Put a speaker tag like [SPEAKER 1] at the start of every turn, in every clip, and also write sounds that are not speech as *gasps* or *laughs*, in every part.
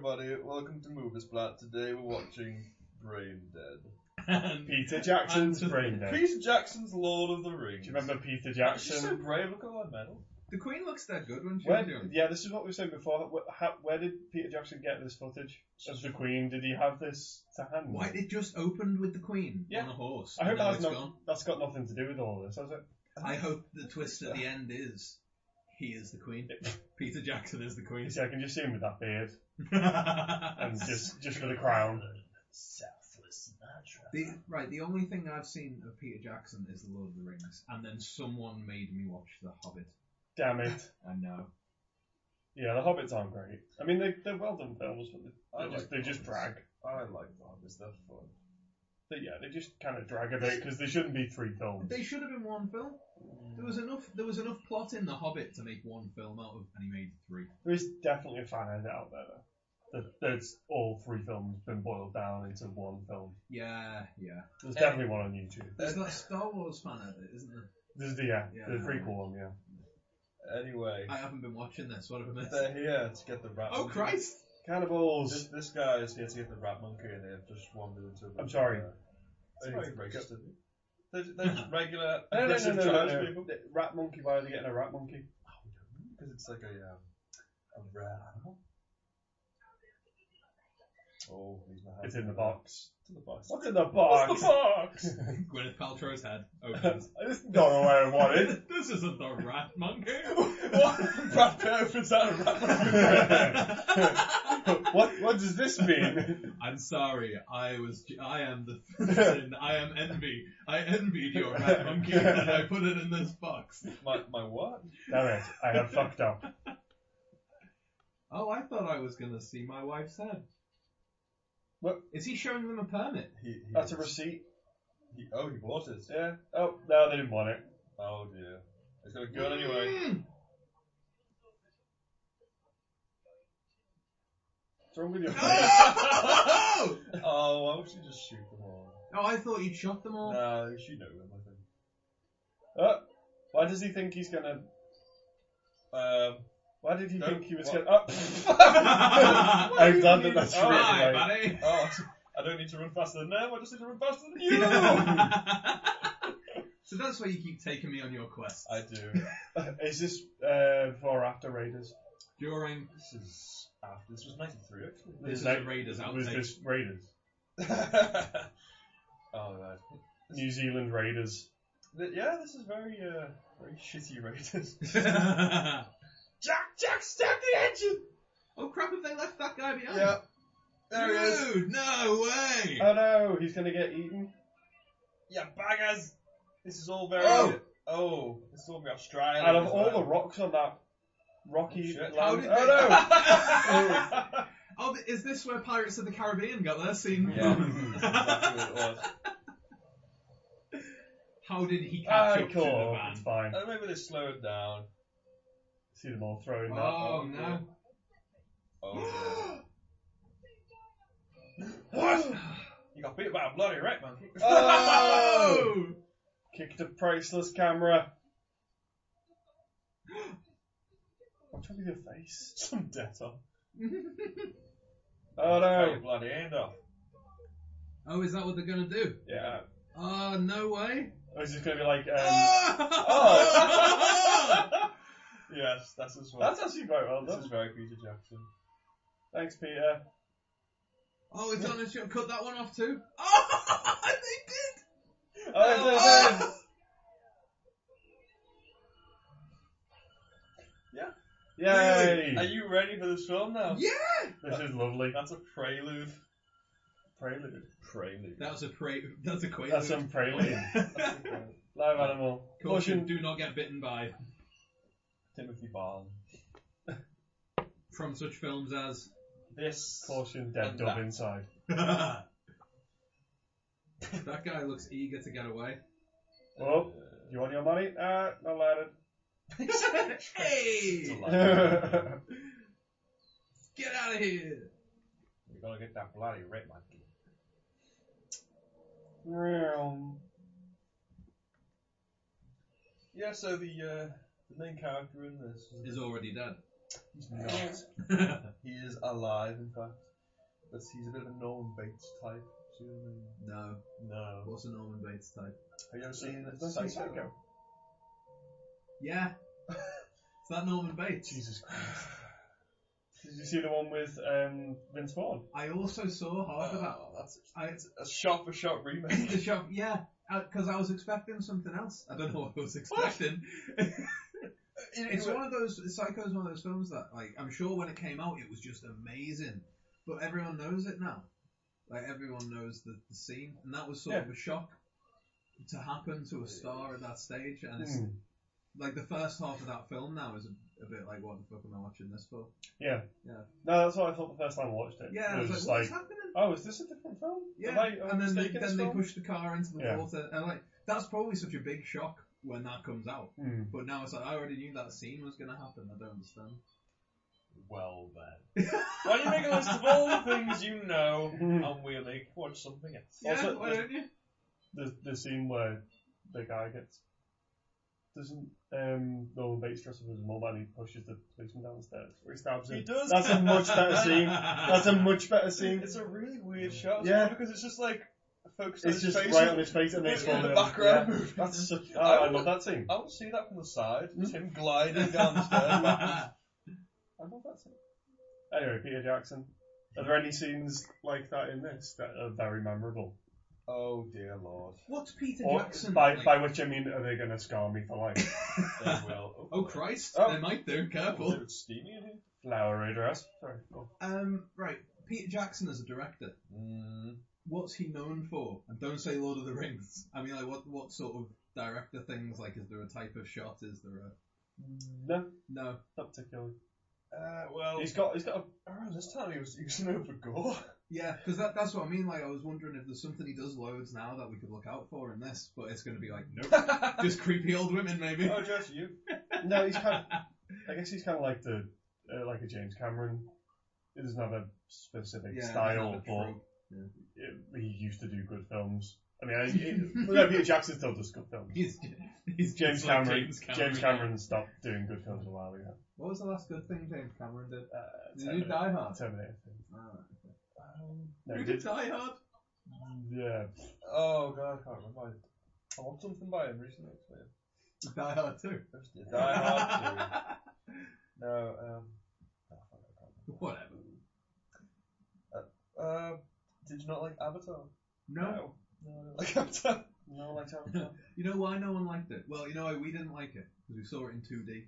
[SPEAKER 1] Uh, welcome to Movers Plat. Today we're watching Brain Dead.
[SPEAKER 2] And
[SPEAKER 3] Peter Jackson's
[SPEAKER 2] And-
[SPEAKER 3] brain dead.
[SPEAKER 1] Peter Jackson's Lord of the Rings.
[SPEAKER 3] Do you remember Peter
[SPEAKER 1] She's so
[SPEAKER 3] Jackson?
[SPEAKER 1] brave. Look at my medal.
[SPEAKER 2] the Queen looks that good when she's
[SPEAKER 3] Where,
[SPEAKER 2] doing.
[SPEAKER 3] yeah, this is what we were saying before. Where, how, where did Peter Jackson get this footage of the Queen? Did he have this to hand?
[SPEAKER 2] Why it just opened with the Queen
[SPEAKER 3] Yeah.
[SPEAKER 2] on a horse?
[SPEAKER 3] I hope
[SPEAKER 2] and now
[SPEAKER 3] that has not,
[SPEAKER 2] it's gone.
[SPEAKER 3] *laughs* that's got nothing to do with all this, has it?
[SPEAKER 2] I hope the twist at the end is he is the Queen. Peter Jackson is the
[SPEAKER 3] You
[SPEAKER 2] Queen. *laughs*
[SPEAKER 3] see, I can just see him with that beard and
[SPEAKER 2] the,
[SPEAKER 3] just just with a crown.
[SPEAKER 1] Selfless Sinatra.
[SPEAKER 2] right, the only thing I've seen of Peter Jackson is The Lord of the Rings, and then someone made me watch The Hobbit.
[SPEAKER 3] Damn it!
[SPEAKER 2] I know.
[SPEAKER 3] Yeah, the Hobbits aren't great. I mean, they they're well done films, but
[SPEAKER 1] I
[SPEAKER 3] they, they
[SPEAKER 1] like
[SPEAKER 3] just they just
[SPEAKER 1] Hobbits.
[SPEAKER 3] drag.
[SPEAKER 1] I like Hobbits. They're fun.
[SPEAKER 3] They, yeah, they just kind of drag a bit because they shouldn't be three films.
[SPEAKER 2] They should have been one film. There
[SPEAKER 3] Mm.
[SPEAKER 2] was enough. There was enough plot in The Hobbit to make one film out of, and he made three.
[SPEAKER 3] There is definitely a fan edit out there. Though. That that's all three films been boiled down into one film.
[SPEAKER 2] Yeah, yeah.
[SPEAKER 3] There's
[SPEAKER 1] Eh.
[SPEAKER 3] definitely one on YouTube.
[SPEAKER 2] There's that Star Wars fan edit, isn't there?
[SPEAKER 3] This is the yeah,
[SPEAKER 2] Yeah.
[SPEAKER 3] the prequel one, yeah.
[SPEAKER 1] Anyway,
[SPEAKER 2] I haven't been watching this. What have I missed?
[SPEAKER 3] Uh,
[SPEAKER 1] they're here to get the rat.
[SPEAKER 2] Oh
[SPEAKER 1] monkey.
[SPEAKER 2] Christ!
[SPEAKER 1] This,
[SPEAKER 3] Cannibals.
[SPEAKER 1] this guy is here to get the rat monkey, and they've just wandered into. A
[SPEAKER 3] I'm sorry.
[SPEAKER 1] They
[SPEAKER 3] Sorry.
[SPEAKER 1] need to register. They're, they're
[SPEAKER 3] *laughs*
[SPEAKER 1] just regular
[SPEAKER 3] No, no, no,
[SPEAKER 1] aggressive
[SPEAKER 3] no, no,
[SPEAKER 1] Chinese
[SPEAKER 3] no.
[SPEAKER 1] people.
[SPEAKER 3] The Rat monkey. Why are they getting a rat monkey?
[SPEAKER 1] Because it's like a um, a rare animal. Oh, he's not happy.
[SPEAKER 3] It's in the box.
[SPEAKER 1] It's in the box.
[SPEAKER 3] What's in the box?
[SPEAKER 1] What's the box?
[SPEAKER 2] Gwyneth Paltrow's
[SPEAKER 3] *laughs*
[SPEAKER 2] head opens.
[SPEAKER 3] I just don't know where I want it. *laughs*
[SPEAKER 2] this isn't the rat monkey.
[SPEAKER 1] *laughs* what? Brad Pitt opens that and Rat
[SPEAKER 3] *laughs* what what does this mean?
[SPEAKER 2] I'm sorry. I was. I am the. Sin. I am envy. I envied your rat monkey, and I put it in this box.
[SPEAKER 1] My, my what?
[SPEAKER 3] Damn it! I have fucked up.
[SPEAKER 2] Oh, I thought I was gonna see my wife's head.
[SPEAKER 3] What?
[SPEAKER 2] Is he showing them a permit?
[SPEAKER 1] He, he
[SPEAKER 3] That's a receipt.
[SPEAKER 1] he- oh, he bought it.
[SPEAKER 3] Yeah. Oh no, they didn't want it.
[SPEAKER 1] Oh dear. He's got a gun anyway.
[SPEAKER 2] Mm. *laughs*
[SPEAKER 3] What's wrong with your face? *laughs*
[SPEAKER 2] Oh!
[SPEAKER 1] Oh, why would she just shoot them all?
[SPEAKER 2] oh, I thought you'd shot them *laughs* all.
[SPEAKER 1] No, she knew him, I think.
[SPEAKER 3] Oh, why does he think he's gonna?
[SPEAKER 1] Um,
[SPEAKER 3] Why did he
[SPEAKER 1] No,
[SPEAKER 3] think he was
[SPEAKER 1] what?
[SPEAKER 3] gonna? Oh. I'm glad that that's
[SPEAKER 1] Oh,
[SPEAKER 3] written.
[SPEAKER 2] Try,
[SPEAKER 3] like-
[SPEAKER 2] buddy.
[SPEAKER 1] Um, *laughs* oh, I don't need to run faster than them. I just need to run faster than
[SPEAKER 3] *laughs*
[SPEAKER 1] you.
[SPEAKER 2] *laughs* so that's why you keep taking me on your quest.
[SPEAKER 1] I do.
[SPEAKER 3] Is this uh, before or after Raiders?
[SPEAKER 1] *laughs*
[SPEAKER 2] During
[SPEAKER 1] This is after. This was 93 actually.
[SPEAKER 2] This is
[SPEAKER 3] like-
[SPEAKER 2] a Raiders
[SPEAKER 3] Was
[SPEAKER 2] outtake.
[SPEAKER 3] this Raiders?
[SPEAKER 1] oh right.
[SPEAKER 3] New Zealand Raiders.
[SPEAKER 1] Th- yeah, this is very uh, very shitty Raiders.
[SPEAKER 2] oh
[SPEAKER 1] *laughs* Jack, Jack, stab the engine.
[SPEAKER 2] crap! Have they left that guy behind?
[SPEAKER 1] Yeah, there he is. Uh,
[SPEAKER 2] Dude, no way.
[SPEAKER 3] Oh no, he's gonna get eaten.
[SPEAKER 1] Yeah, baggers. This is all very.
[SPEAKER 2] Oh.
[SPEAKER 1] Oh, this is all very Australian.
[SPEAKER 3] Out of
[SPEAKER 1] as
[SPEAKER 3] all
[SPEAKER 1] well.
[SPEAKER 3] the rocks on that rocky
[SPEAKER 1] Shit.
[SPEAKER 2] How
[SPEAKER 3] land.
[SPEAKER 2] did
[SPEAKER 3] Oh no!
[SPEAKER 2] oh, th- is this where Pirates of the Caribbean got their *laughs* scene
[SPEAKER 1] Yeah.
[SPEAKER 3] *laughs*
[SPEAKER 2] from?
[SPEAKER 1] Exactly what it was.
[SPEAKER 2] *laughs* How did he
[SPEAKER 3] Ah,
[SPEAKER 2] catch up to
[SPEAKER 3] cool.
[SPEAKER 2] the
[SPEAKER 3] It's
[SPEAKER 2] van?
[SPEAKER 1] *laughs*
[SPEAKER 3] fine. *laughs*
[SPEAKER 1] I remember they slow it down.
[SPEAKER 3] See them all throwing
[SPEAKER 2] Oh
[SPEAKER 1] okay.
[SPEAKER 2] no! *gasps*
[SPEAKER 1] *gasps* Oh,
[SPEAKER 3] that.
[SPEAKER 1] you got beat by a bloody rat monkey. *laughs*
[SPEAKER 3] Oh!
[SPEAKER 2] *laughs* Oh!
[SPEAKER 3] Kicked a priceless
[SPEAKER 2] *gasps*
[SPEAKER 3] camera. What's wrong with your face? *laughs*
[SPEAKER 1] Some debt on.
[SPEAKER 3] Oh
[SPEAKER 1] Cut your
[SPEAKER 3] no!
[SPEAKER 1] bloody hand off.
[SPEAKER 2] oh, is that what they're gonna do?
[SPEAKER 3] Yeah.
[SPEAKER 2] Oh no way!
[SPEAKER 3] Oh, is this gonna be like? Um,
[SPEAKER 2] *gasps* oh! *laughs*
[SPEAKER 1] oh. *laughs* yes, that's as well.
[SPEAKER 3] that's actually quite well
[SPEAKER 1] this is
[SPEAKER 3] done.
[SPEAKER 1] very Peter Jackson.
[SPEAKER 3] Thanks, Peter.
[SPEAKER 2] Oh, it's on a show. Cut that one off too. *laughs* Oh, they did.
[SPEAKER 3] Oh, it's- it's- it's-
[SPEAKER 2] Oh,
[SPEAKER 3] Yay!
[SPEAKER 1] Are you ready for this film now?
[SPEAKER 2] yeah.
[SPEAKER 3] This is lovely.
[SPEAKER 1] That's a prelude.
[SPEAKER 3] Prelude.
[SPEAKER 1] Prelude.
[SPEAKER 2] That was a pra- That's a quail.
[SPEAKER 3] That's
[SPEAKER 2] *laughs*
[SPEAKER 3] some prelude. Live animal.
[SPEAKER 2] Caution:
[SPEAKER 3] Caution.
[SPEAKER 2] Do not get bitten by
[SPEAKER 1] Timothy Balm.
[SPEAKER 2] from such films *laughs* as.
[SPEAKER 1] This.
[SPEAKER 3] Caution. Dead
[SPEAKER 1] And
[SPEAKER 3] dove
[SPEAKER 1] that.
[SPEAKER 3] inside.
[SPEAKER 2] that guy looks eager to get away.
[SPEAKER 1] uh,
[SPEAKER 3] Oh,
[SPEAKER 1] *laughs*
[SPEAKER 3] you want your money? Ah, not allowed.
[SPEAKER 2] hey,
[SPEAKER 3] *laughs*
[SPEAKER 1] We're
[SPEAKER 2] get out of here!
[SPEAKER 1] gonna get that bloody red monkey.
[SPEAKER 3] Realm.
[SPEAKER 1] Yeah, so the uh, the main character in this
[SPEAKER 2] Is already dead. *laughs*
[SPEAKER 1] he's not. he is alive, in fact.
[SPEAKER 4] But he's a bit of a Norman Bates type. Do you know what I mean?
[SPEAKER 2] No.
[SPEAKER 3] No.
[SPEAKER 2] What's a Norman Bates type?
[SPEAKER 4] Have you ever seen
[SPEAKER 3] Does he
[SPEAKER 4] Psycho?
[SPEAKER 2] Yeah. It's that Norman Bates.
[SPEAKER 3] Jesus Christ. *sighs* Did you see the one with um, Vince Vaughn?
[SPEAKER 2] I also saw half of that.
[SPEAKER 4] Oh, that's
[SPEAKER 2] I,
[SPEAKER 4] it's a shot for shot remake.
[SPEAKER 2] *laughs* the shop, yeah, because I was expecting something else. I don't know what I was expecting. It's one of those. Psycho's one of those films that, like, I'm sure when it came out, it was just amazing. But everyone knows it now. Like everyone knows the, the scene, and that was sort of a shock to happen to a star at that stage. And it's,
[SPEAKER 3] Mm.
[SPEAKER 2] like the first half of that film now is a, a bit like, what the fuck am I watching this for?
[SPEAKER 3] Yeah.
[SPEAKER 2] Yeah.
[SPEAKER 3] No, that's what I thought the first time I watched it.
[SPEAKER 2] Yeah, I
[SPEAKER 3] It
[SPEAKER 2] was
[SPEAKER 3] was
[SPEAKER 2] like,
[SPEAKER 3] just
[SPEAKER 2] what's
[SPEAKER 3] like,
[SPEAKER 2] happening?
[SPEAKER 3] oh, is this a different film?
[SPEAKER 2] Yeah,
[SPEAKER 3] Am I- am I
[SPEAKER 2] and then they,
[SPEAKER 3] mistaken this
[SPEAKER 2] then they
[SPEAKER 3] film?
[SPEAKER 2] push the car into the
[SPEAKER 3] Yeah.
[SPEAKER 2] water, and like that's probably such a big shock when that comes out.
[SPEAKER 3] Hmm.
[SPEAKER 2] But now it's like I already knew that scene was gonna happen. I don't understand.
[SPEAKER 4] well then.
[SPEAKER 3] *laughs*
[SPEAKER 1] Why do you make a list of all the things you know
[SPEAKER 3] Hmm.
[SPEAKER 1] and we like watch something else?
[SPEAKER 2] Yeah,
[SPEAKER 3] Also,
[SPEAKER 2] why
[SPEAKER 3] there's-
[SPEAKER 2] don't you?
[SPEAKER 3] the the scene where the guy gets doesn't um Norman Bates dress up as a mum and he pushes the policeman downstairs where he stabs
[SPEAKER 1] He
[SPEAKER 3] him.
[SPEAKER 1] does.
[SPEAKER 3] That's a much
[SPEAKER 1] *laughs*
[SPEAKER 3] better
[SPEAKER 2] *laughs*
[SPEAKER 3] scene. That's a much better scene.
[SPEAKER 1] It's a really weird shot.
[SPEAKER 3] Yeah.
[SPEAKER 1] Yeah, because it's just like focused on
[SPEAKER 3] It's
[SPEAKER 1] his
[SPEAKER 3] just
[SPEAKER 1] face.
[SPEAKER 3] right on his face and it's
[SPEAKER 1] in the
[SPEAKER 3] one of them.
[SPEAKER 1] background.
[SPEAKER 3] Yeah. That's such,
[SPEAKER 1] *laughs*
[SPEAKER 3] oh,
[SPEAKER 1] I
[SPEAKER 3] I love that scene.
[SPEAKER 1] I would see that from the side.
[SPEAKER 3] Hmm?
[SPEAKER 1] It's him gliding down the stairs. backwards.
[SPEAKER 3] *laughs* I love that scene. Anyway, Peter Jackson. Are there any scenes like that in this that are very memorable?
[SPEAKER 4] Oh dear lord.
[SPEAKER 2] *laughs* What's Peter
[SPEAKER 3] Or-
[SPEAKER 2] Jackson?
[SPEAKER 3] by
[SPEAKER 2] like?
[SPEAKER 3] by which I mean, are they going to scar me
[SPEAKER 1] *laughs*
[SPEAKER 3] for life?
[SPEAKER 4] They will.
[SPEAKER 2] oh Christ!
[SPEAKER 3] *laughs* Oh.
[SPEAKER 2] They might do.
[SPEAKER 1] Oh,
[SPEAKER 2] Careful.
[SPEAKER 1] dude, it's steamy in here.
[SPEAKER 3] Flowery dress. Sorry. go
[SPEAKER 2] Um, right. Peter Jackson as a director.
[SPEAKER 3] Hmm.
[SPEAKER 4] Mm,
[SPEAKER 2] What's he known for? And don't say Lord of the Rings. I mean, like, what what sort of director things? Like, is there a type of shot? Is there a
[SPEAKER 3] on. No,
[SPEAKER 2] no?
[SPEAKER 3] not particularly.
[SPEAKER 1] Uh, well,
[SPEAKER 3] He's got he's got a
[SPEAKER 1] around this time he was he was known for
[SPEAKER 2] *laughs*
[SPEAKER 1] gore.
[SPEAKER 2] Yeah, because that, that's what I mean. Like, I was wondering if there's something he does loads now that we could look out for in this, but it's going to be like, nope.
[SPEAKER 1] oh,
[SPEAKER 2] *laughs* Just creepy old women, maybe.
[SPEAKER 1] Josh, you.
[SPEAKER 3] *laughs* No, he's kind. Of, I guess he's kind of like the uh, like a James Cameron. He doesn't have a specific
[SPEAKER 2] Yeah,
[SPEAKER 3] style,
[SPEAKER 2] that's
[SPEAKER 3] but
[SPEAKER 2] true.
[SPEAKER 3] it, he used to do good films. I mean, I, *laughs* it, no, Peter Jackson still does good films.
[SPEAKER 2] He's, *laughs* he's
[SPEAKER 3] James
[SPEAKER 2] just like
[SPEAKER 3] Cameron,
[SPEAKER 2] James Cameron.
[SPEAKER 3] James Cameron stopped doing good films a while ago.
[SPEAKER 2] What was the last good thing James Cameron did?
[SPEAKER 3] Uh,
[SPEAKER 2] Did he do
[SPEAKER 3] Terminator,
[SPEAKER 2] Die Hard?
[SPEAKER 3] Terminator. Thing.
[SPEAKER 2] Oh.
[SPEAKER 1] Um,
[SPEAKER 3] No,
[SPEAKER 2] Who
[SPEAKER 3] he
[SPEAKER 2] did
[SPEAKER 3] did.
[SPEAKER 2] Die Hard?
[SPEAKER 3] Yeah,
[SPEAKER 1] oh god, I can't remember. I watched something by him recently. Actually.
[SPEAKER 2] Die Hard 2.
[SPEAKER 1] It was Die
[SPEAKER 3] *laughs*
[SPEAKER 1] Hard
[SPEAKER 2] *laughs*
[SPEAKER 1] 2. No, um, oh, fuck, I can't remember.
[SPEAKER 2] Whatever.
[SPEAKER 1] Uh, did you not like Avatar?
[SPEAKER 2] No.
[SPEAKER 1] No, I don't like Avatar.
[SPEAKER 3] no,
[SPEAKER 1] *laughs*
[SPEAKER 3] like Terminator.
[SPEAKER 2] You know why no one liked it? Well, you know why we didn't like it? Because we saw it in 2D.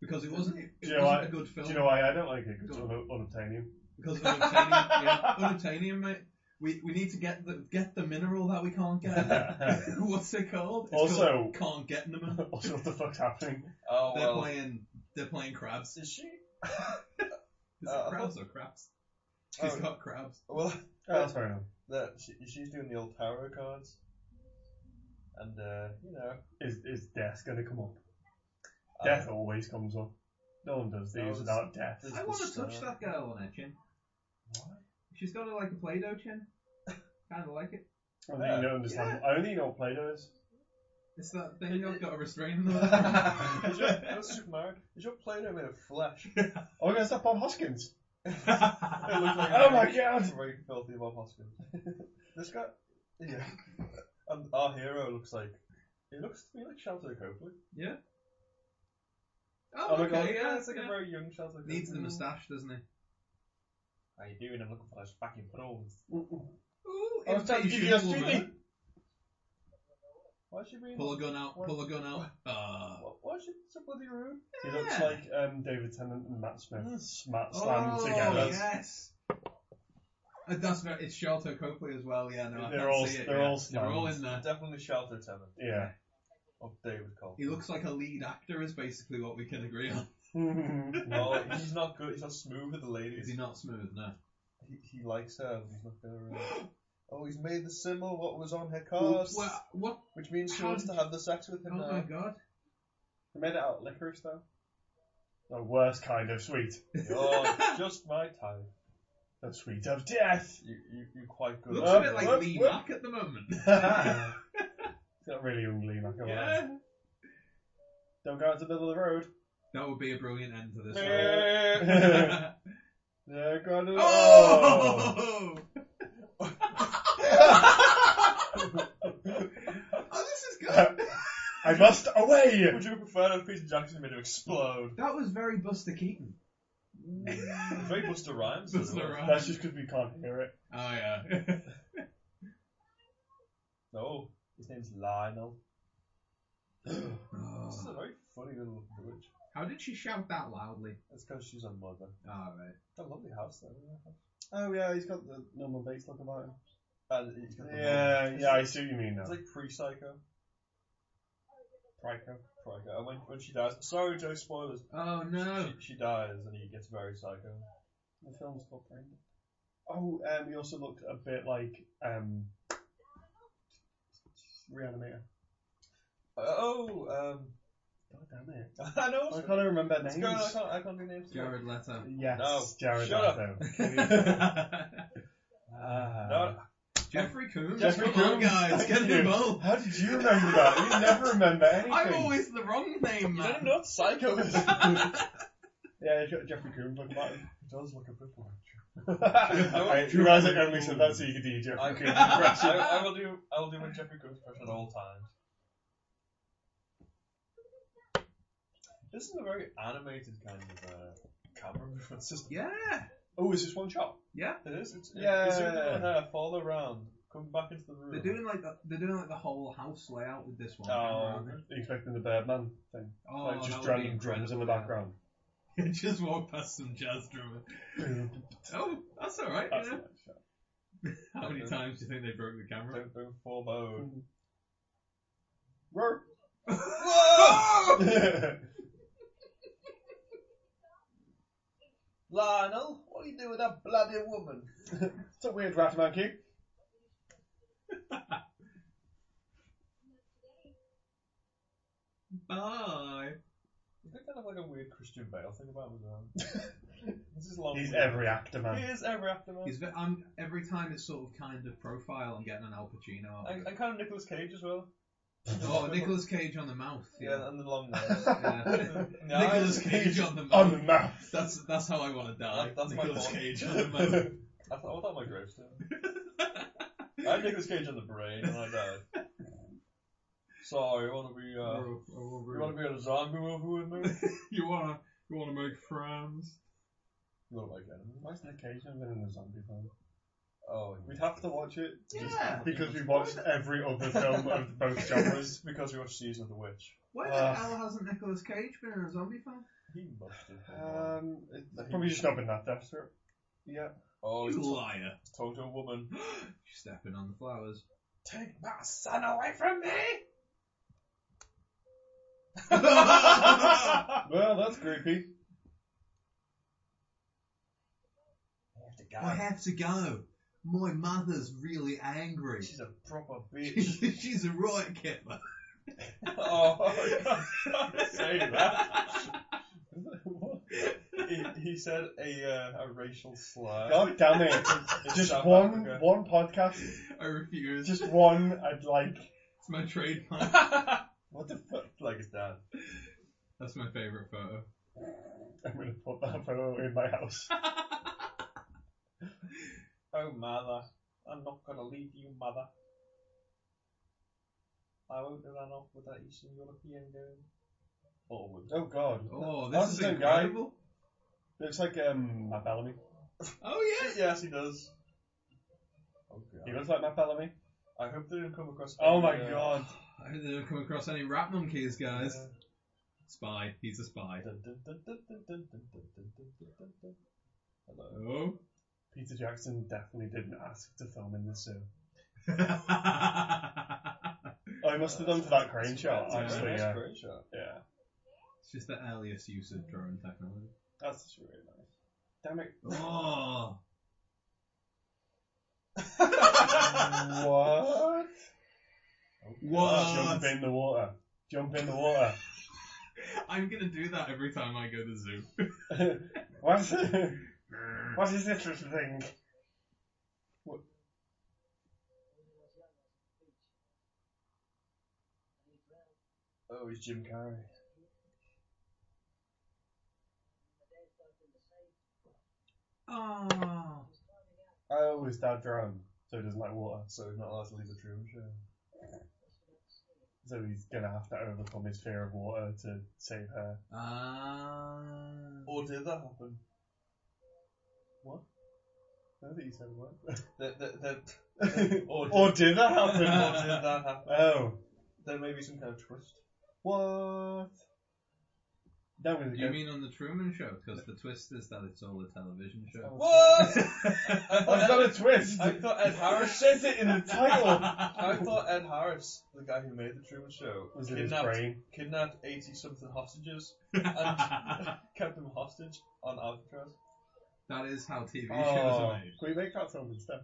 [SPEAKER 2] Because it wasn't, it
[SPEAKER 3] Do you know
[SPEAKER 2] wasn't
[SPEAKER 3] why-
[SPEAKER 2] a good film.
[SPEAKER 3] Do you know why I don't like it? Because it's
[SPEAKER 2] Go on.
[SPEAKER 3] un-
[SPEAKER 2] *laughs*
[SPEAKER 3] unobtainium.
[SPEAKER 2] Because of unobtainium, yeah, unobtainium, mate. We we need to get the get the mineral that we can't
[SPEAKER 3] *laughs*
[SPEAKER 2] get. *laughs* What's it called? It's
[SPEAKER 3] Also- *laughs*
[SPEAKER 2] called *laughs* can't get them.
[SPEAKER 3] also, what the fuck's happening?
[SPEAKER 1] Oh
[SPEAKER 2] They're
[SPEAKER 1] well.
[SPEAKER 2] playing they're playing crabs.
[SPEAKER 1] Is she? *laughs*
[SPEAKER 2] Is
[SPEAKER 1] Uh,
[SPEAKER 2] it crabs or crabs? She's
[SPEAKER 1] Oh.
[SPEAKER 2] got crabs.
[SPEAKER 1] Well,
[SPEAKER 3] Oh, that's fair enough.
[SPEAKER 1] that she, she's doing the old tarot cards, and uh, you know,
[SPEAKER 3] Is is death going to come up?
[SPEAKER 1] uh,
[SPEAKER 3] Death always comes up. No one does
[SPEAKER 1] Oh,
[SPEAKER 3] these
[SPEAKER 1] it's-
[SPEAKER 3] without death.
[SPEAKER 1] there's
[SPEAKER 2] I
[SPEAKER 1] the
[SPEAKER 2] want to
[SPEAKER 1] star.
[SPEAKER 2] touch that girl on her chin. She's got a, like a Play-Doh chin. kind of like it.
[SPEAKER 3] I don't think you
[SPEAKER 1] Yeah.
[SPEAKER 3] know, understand. I don't think you know what Play-Doh is.
[SPEAKER 2] It's that thing I've got a restraining
[SPEAKER 1] *laughs*
[SPEAKER 2] order.
[SPEAKER 1] is your, that's just Mario. Is your Play-Doh made of *laughs* flesh? it
[SPEAKER 3] Oh, is that Bob Hoskins?
[SPEAKER 1] looks like
[SPEAKER 3] Oh my God.
[SPEAKER 1] it's very filthy Bob Hoskins. *laughs* this guy, yeah, *laughs* and our hero looks like he looks to me like Shelter Copley.
[SPEAKER 2] oh,
[SPEAKER 1] my
[SPEAKER 2] okay,
[SPEAKER 1] God.
[SPEAKER 2] yeah,
[SPEAKER 1] it's like a
[SPEAKER 2] yeah.
[SPEAKER 1] very young Shelter Copley.
[SPEAKER 2] Needs the moustache, doesn't he?
[SPEAKER 1] How you doing? I'm looking for those fucking prawns.
[SPEAKER 2] Ooh,
[SPEAKER 3] I was trying to give you a
[SPEAKER 2] impatient woman.
[SPEAKER 3] freebie.
[SPEAKER 1] Why should we?
[SPEAKER 2] Pull a gun out, pull a gun out. Uh,
[SPEAKER 1] Why- Why should so bloody rude?
[SPEAKER 3] He looks
[SPEAKER 2] Yeah.
[SPEAKER 3] like um, David Tennant and Matt Smith
[SPEAKER 1] Mm.
[SPEAKER 3] sma- slammed
[SPEAKER 2] oh,
[SPEAKER 3] together.
[SPEAKER 2] yes. Uh, that's very, it's Shelter Copley as well, yeah. No, I
[SPEAKER 3] They're
[SPEAKER 2] can't
[SPEAKER 3] all-
[SPEAKER 2] see it,
[SPEAKER 3] they're
[SPEAKER 2] yeah.
[SPEAKER 3] all
[SPEAKER 2] they're all in
[SPEAKER 3] stands.
[SPEAKER 2] there.
[SPEAKER 1] Definitely Shelter Oh, Tennant
[SPEAKER 3] Yeah.
[SPEAKER 1] of David Cole.
[SPEAKER 2] He
[SPEAKER 1] *laughs*
[SPEAKER 2] looks like a lead actor is basically what we can agree on.
[SPEAKER 3] *laughs*
[SPEAKER 1] Well, he's not good. He's not smooth with the ladies.
[SPEAKER 2] Is he not smooth? No.
[SPEAKER 1] He, he likes her. He's not gonna.
[SPEAKER 2] *laughs*
[SPEAKER 1] Uh... Oh, he's made the symbol. What was on her card?
[SPEAKER 2] Well, what?
[SPEAKER 1] Which means she
[SPEAKER 2] How
[SPEAKER 1] wants
[SPEAKER 2] did
[SPEAKER 1] to have the sex with
[SPEAKER 2] Oh
[SPEAKER 1] him
[SPEAKER 2] my
[SPEAKER 1] now.
[SPEAKER 2] god.
[SPEAKER 3] They made it out of licorice though. The worst kind of sweet.
[SPEAKER 2] *laughs*
[SPEAKER 1] Oh, just my type.
[SPEAKER 3] The sweet of death. *laughs*
[SPEAKER 1] You, you, you're quite good.
[SPEAKER 2] Looks
[SPEAKER 3] Whoop,
[SPEAKER 2] a bit like
[SPEAKER 3] whoop,
[SPEAKER 2] Lee
[SPEAKER 3] whoop.
[SPEAKER 2] Mack at the moment.
[SPEAKER 3] It's not really ungly, like
[SPEAKER 2] yeah.
[SPEAKER 3] Don't go out to the middle of the road.
[SPEAKER 2] That would be a brilliant end to this.
[SPEAKER 1] Meh.
[SPEAKER 2] one.
[SPEAKER 1] Yeah, got it.
[SPEAKER 2] *laughs* Oh! *laughs* oh, this is good.
[SPEAKER 3] *laughs* I must away!
[SPEAKER 1] Would you prefer if Peter Jackson made him explode?
[SPEAKER 2] That was very Buster *laughs* Keaton. Oh,
[SPEAKER 1] It's very Buster Rhymes.
[SPEAKER 2] Busta
[SPEAKER 1] isn't it?
[SPEAKER 2] Rhymes.
[SPEAKER 3] That's just because we can't hear it.
[SPEAKER 2] Oh yeah.
[SPEAKER 1] No, his name's Lionel. this is a
[SPEAKER 2] Oh,
[SPEAKER 1] very funny little village.
[SPEAKER 2] *laughs* how did she shout that loudly?
[SPEAKER 1] It's because she's a mother.
[SPEAKER 2] All right.
[SPEAKER 1] Got a lovely house though. isn't it?
[SPEAKER 3] Oh, yeah, he's got the normal bass look about him.
[SPEAKER 1] And he's got the mother.
[SPEAKER 3] Yeah,
[SPEAKER 1] Uh, It's
[SPEAKER 3] yeah, I
[SPEAKER 1] like-
[SPEAKER 3] see what you mean now.
[SPEAKER 1] It's like pre-psycho.
[SPEAKER 3] Psycho.
[SPEAKER 1] Psycho. And when, when she dies, sorry, Joe, spoilers.
[SPEAKER 2] Oh no.
[SPEAKER 1] She, she dies and he gets very psycho.
[SPEAKER 3] The film's called Brandon. Oh, um, he also looked a bit like um, Reanimator.
[SPEAKER 1] Uh, oh, um, *laughs*
[SPEAKER 3] God damn it.
[SPEAKER 1] I know.
[SPEAKER 3] I
[SPEAKER 1] What's
[SPEAKER 3] can't even remember
[SPEAKER 1] what's going on? I
[SPEAKER 3] names.
[SPEAKER 1] can't, I can't do names. today.
[SPEAKER 2] Jared *laughs* Leto.
[SPEAKER 3] Yes,
[SPEAKER 1] No,
[SPEAKER 3] Jared
[SPEAKER 1] shut up.
[SPEAKER 3] Leto. *laughs* Ah.
[SPEAKER 1] *laughs* No,
[SPEAKER 2] Jeffrey Coons.
[SPEAKER 3] Jeffrey
[SPEAKER 2] Come on,
[SPEAKER 3] Combs,
[SPEAKER 2] guys,
[SPEAKER 3] thank
[SPEAKER 2] get
[SPEAKER 3] you.
[SPEAKER 2] involved.
[SPEAKER 3] How did you remember that? You never
[SPEAKER 1] *laughs*
[SPEAKER 3] remember anything.
[SPEAKER 2] I'm always the wrong name,
[SPEAKER 1] you don't
[SPEAKER 2] man.
[SPEAKER 1] know what psycho is. it
[SPEAKER 3] *laughs* Yeah, he's got Jeffrey Coombs looking about him.
[SPEAKER 1] does look a bit
[SPEAKER 3] *laughs*
[SPEAKER 1] like
[SPEAKER 3] I realise I only said that so you could do your Jeffrey
[SPEAKER 1] I, *laughs*
[SPEAKER 3] Coombs
[SPEAKER 1] I,
[SPEAKER 3] impression.
[SPEAKER 1] I will do. I will do a Jeffrey Combs impression at all times. This is a very animated kind of uh, camera *laughs* movement system.
[SPEAKER 2] Yeah.
[SPEAKER 1] Oh, is this one shot?
[SPEAKER 2] Yeah.
[SPEAKER 1] It is. It's,
[SPEAKER 3] Yeah.
[SPEAKER 1] It's doing the hair, fall around, come back into the room.
[SPEAKER 2] They're doing like the, they're doing like the whole house layout with this one.
[SPEAKER 1] Oh.
[SPEAKER 3] Are you expecting the Birdman thing?
[SPEAKER 2] Uh, Oh,
[SPEAKER 3] like
[SPEAKER 2] that
[SPEAKER 3] just
[SPEAKER 2] would
[SPEAKER 3] random
[SPEAKER 2] be
[SPEAKER 3] drums in the
[SPEAKER 2] incredible, yeah. *laughs*
[SPEAKER 3] background.
[SPEAKER 2] just walk past some jazz drummer. Oh, that's all right.
[SPEAKER 3] That's
[SPEAKER 2] yeah.
[SPEAKER 3] the next shot.
[SPEAKER 2] How many times do you think they broke the camera?
[SPEAKER 1] Don't don't fall forward.
[SPEAKER 3] Roar. *laughs*
[SPEAKER 2] *laughs* Whoa!
[SPEAKER 1] Lionel, what are you doing with that bloody woman?
[SPEAKER 3] It's a weird rat monkey.
[SPEAKER 2] Bye.
[SPEAKER 1] You think kind of like a weird Christian Bale thing about him as *laughs* well. this is long.
[SPEAKER 3] He's
[SPEAKER 1] weird.
[SPEAKER 3] every actor
[SPEAKER 1] He
[SPEAKER 3] man.
[SPEAKER 1] is every afterman.
[SPEAKER 2] He's, ve- I'm, every time it's sort of kind of profile, I'm getting an Al Pacino. out of
[SPEAKER 1] And,
[SPEAKER 2] it.
[SPEAKER 1] and kind of Nicolas Cage as well.
[SPEAKER 2] Oh, Nicolas Cage on the mouth.
[SPEAKER 1] Yeah,
[SPEAKER 2] Yeah.
[SPEAKER 1] and the *laughs* long nose.
[SPEAKER 3] *laughs*
[SPEAKER 2] yeah.
[SPEAKER 1] And the eyes.
[SPEAKER 2] Nicolas Cage
[SPEAKER 1] *laughs*
[SPEAKER 2] on the mouth.
[SPEAKER 3] On the mouth.
[SPEAKER 2] That's that's how I want to die.
[SPEAKER 1] That- that's my
[SPEAKER 2] Nicolas
[SPEAKER 1] thought. *laughs*
[SPEAKER 2] Cage on the mouth.
[SPEAKER 1] I thought, I thought my gravestone. I had Nicolas Cage on the brain and I died. Sorry, you want to be, uh,
[SPEAKER 2] Or- or- or-
[SPEAKER 1] you want to be on a zombie movie with me?
[SPEAKER 2] you wanna you wanna make friends?
[SPEAKER 1] You want to make enemies?
[SPEAKER 3] Why isn't Cage never been in a zombie film?
[SPEAKER 1] Oh,
[SPEAKER 3] We'd have to watch it.
[SPEAKER 2] Yeah.
[SPEAKER 3] Because we watched every other film of
[SPEAKER 1] *laughs*
[SPEAKER 3] both genres.
[SPEAKER 1] It's because we watched Season of the Witch.
[SPEAKER 2] Why the
[SPEAKER 3] Uh.
[SPEAKER 2] hell hasn't Nicolas Cage been in a zombie film?
[SPEAKER 1] He must have. been wrong.
[SPEAKER 3] Um, it's probably just not been that desperate. Yeah.
[SPEAKER 1] oh, he's
[SPEAKER 2] You
[SPEAKER 1] t-
[SPEAKER 2] liar!
[SPEAKER 1] talking to a woman.
[SPEAKER 2] *gasps* You're stepping on the flowers.
[SPEAKER 1] Take my son away from me!
[SPEAKER 2] oh,
[SPEAKER 3] *laughs* Well, that's creepy.
[SPEAKER 2] I have to go. My mother's really angry. *laughs*
[SPEAKER 1] She's a proper bitch.
[SPEAKER 2] She's a riot kipper.
[SPEAKER 3] *laughs*
[SPEAKER 1] oh, say that. he, he said a uh, a racial slur.
[SPEAKER 3] God
[SPEAKER 1] *laughs*
[SPEAKER 3] damn it.
[SPEAKER 1] In
[SPEAKER 3] Just
[SPEAKER 1] South
[SPEAKER 3] one
[SPEAKER 1] Africa.
[SPEAKER 3] one podcast.
[SPEAKER 2] *laughs* I refuse.
[SPEAKER 3] Just one I'd like.
[SPEAKER 2] It's my trademark.
[SPEAKER 1] *laughs* what the fuck? Like his dad.
[SPEAKER 2] That's my favourite photo.
[SPEAKER 3] I'm going to put that photo in my
[SPEAKER 2] *laughs*
[SPEAKER 3] house.
[SPEAKER 1] Oh mother, I'm not gonna leave you, mother. I won't run off with that Eastern European girl. Or would.
[SPEAKER 3] Oh, God.
[SPEAKER 2] Oh, this
[SPEAKER 3] That's
[SPEAKER 2] is
[SPEAKER 3] the same guy.
[SPEAKER 2] incredible.
[SPEAKER 3] Looks like um, Matt Bellamy.
[SPEAKER 2] Oh *laughs* yeah.
[SPEAKER 1] Yes, he does. Oh
[SPEAKER 3] He
[SPEAKER 1] god.
[SPEAKER 3] looks like Matt Bellamy.
[SPEAKER 1] I hope they didn't come across.
[SPEAKER 3] Oh my
[SPEAKER 1] any, uh,
[SPEAKER 3] god.
[SPEAKER 2] I hope they don't come across any rat monkeys, guys.
[SPEAKER 1] uh,
[SPEAKER 2] Spy. He's a *laughs* spy.
[SPEAKER 1] Hello.
[SPEAKER 2] Oh. *laughs*
[SPEAKER 3] Peter Jackson definitely didn't ask to film in this zoo.
[SPEAKER 2] it's
[SPEAKER 3] I Oh, must have done for that crane shot,
[SPEAKER 1] That's a very
[SPEAKER 3] actually.
[SPEAKER 1] nice
[SPEAKER 3] Yeah.
[SPEAKER 1] crane shot.
[SPEAKER 3] yeah.
[SPEAKER 2] just the earliest use of drone technology.
[SPEAKER 3] That's just really nice. Damn
[SPEAKER 2] *laughs*
[SPEAKER 3] it.
[SPEAKER 2] Oh.
[SPEAKER 3] what?
[SPEAKER 2] What?
[SPEAKER 3] Jump in the water. Jump in the water. *laughs*
[SPEAKER 2] I'm gonna do that every time I go to zoo.
[SPEAKER 3] what? what is this little thing?
[SPEAKER 1] Oh, he's Jim Carrey.
[SPEAKER 2] Oh,
[SPEAKER 3] I always dad drown, so he doesn't like water.
[SPEAKER 1] So he's not allowed to leave the room. Sure.
[SPEAKER 3] So he's gonna have to overcome his fear of water to save her.
[SPEAKER 2] ah.
[SPEAKER 1] Or did that happen?
[SPEAKER 3] I think you said what?
[SPEAKER 1] That, that,
[SPEAKER 3] *laughs*
[SPEAKER 1] that, or, did,
[SPEAKER 3] or did that
[SPEAKER 1] or did
[SPEAKER 3] happen?
[SPEAKER 1] that happen?
[SPEAKER 3] oh.
[SPEAKER 1] There may be some kind of twist.
[SPEAKER 3] What? That was a
[SPEAKER 2] Do you
[SPEAKER 3] good.
[SPEAKER 2] mean on the Truman Show? Because the twist is that it's all a television show.
[SPEAKER 3] Oh.
[SPEAKER 2] *laughs*
[SPEAKER 1] What? *laughs* I
[SPEAKER 3] That's
[SPEAKER 1] thought
[SPEAKER 3] not a
[SPEAKER 1] Ed,
[SPEAKER 3] twist.
[SPEAKER 1] I thought Ed Harris.
[SPEAKER 3] says it in the title.
[SPEAKER 1] *laughs* I thought Ed Harris, the guy who made the Truman Show,
[SPEAKER 3] was in his
[SPEAKER 1] kidnapped
[SPEAKER 3] brain.
[SPEAKER 1] kidnapped eighty something
[SPEAKER 3] *laughs*
[SPEAKER 1] hostages, kept them hostage on Alcatraz.
[SPEAKER 2] that is how TV shows
[SPEAKER 3] Oh,
[SPEAKER 2] are made.
[SPEAKER 3] can we make that film instead?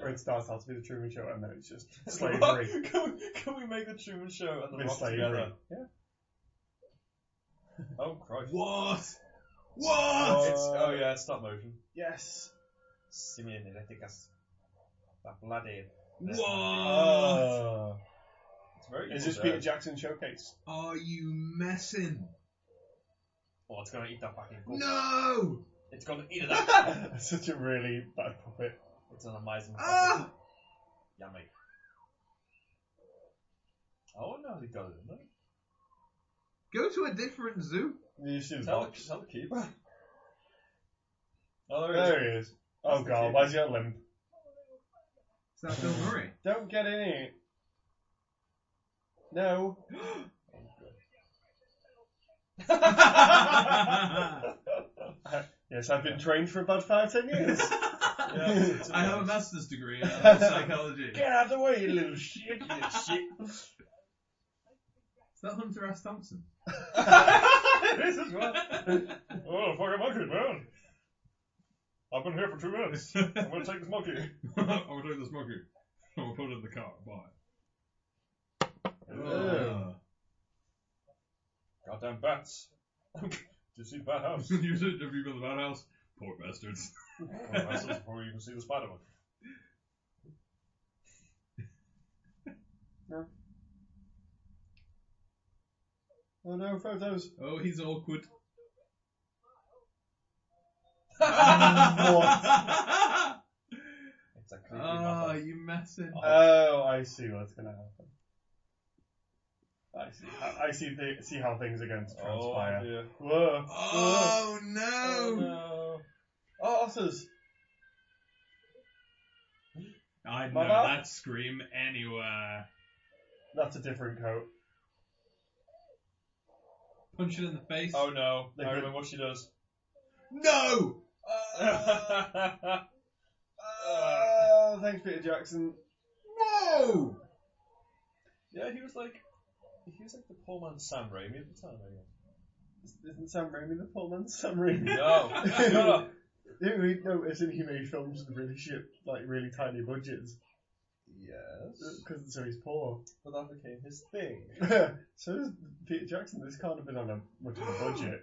[SPEAKER 3] Or
[SPEAKER 1] Yeah.
[SPEAKER 3] it starts out to be the Truman Show and then it's *laughs* just slavery.
[SPEAKER 1] *laughs* can, we, can we make the Truman Show and the
[SPEAKER 3] With
[SPEAKER 1] Rock
[SPEAKER 3] slavery.
[SPEAKER 1] together?
[SPEAKER 3] Yeah.
[SPEAKER 1] Oh Christ!
[SPEAKER 2] What? What?
[SPEAKER 1] It's, oh yeah, it's stop motion.
[SPEAKER 3] Yes.
[SPEAKER 1] Simeon, I think that's that bloody.
[SPEAKER 2] what?
[SPEAKER 3] Oh.
[SPEAKER 1] It's very.
[SPEAKER 3] Is
[SPEAKER 1] Evil
[SPEAKER 3] this
[SPEAKER 1] Dead.
[SPEAKER 3] Peter Jackson showcase?
[SPEAKER 2] Are you messing?
[SPEAKER 1] Oh, it's gonna eat that fucking. book.
[SPEAKER 2] No!
[SPEAKER 1] It's gonna eat it up.
[SPEAKER 3] *laughs* *laughs* That's such a really bad puppet.
[SPEAKER 1] it's an amazing.
[SPEAKER 2] Ah!
[SPEAKER 1] puppet. Yummy. Oh no, he got it, didn't he?
[SPEAKER 2] Go to a different zoo.
[SPEAKER 3] You should
[SPEAKER 1] Tell the,
[SPEAKER 3] watch.
[SPEAKER 1] tell the
[SPEAKER 3] Ah!
[SPEAKER 1] keeper. Oh, there it is.
[SPEAKER 3] There he is. Oh god, why's your limp?
[SPEAKER 2] Is that Bill
[SPEAKER 3] *gasps*
[SPEAKER 2] Murray? *gasps*
[SPEAKER 3] Don't get in it. *laughs* No. Yes, I've been trained for about five, ten years.
[SPEAKER 1] it's
[SPEAKER 2] I have a
[SPEAKER 1] amazing.
[SPEAKER 2] master's degree *laughs* in animal psychology.
[SPEAKER 3] *laughs* Get out of the way, you little shit.
[SPEAKER 1] You little shit.
[SPEAKER 2] Is that Hunter S. Thompson?
[SPEAKER 3] *laughs*
[SPEAKER 2] *laughs*
[SPEAKER 3] this is what.
[SPEAKER 1] Oh, fucking monkey, man. I've been here for two minutes. I'm gonna take this monkey.
[SPEAKER 2] I'll take this monkey. I'll put it in the car. Bye.
[SPEAKER 3] Ugh.
[SPEAKER 1] Goddamn bats. *laughs* Did you see Oh, Bat
[SPEAKER 2] *laughs*
[SPEAKER 1] House?
[SPEAKER 2] *laughs* you said if you go to that house, poor bastards.
[SPEAKER 1] Oh, that's just before you even see the spider monkey.
[SPEAKER 3] Oh no, photos.
[SPEAKER 2] Oh, he's awkward. *laughs*
[SPEAKER 3] What?
[SPEAKER 1] It's a creepy
[SPEAKER 2] Ah,
[SPEAKER 1] mother.
[SPEAKER 2] you messing.
[SPEAKER 3] Oh, I see what's gonna happen. I see. I, I see. The, see how things are going to
[SPEAKER 1] Oh,
[SPEAKER 3] transpire.
[SPEAKER 1] dear.
[SPEAKER 3] Whoa.
[SPEAKER 1] *gasps*
[SPEAKER 2] Oh
[SPEAKER 1] Oh,
[SPEAKER 2] no!
[SPEAKER 1] no.
[SPEAKER 3] Oh, otters.
[SPEAKER 2] I'd know
[SPEAKER 3] Mother?
[SPEAKER 2] that scream anywhere.
[SPEAKER 3] That's a different coat.
[SPEAKER 2] Punch it in the face.
[SPEAKER 1] Oh, no.
[SPEAKER 3] They
[SPEAKER 1] I
[SPEAKER 3] could-
[SPEAKER 1] remember what she does.
[SPEAKER 2] no!
[SPEAKER 1] *laughs* Uh.
[SPEAKER 3] Oh, thanks, Peter Jackson.
[SPEAKER 2] Whoa!
[SPEAKER 1] yeah, he was like. He was like the poor man Sam Raimi at the time, I guess.
[SPEAKER 3] Isn't Sam Raimi the poor man? Sam *laughs* Raimi.
[SPEAKER 1] No. *laughs* Shut up.
[SPEAKER 3] Who we- no, isn't he made films with really shit, like really tiny budgets?
[SPEAKER 1] Yes.
[SPEAKER 3] Because so he's poor. *laughs*
[SPEAKER 1] But that became his thing.
[SPEAKER 3] so is Peter Jackson. This can't have been on a much of a budget.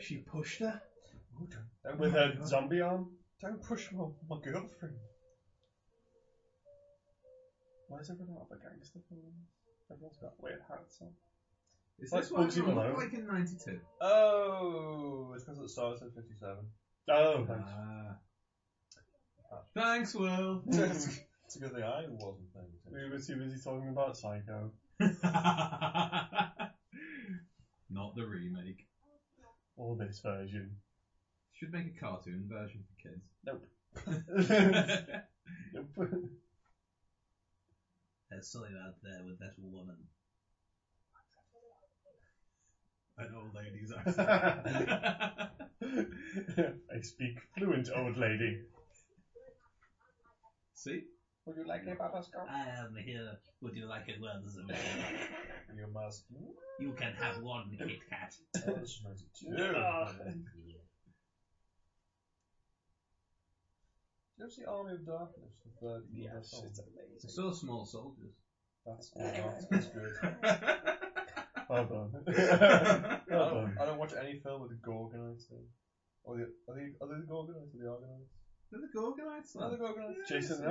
[SPEAKER 2] She pushed her?
[SPEAKER 1] Oh, don't, don't,
[SPEAKER 3] With a zombie arm?
[SPEAKER 1] don't push my, my girlfriend.
[SPEAKER 3] Where's everyone out of a gangster film? Everyone's got weird hats on.
[SPEAKER 2] Is
[SPEAKER 3] Like
[SPEAKER 2] this what
[SPEAKER 3] Bugsy
[SPEAKER 2] everyone
[SPEAKER 3] Malone.
[SPEAKER 2] looked like in 92?
[SPEAKER 1] Oh, it's because it started in 57.
[SPEAKER 3] Oh,
[SPEAKER 1] Uh,
[SPEAKER 3] thanks.
[SPEAKER 2] Ah. Thanks, Will. *laughs*
[SPEAKER 1] It's a good thing I wasn't paying attention.
[SPEAKER 3] we were too busy talking about Psycho.
[SPEAKER 2] Not the remake.
[SPEAKER 3] Or this
[SPEAKER 1] *laughs*
[SPEAKER 3] version.
[SPEAKER 2] Should make a cartoon version for kids.
[SPEAKER 3] Nope.
[SPEAKER 5] *laughs*
[SPEAKER 2] There's something out there with that woman. An
[SPEAKER 5] *laughs*
[SPEAKER 2] old lady's accent. *laughs*
[SPEAKER 3] I speak fluent old lady.
[SPEAKER 2] See?
[SPEAKER 1] Would you like a
[SPEAKER 3] *laughs*
[SPEAKER 1] butterscotch?
[SPEAKER 5] I am here. Would you like a word as a man?
[SPEAKER 1] You must. *laughs*
[SPEAKER 5] You can have one Kit Kat.
[SPEAKER 1] Oh, this is 92.
[SPEAKER 3] Yeah.
[SPEAKER 1] Do you ever see Army of Darkness? The third evil film?
[SPEAKER 2] I saw small soldiers.
[SPEAKER 5] *laughs*
[SPEAKER 2] *laughs*
[SPEAKER 1] That's good. That's good.
[SPEAKER 3] Well done.
[SPEAKER 1] I
[SPEAKER 3] well
[SPEAKER 1] don't,
[SPEAKER 3] done.
[SPEAKER 1] I don't watch any film with the Gorgonites in. Or the, are, they, are they the Gorgonites or the Argonites?
[SPEAKER 2] They're the Gorgonites.
[SPEAKER 1] Are
[SPEAKER 2] lad.
[SPEAKER 1] the Gorgonites?
[SPEAKER 3] Jason and the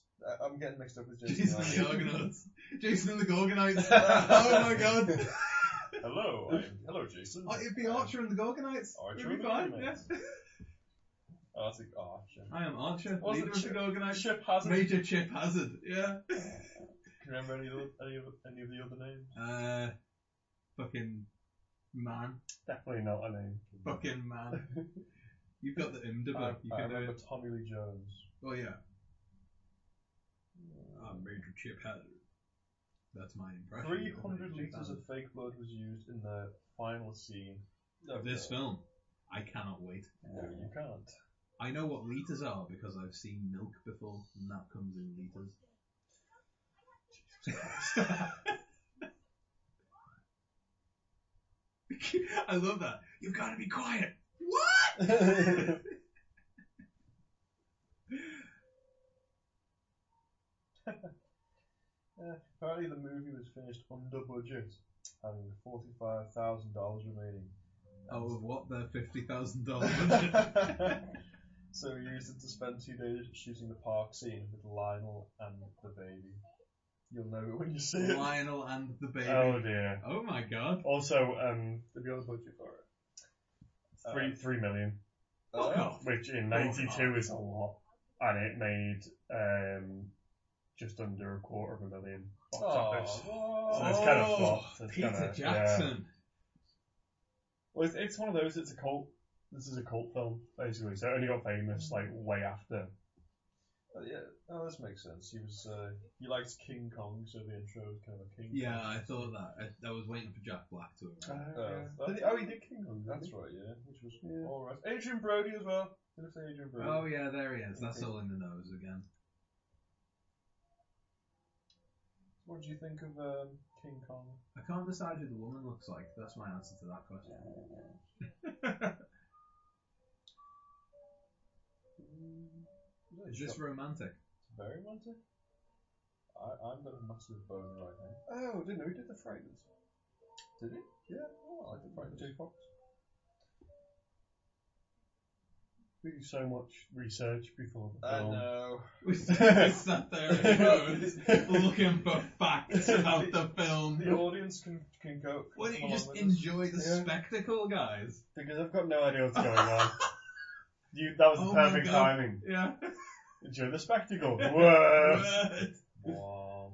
[SPEAKER 1] I- Uh, I'm getting mixed up with Jason.
[SPEAKER 2] Jason
[SPEAKER 1] and
[SPEAKER 2] and the
[SPEAKER 1] Argonauts. *laughs*
[SPEAKER 2] Argonauts. Jason and the Gorgonites. oh my god.
[SPEAKER 1] hello, I'm, hello, Jason.
[SPEAKER 2] Oh, it'd be Archer and the Gorgonites.
[SPEAKER 1] Archer
[SPEAKER 2] it'd
[SPEAKER 1] and
[SPEAKER 2] be
[SPEAKER 1] the
[SPEAKER 2] fine.
[SPEAKER 1] Gorgonites.
[SPEAKER 2] Yes. *laughs*
[SPEAKER 1] Oh, that's a, oh, shit.
[SPEAKER 2] I am Archer,
[SPEAKER 1] What's
[SPEAKER 2] leader
[SPEAKER 1] the
[SPEAKER 2] of the
[SPEAKER 1] chip?
[SPEAKER 2] Gorgonites.
[SPEAKER 1] Ship hasn't.
[SPEAKER 2] Major Chip Hazard. Yeah.
[SPEAKER 1] Can you remember any of, the, any, of, any of the other names?
[SPEAKER 2] Uh, fucking man.
[SPEAKER 3] Definitely not a name.
[SPEAKER 2] Fucking
[SPEAKER 1] *laughs*
[SPEAKER 2] man. You've got the IMDb.
[SPEAKER 1] I,
[SPEAKER 2] you
[SPEAKER 1] I
[SPEAKER 2] can do
[SPEAKER 1] remember
[SPEAKER 2] it.
[SPEAKER 1] Tommy Lee Jones.
[SPEAKER 2] Oh yeah. Uh, Major Chip Hazard. That's my impression. of the
[SPEAKER 1] 300
[SPEAKER 2] Major Chip
[SPEAKER 1] litres
[SPEAKER 2] Hazard.
[SPEAKER 1] of fake blood was used in the final scene. No,
[SPEAKER 2] of this film. I cannot wait.
[SPEAKER 1] No, you *laughs* can't.
[SPEAKER 2] I know what liters are because I've seen milk before, and that comes in liters. *laughs* I love that. You've got to be quiet. What?
[SPEAKER 1] Apparently, the movie was finished under budget, having forty-five thousand dollars
[SPEAKER 2] *laughs*
[SPEAKER 1] remaining.
[SPEAKER 2] Oh, of what? The fifty
[SPEAKER 3] *laughs*
[SPEAKER 2] thousand dollars.
[SPEAKER 1] so we used it to spend two days shooting the park scene with Lionel and the baby. You'll know it when you see it.
[SPEAKER 2] Lionel and the baby.
[SPEAKER 3] Oh
[SPEAKER 2] Oh,
[SPEAKER 3] dear.
[SPEAKER 2] my god.
[SPEAKER 3] Also, um,
[SPEAKER 1] Have you got a budget for it? Uh,
[SPEAKER 3] three three million, Oh,
[SPEAKER 2] Fuck off.
[SPEAKER 3] which in
[SPEAKER 2] Oh,
[SPEAKER 3] '92 is a lot, and it made um just under a quarter of a million
[SPEAKER 1] Oh,
[SPEAKER 3] box office. So it's kind of flopped. It's
[SPEAKER 2] Oh, Peter
[SPEAKER 3] kinda- Yeah.
[SPEAKER 2] Jackson.
[SPEAKER 3] Well, it's, it's one of those. It's a cult. This is a cult film, basically. So it only got
[SPEAKER 1] Mm.
[SPEAKER 3] famous like way after.
[SPEAKER 1] Oh, yeah, oh, this makes sense. He was uh, he liked King Kong, so the intro was kind of a King.
[SPEAKER 2] Yeah,
[SPEAKER 1] Kong.
[SPEAKER 2] I thought that. I, I was waiting for Jack Black to arrive.
[SPEAKER 3] Uh,
[SPEAKER 1] Oh, that's- oh, he did King Kong. That's right, yeah, Um, which was
[SPEAKER 3] Yeah.
[SPEAKER 1] all right. Adrian Brody as well. He looks like Adrian Brody.
[SPEAKER 2] Oh yeah, there he is. That's all in the nose again.
[SPEAKER 1] What do you think of um, King Kong?
[SPEAKER 2] I can't decide who the woman looks like. That's my answer to that question. Is this romantic?
[SPEAKER 1] *laughs* very romantic? I, I'm got a massive bone right now. Oh, I didn't know he did the Frighteners. Did he? Yeah, oh, I like the Frighteners. Jay Fox.
[SPEAKER 3] We do so much research before the
[SPEAKER 1] I
[SPEAKER 3] film. *laughs*
[SPEAKER 1] know.
[SPEAKER 2] We sat there in the road looking for facts about the
[SPEAKER 1] *laughs* The
[SPEAKER 2] film.
[SPEAKER 1] audience can can go.
[SPEAKER 2] Why don't
[SPEAKER 1] come
[SPEAKER 2] you just
[SPEAKER 1] along with us.
[SPEAKER 2] enjoy the
[SPEAKER 3] Yeah.
[SPEAKER 2] spectacle, guys?
[SPEAKER 3] Because I've got no idea what's going
[SPEAKER 2] *laughs*
[SPEAKER 3] on. You, that was
[SPEAKER 2] Oh my
[SPEAKER 3] perfect
[SPEAKER 2] God.
[SPEAKER 3] timing.
[SPEAKER 2] Yeah.
[SPEAKER 3] Enjoy the
[SPEAKER 2] *laughs*
[SPEAKER 3] spectacle. Whoa.
[SPEAKER 1] Uh,
[SPEAKER 2] Right.
[SPEAKER 1] Wow.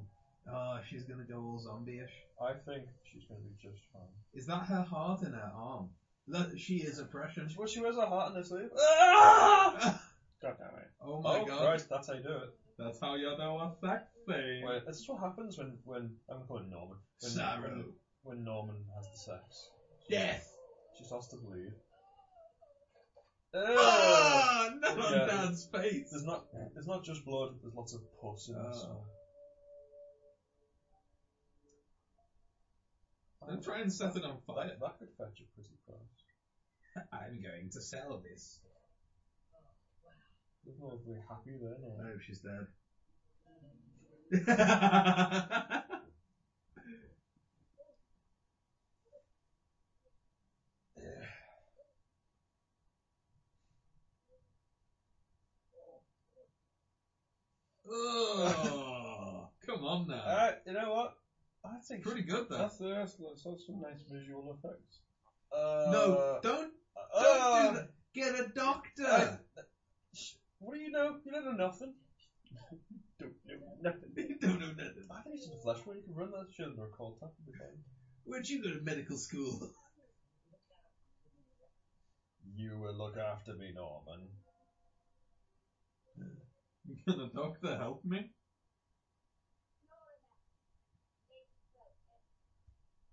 [SPEAKER 2] oh, she's gonna go all zombie-ish.
[SPEAKER 1] *laughs* I think she's going to be just fine.
[SPEAKER 2] Is that her heart in her arm? That she is oppression.
[SPEAKER 1] Well, she wears a heart in her sleeve.
[SPEAKER 2] oh
[SPEAKER 3] God damn it.
[SPEAKER 2] my
[SPEAKER 1] Ah! oh,
[SPEAKER 2] god.
[SPEAKER 1] Christ, that's how you do it.
[SPEAKER 2] That's how you know what sex thing.
[SPEAKER 1] Wait, this is what happens when, when I'm going to call it Norman. When,
[SPEAKER 2] Sorrow.
[SPEAKER 1] When, when Norman has the sex.
[SPEAKER 2] Death.
[SPEAKER 1] She starts to bleed.
[SPEAKER 2] Ah, not
[SPEAKER 1] Yeah.
[SPEAKER 2] on Dad's face.
[SPEAKER 1] There's not, there's not just blood, there's lots of pus in this.
[SPEAKER 2] Oh. Don't try and set it on fire.
[SPEAKER 1] That, that could fetch a pretty price.
[SPEAKER 2] I'm going to sell this.
[SPEAKER 1] There's not really happy there, no.
[SPEAKER 2] Oh, she's dead. That's *laughs* Oh, come on now.
[SPEAKER 1] Alright, you know what? I think
[SPEAKER 2] Pretty good though.
[SPEAKER 1] that's, that's, that's, some nice visual effects. Uh,
[SPEAKER 2] no, don't
[SPEAKER 1] uh,
[SPEAKER 2] don't do that. Get a doctor.
[SPEAKER 1] Uh, What do you know? You don't know nothing.
[SPEAKER 3] Don't do nothing.
[SPEAKER 2] *laughs* you don't know nothing.
[SPEAKER 1] I think it's in Flesh where you can run that shit under a cold
[SPEAKER 2] *laughs*
[SPEAKER 1] tap. it'd be fine.
[SPEAKER 2] Where'd you go to medical school?
[SPEAKER 1] You will look after me, Norman.
[SPEAKER 2] Can the doctor help me?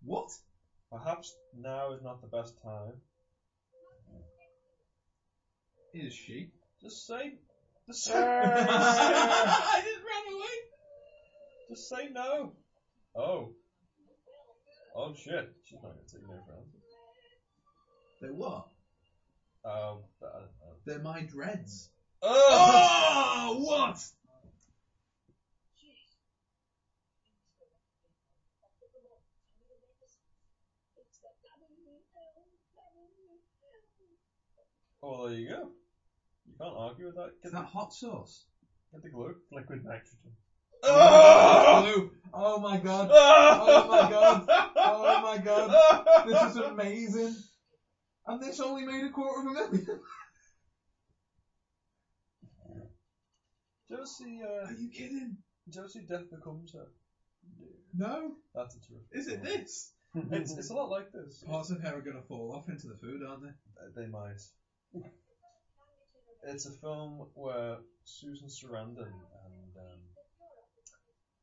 [SPEAKER 2] What?
[SPEAKER 1] Perhaps now is not the best time.
[SPEAKER 2] Is she?
[SPEAKER 1] Just say,
[SPEAKER 2] *laughs*
[SPEAKER 1] just *laughs* say,
[SPEAKER 2] I just ran away.
[SPEAKER 1] just say no. Oh. Oh shit. She's not gonna take no for an answer.
[SPEAKER 2] They're what?
[SPEAKER 1] Um, I don't know.
[SPEAKER 2] They're my dreads.
[SPEAKER 1] Oh!
[SPEAKER 2] Oh, what?
[SPEAKER 1] Well, there you go. You can't argue with that. Get,
[SPEAKER 2] Is that hot sauce?
[SPEAKER 1] get the glue.
[SPEAKER 3] Liquid nitrogen.
[SPEAKER 1] *laughs*
[SPEAKER 4] Ah!
[SPEAKER 2] Blue. Oh my god.
[SPEAKER 4] Oh
[SPEAKER 2] my God. Oh my god. This is amazing. And this only made a quarter of a million.
[SPEAKER 1] Do you ever see, uh,
[SPEAKER 2] Are you kidding?
[SPEAKER 1] do you ever see Death Becomes Her?
[SPEAKER 2] No.
[SPEAKER 1] That's a terrific
[SPEAKER 2] Is it
[SPEAKER 1] film.
[SPEAKER 2] this? Oh.
[SPEAKER 1] It's,
[SPEAKER 3] *laughs*
[SPEAKER 1] it's a lot like this.
[SPEAKER 2] Parts of her are gonna fall off into the food, aren't they?
[SPEAKER 1] Uh, They might. It's a film where Susan Sarandon and um,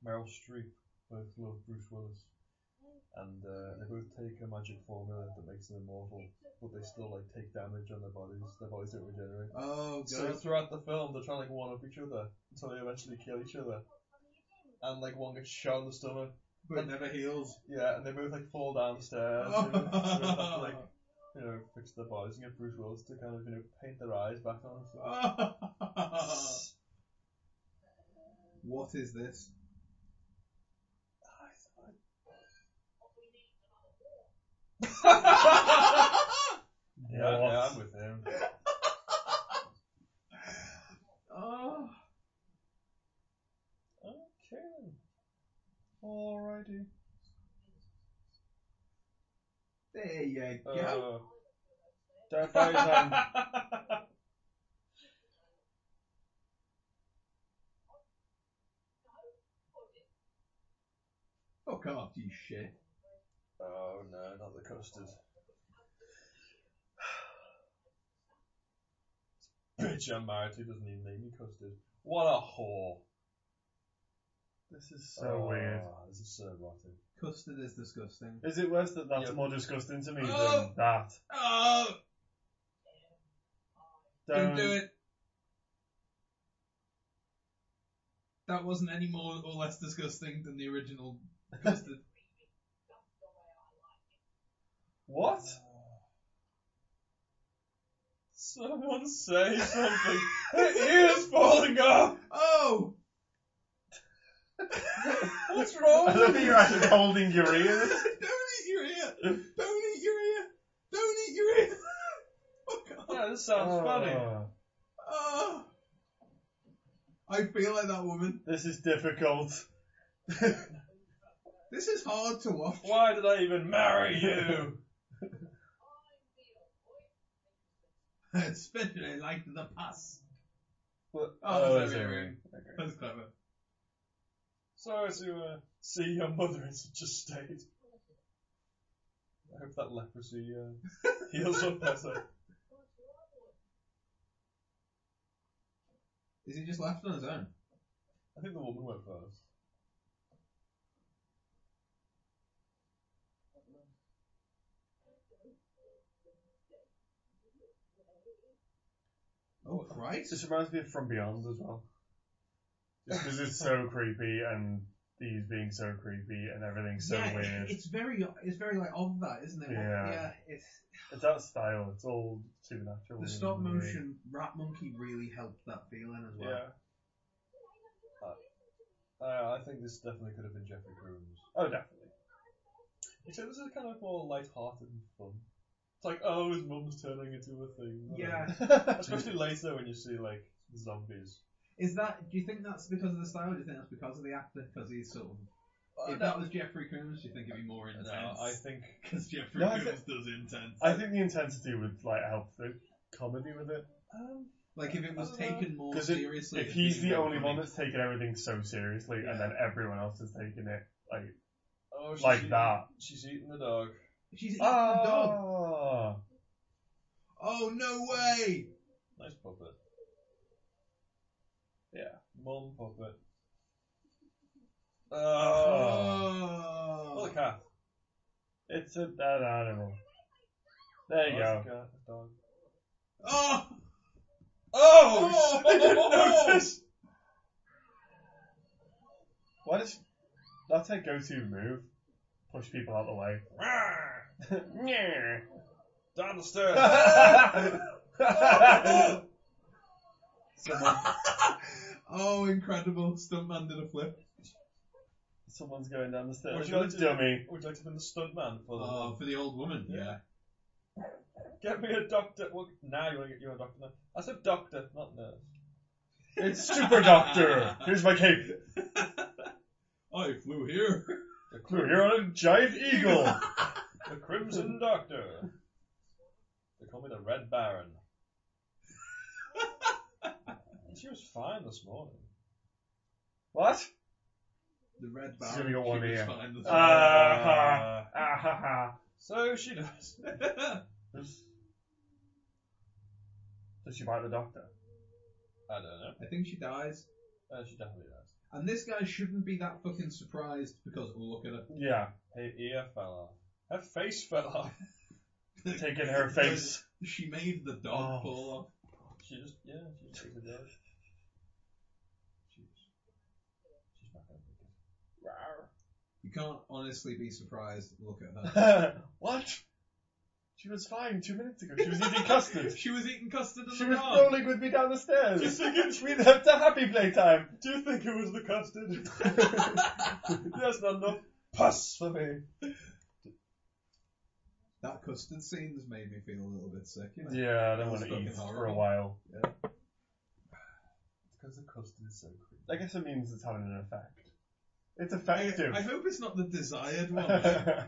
[SPEAKER 1] Meryl Streep both love Bruce Willis, and uh, they both take a magic formula that makes them immortal, but they still like take damage on their bodies. Their bodies don't regenerate.
[SPEAKER 2] Oh god.
[SPEAKER 1] So throughout the film, they're trying to like one up each other until they eventually kill each other, and like one gets shot in the stomach.
[SPEAKER 2] but it never heals.
[SPEAKER 1] Yeah, and they both like fall downstairs. they both- they both have to, like you know, fix their bodies and get Bruce Willis to kind of, you know, paint their eyes back on. and
[SPEAKER 2] *laughs*
[SPEAKER 1] stuff.
[SPEAKER 2] what is this?
[SPEAKER 1] Yeah,
[SPEAKER 3] What?
[SPEAKER 1] yeah, I'm with him.
[SPEAKER 2] Oh.
[SPEAKER 1] Okay. Alrighty.
[SPEAKER 2] There you go.
[SPEAKER 1] Uh, Death Island.
[SPEAKER 2] Fuck off, you shit.
[SPEAKER 1] oh no, not the custard. Bitch, I'm married to doesn't even name me custard. What a whore.
[SPEAKER 3] This is so
[SPEAKER 1] Oh,
[SPEAKER 3] weird.
[SPEAKER 1] This is so rotten.
[SPEAKER 2] Custard is disgusting.
[SPEAKER 3] Is it worse that that's
[SPEAKER 1] Yeah.
[SPEAKER 3] more disgusting to me
[SPEAKER 2] Oh!
[SPEAKER 3] than that?
[SPEAKER 2] Oh, don't do it. That wasn't any more or less disgusting than the original *laughs* custard.
[SPEAKER 3] What?
[SPEAKER 1] Someone say something. Her ear's falling off.
[SPEAKER 2] oh!
[SPEAKER 1] What's wrong?
[SPEAKER 3] I don't think you're actually holding your ears.
[SPEAKER 2] don't eat your ear! Don't eat your ear! Don't eat your ear! *laughs* Fuck off.
[SPEAKER 1] Yeah, this sounds funny.
[SPEAKER 3] Oh,
[SPEAKER 2] Oh. I feel like that woman.
[SPEAKER 3] This is difficult.
[SPEAKER 2] This is hard to watch.
[SPEAKER 1] Why did I even marry you?
[SPEAKER 2] *laughs* Especially like the pus.
[SPEAKER 1] But-
[SPEAKER 2] Oh, that's
[SPEAKER 3] that's
[SPEAKER 2] a
[SPEAKER 3] a
[SPEAKER 2] ring.
[SPEAKER 3] ring.
[SPEAKER 1] okay.
[SPEAKER 2] That's clever.
[SPEAKER 1] Sorry to uh, see your mother in such a state. I hope that leprosy uh, *laughs* heals up better.
[SPEAKER 2] Is he just left on his own?
[SPEAKER 1] I think the woman went first.
[SPEAKER 2] Oh, Christ.
[SPEAKER 3] This reminds me of From Beyond as well. Just because it's so creepy and he's being so creepy and everything's so
[SPEAKER 2] yeah, it-
[SPEAKER 3] weird.
[SPEAKER 2] it's very, it's very like of that, isn't it? What-
[SPEAKER 3] Yeah.
[SPEAKER 2] it's
[SPEAKER 3] It's that style. It's all supernatural.
[SPEAKER 2] the
[SPEAKER 3] and
[SPEAKER 2] stop
[SPEAKER 3] weird.
[SPEAKER 2] motion rat monkey really helped that feeling as well.
[SPEAKER 1] Yeah. Uh, I think this definitely could have been Jeffrey Combs.
[SPEAKER 3] Oh,
[SPEAKER 2] *laughs*
[SPEAKER 3] definitely.
[SPEAKER 1] Except this is kind of more light-hearted and fun. It's like, oh, his mum's turning into a thing.
[SPEAKER 2] Yeah.
[SPEAKER 1] Especially later when you see like zombies.
[SPEAKER 2] Is that? Do you think that's because of the style? Or do you think that's because of the actor? Because he's sort of. if that was Jeffrey Coombs, do you think it'd be more intense?
[SPEAKER 1] No, I
[SPEAKER 2] *laughs*
[SPEAKER 1] think
[SPEAKER 2] Because Jeffrey
[SPEAKER 3] No, I
[SPEAKER 2] Coombs does intense.
[SPEAKER 3] I think the intensity would like help the comedy with it.
[SPEAKER 1] um,
[SPEAKER 2] like if it was
[SPEAKER 1] Uh,
[SPEAKER 2] taken more
[SPEAKER 3] 'cause if-
[SPEAKER 2] seriously.
[SPEAKER 3] If
[SPEAKER 2] it'd
[SPEAKER 3] he's
[SPEAKER 2] be
[SPEAKER 3] the
[SPEAKER 2] more
[SPEAKER 3] only
[SPEAKER 2] funny.
[SPEAKER 3] one that's taking everything so seriously, and then everyone else is taking it like
[SPEAKER 1] oh, she's
[SPEAKER 3] like
[SPEAKER 1] eating-
[SPEAKER 3] that.
[SPEAKER 1] She's eating the dog.
[SPEAKER 2] She's eating the dog.
[SPEAKER 3] Ah,
[SPEAKER 2] Oh no way!
[SPEAKER 1] Nice puppet. Yeah, mum puppet. Oh,
[SPEAKER 2] Oh.
[SPEAKER 1] oh, the cat.
[SPEAKER 3] it's a dead animal. There you
[SPEAKER 1] Oh,
[SPEAKER 3] go.
[SPEAKER 1] it's a cat, a dog.
[SPEAKER 2] Oh!
[SPEAKER 1] Oh, *laughs*
[SPEAKER 2] Oh,
[SPEAKER 1] I didn't
[SPEAKER 2] oh,
[SPEAKER 1] notice.
[SPEAKER 3] Why does that's her go-to move? Push people out the way.
[SPEAKER 1] Rawr.
[SPEAKER 3] Yeah.
[SPEAKER 1] Down the stairs.
[SPEAKER 3] *laughs* Someone,
[SPEAKER 2] Oh, incredible. Stuntman did a flip.
[SPEAKER 3] someone's going down the
[SPEAKER 1] Would
[SPEAKER 3] stairs.
[SPEAKER 1] you like to-
[SPEAKER 3] Dummy.
[SPEAKER 1] Would you like to be the stuntman for the
[SPEAKER 2] Oh, for the old woman. Yeah.
[SPEAKER 1] Get me a doctor. Well, now you want to get you a doctor now. I said doctor, not nurse.
[SPEAKER 3] It's Super Doctor. Here's my cape.
[SPEAKER 2] I Oh, flew here.
[SPEAKER 1] The
[SPEAKER 3] We're
[SPEAKER 1] crim-
[SPEAKER 3] here on a giant eagle.
[SPEAKER 1] the Crimson Doctor. They call me the Red Baron. *laughs* And she was fine this morning.
[SPEAKER 3] what?
[SPEAKER 2] The red
[SPEAKER 3] She's
[SPEAKER 2] baron.
[SPEAKER 3] only got one
[SPEAKER 2] she was
[SPEAKER 3] ear.
[SPEAKER 2] fine this
[SPEAKER 3] Ah ha ah, ha
[SPEAKER 1] Uh, So she does. *laughs*
[SPEAKER 2] morning.
[SPEAKER 3] ha. Does she bite the doctor?
[SPEAKER 1] I don't know.
[SPEAKER 2] I think she dies.
[SPEAKER 1] Uh, she definitely does.
[SPEAKER 2] And this guy shouldn't be that fucking surprised because oh, look at her.
[SPEAKER 3] Yeah,
[SPEAKER 1] Her ear fell off. Her face fell off.
[SPEAKER 3] taking her face. *laughs*
[SPEAKER 2] She made the
[SPEAKER 3] Oh.
[SPEAKER 2] dog fall off.
[SPEAKER 1] She just, yeah, she just takes it down. She's, she's not going to make it.
[SPEAKER 2] You can't honestly be surprised. Look at
[SPEAKER 3] *laughs*
[SPEAKER 2] her.
[SPEAKER 3] what? She was fine two minutes ago. She was eating custard.
[SPEAKER 2] she was eating custard in
[SPEAKER 3] She
[SPEAKER 2] the
[SPEAKER 3] was
[SPEAKER 2] dark.
[SPEAKER 3] rolling with me down the stairs. *laughs* we left a happy playtime. Do you think it was the custard?
[SPEAKER 1] *laughs* That's not enough pus for me.
[SPEAKER 2] That custard scene's made me feel a little bit sick. You know?
[SPEAKER 3] Yeah, I
[SPEAKER 2] That
[SPEAKER 3] don't
[SPEAKER 2] was
[SPEAKER 3] want to
[SPEAKER 2] fucking
[SPEAKER 3] eat for a
[SPEAKER 2] horrible.
[SPEAKER 3] while.
[SPEAKER 1] Because the custard is so creamy.
[SPEAKER 3] I guess it means it's having an effect. It's
[SPEAKER 2] I,
[SPEAKER 3] effective. *laughs*
[SPEAKER 2] I hope it's not the desired one.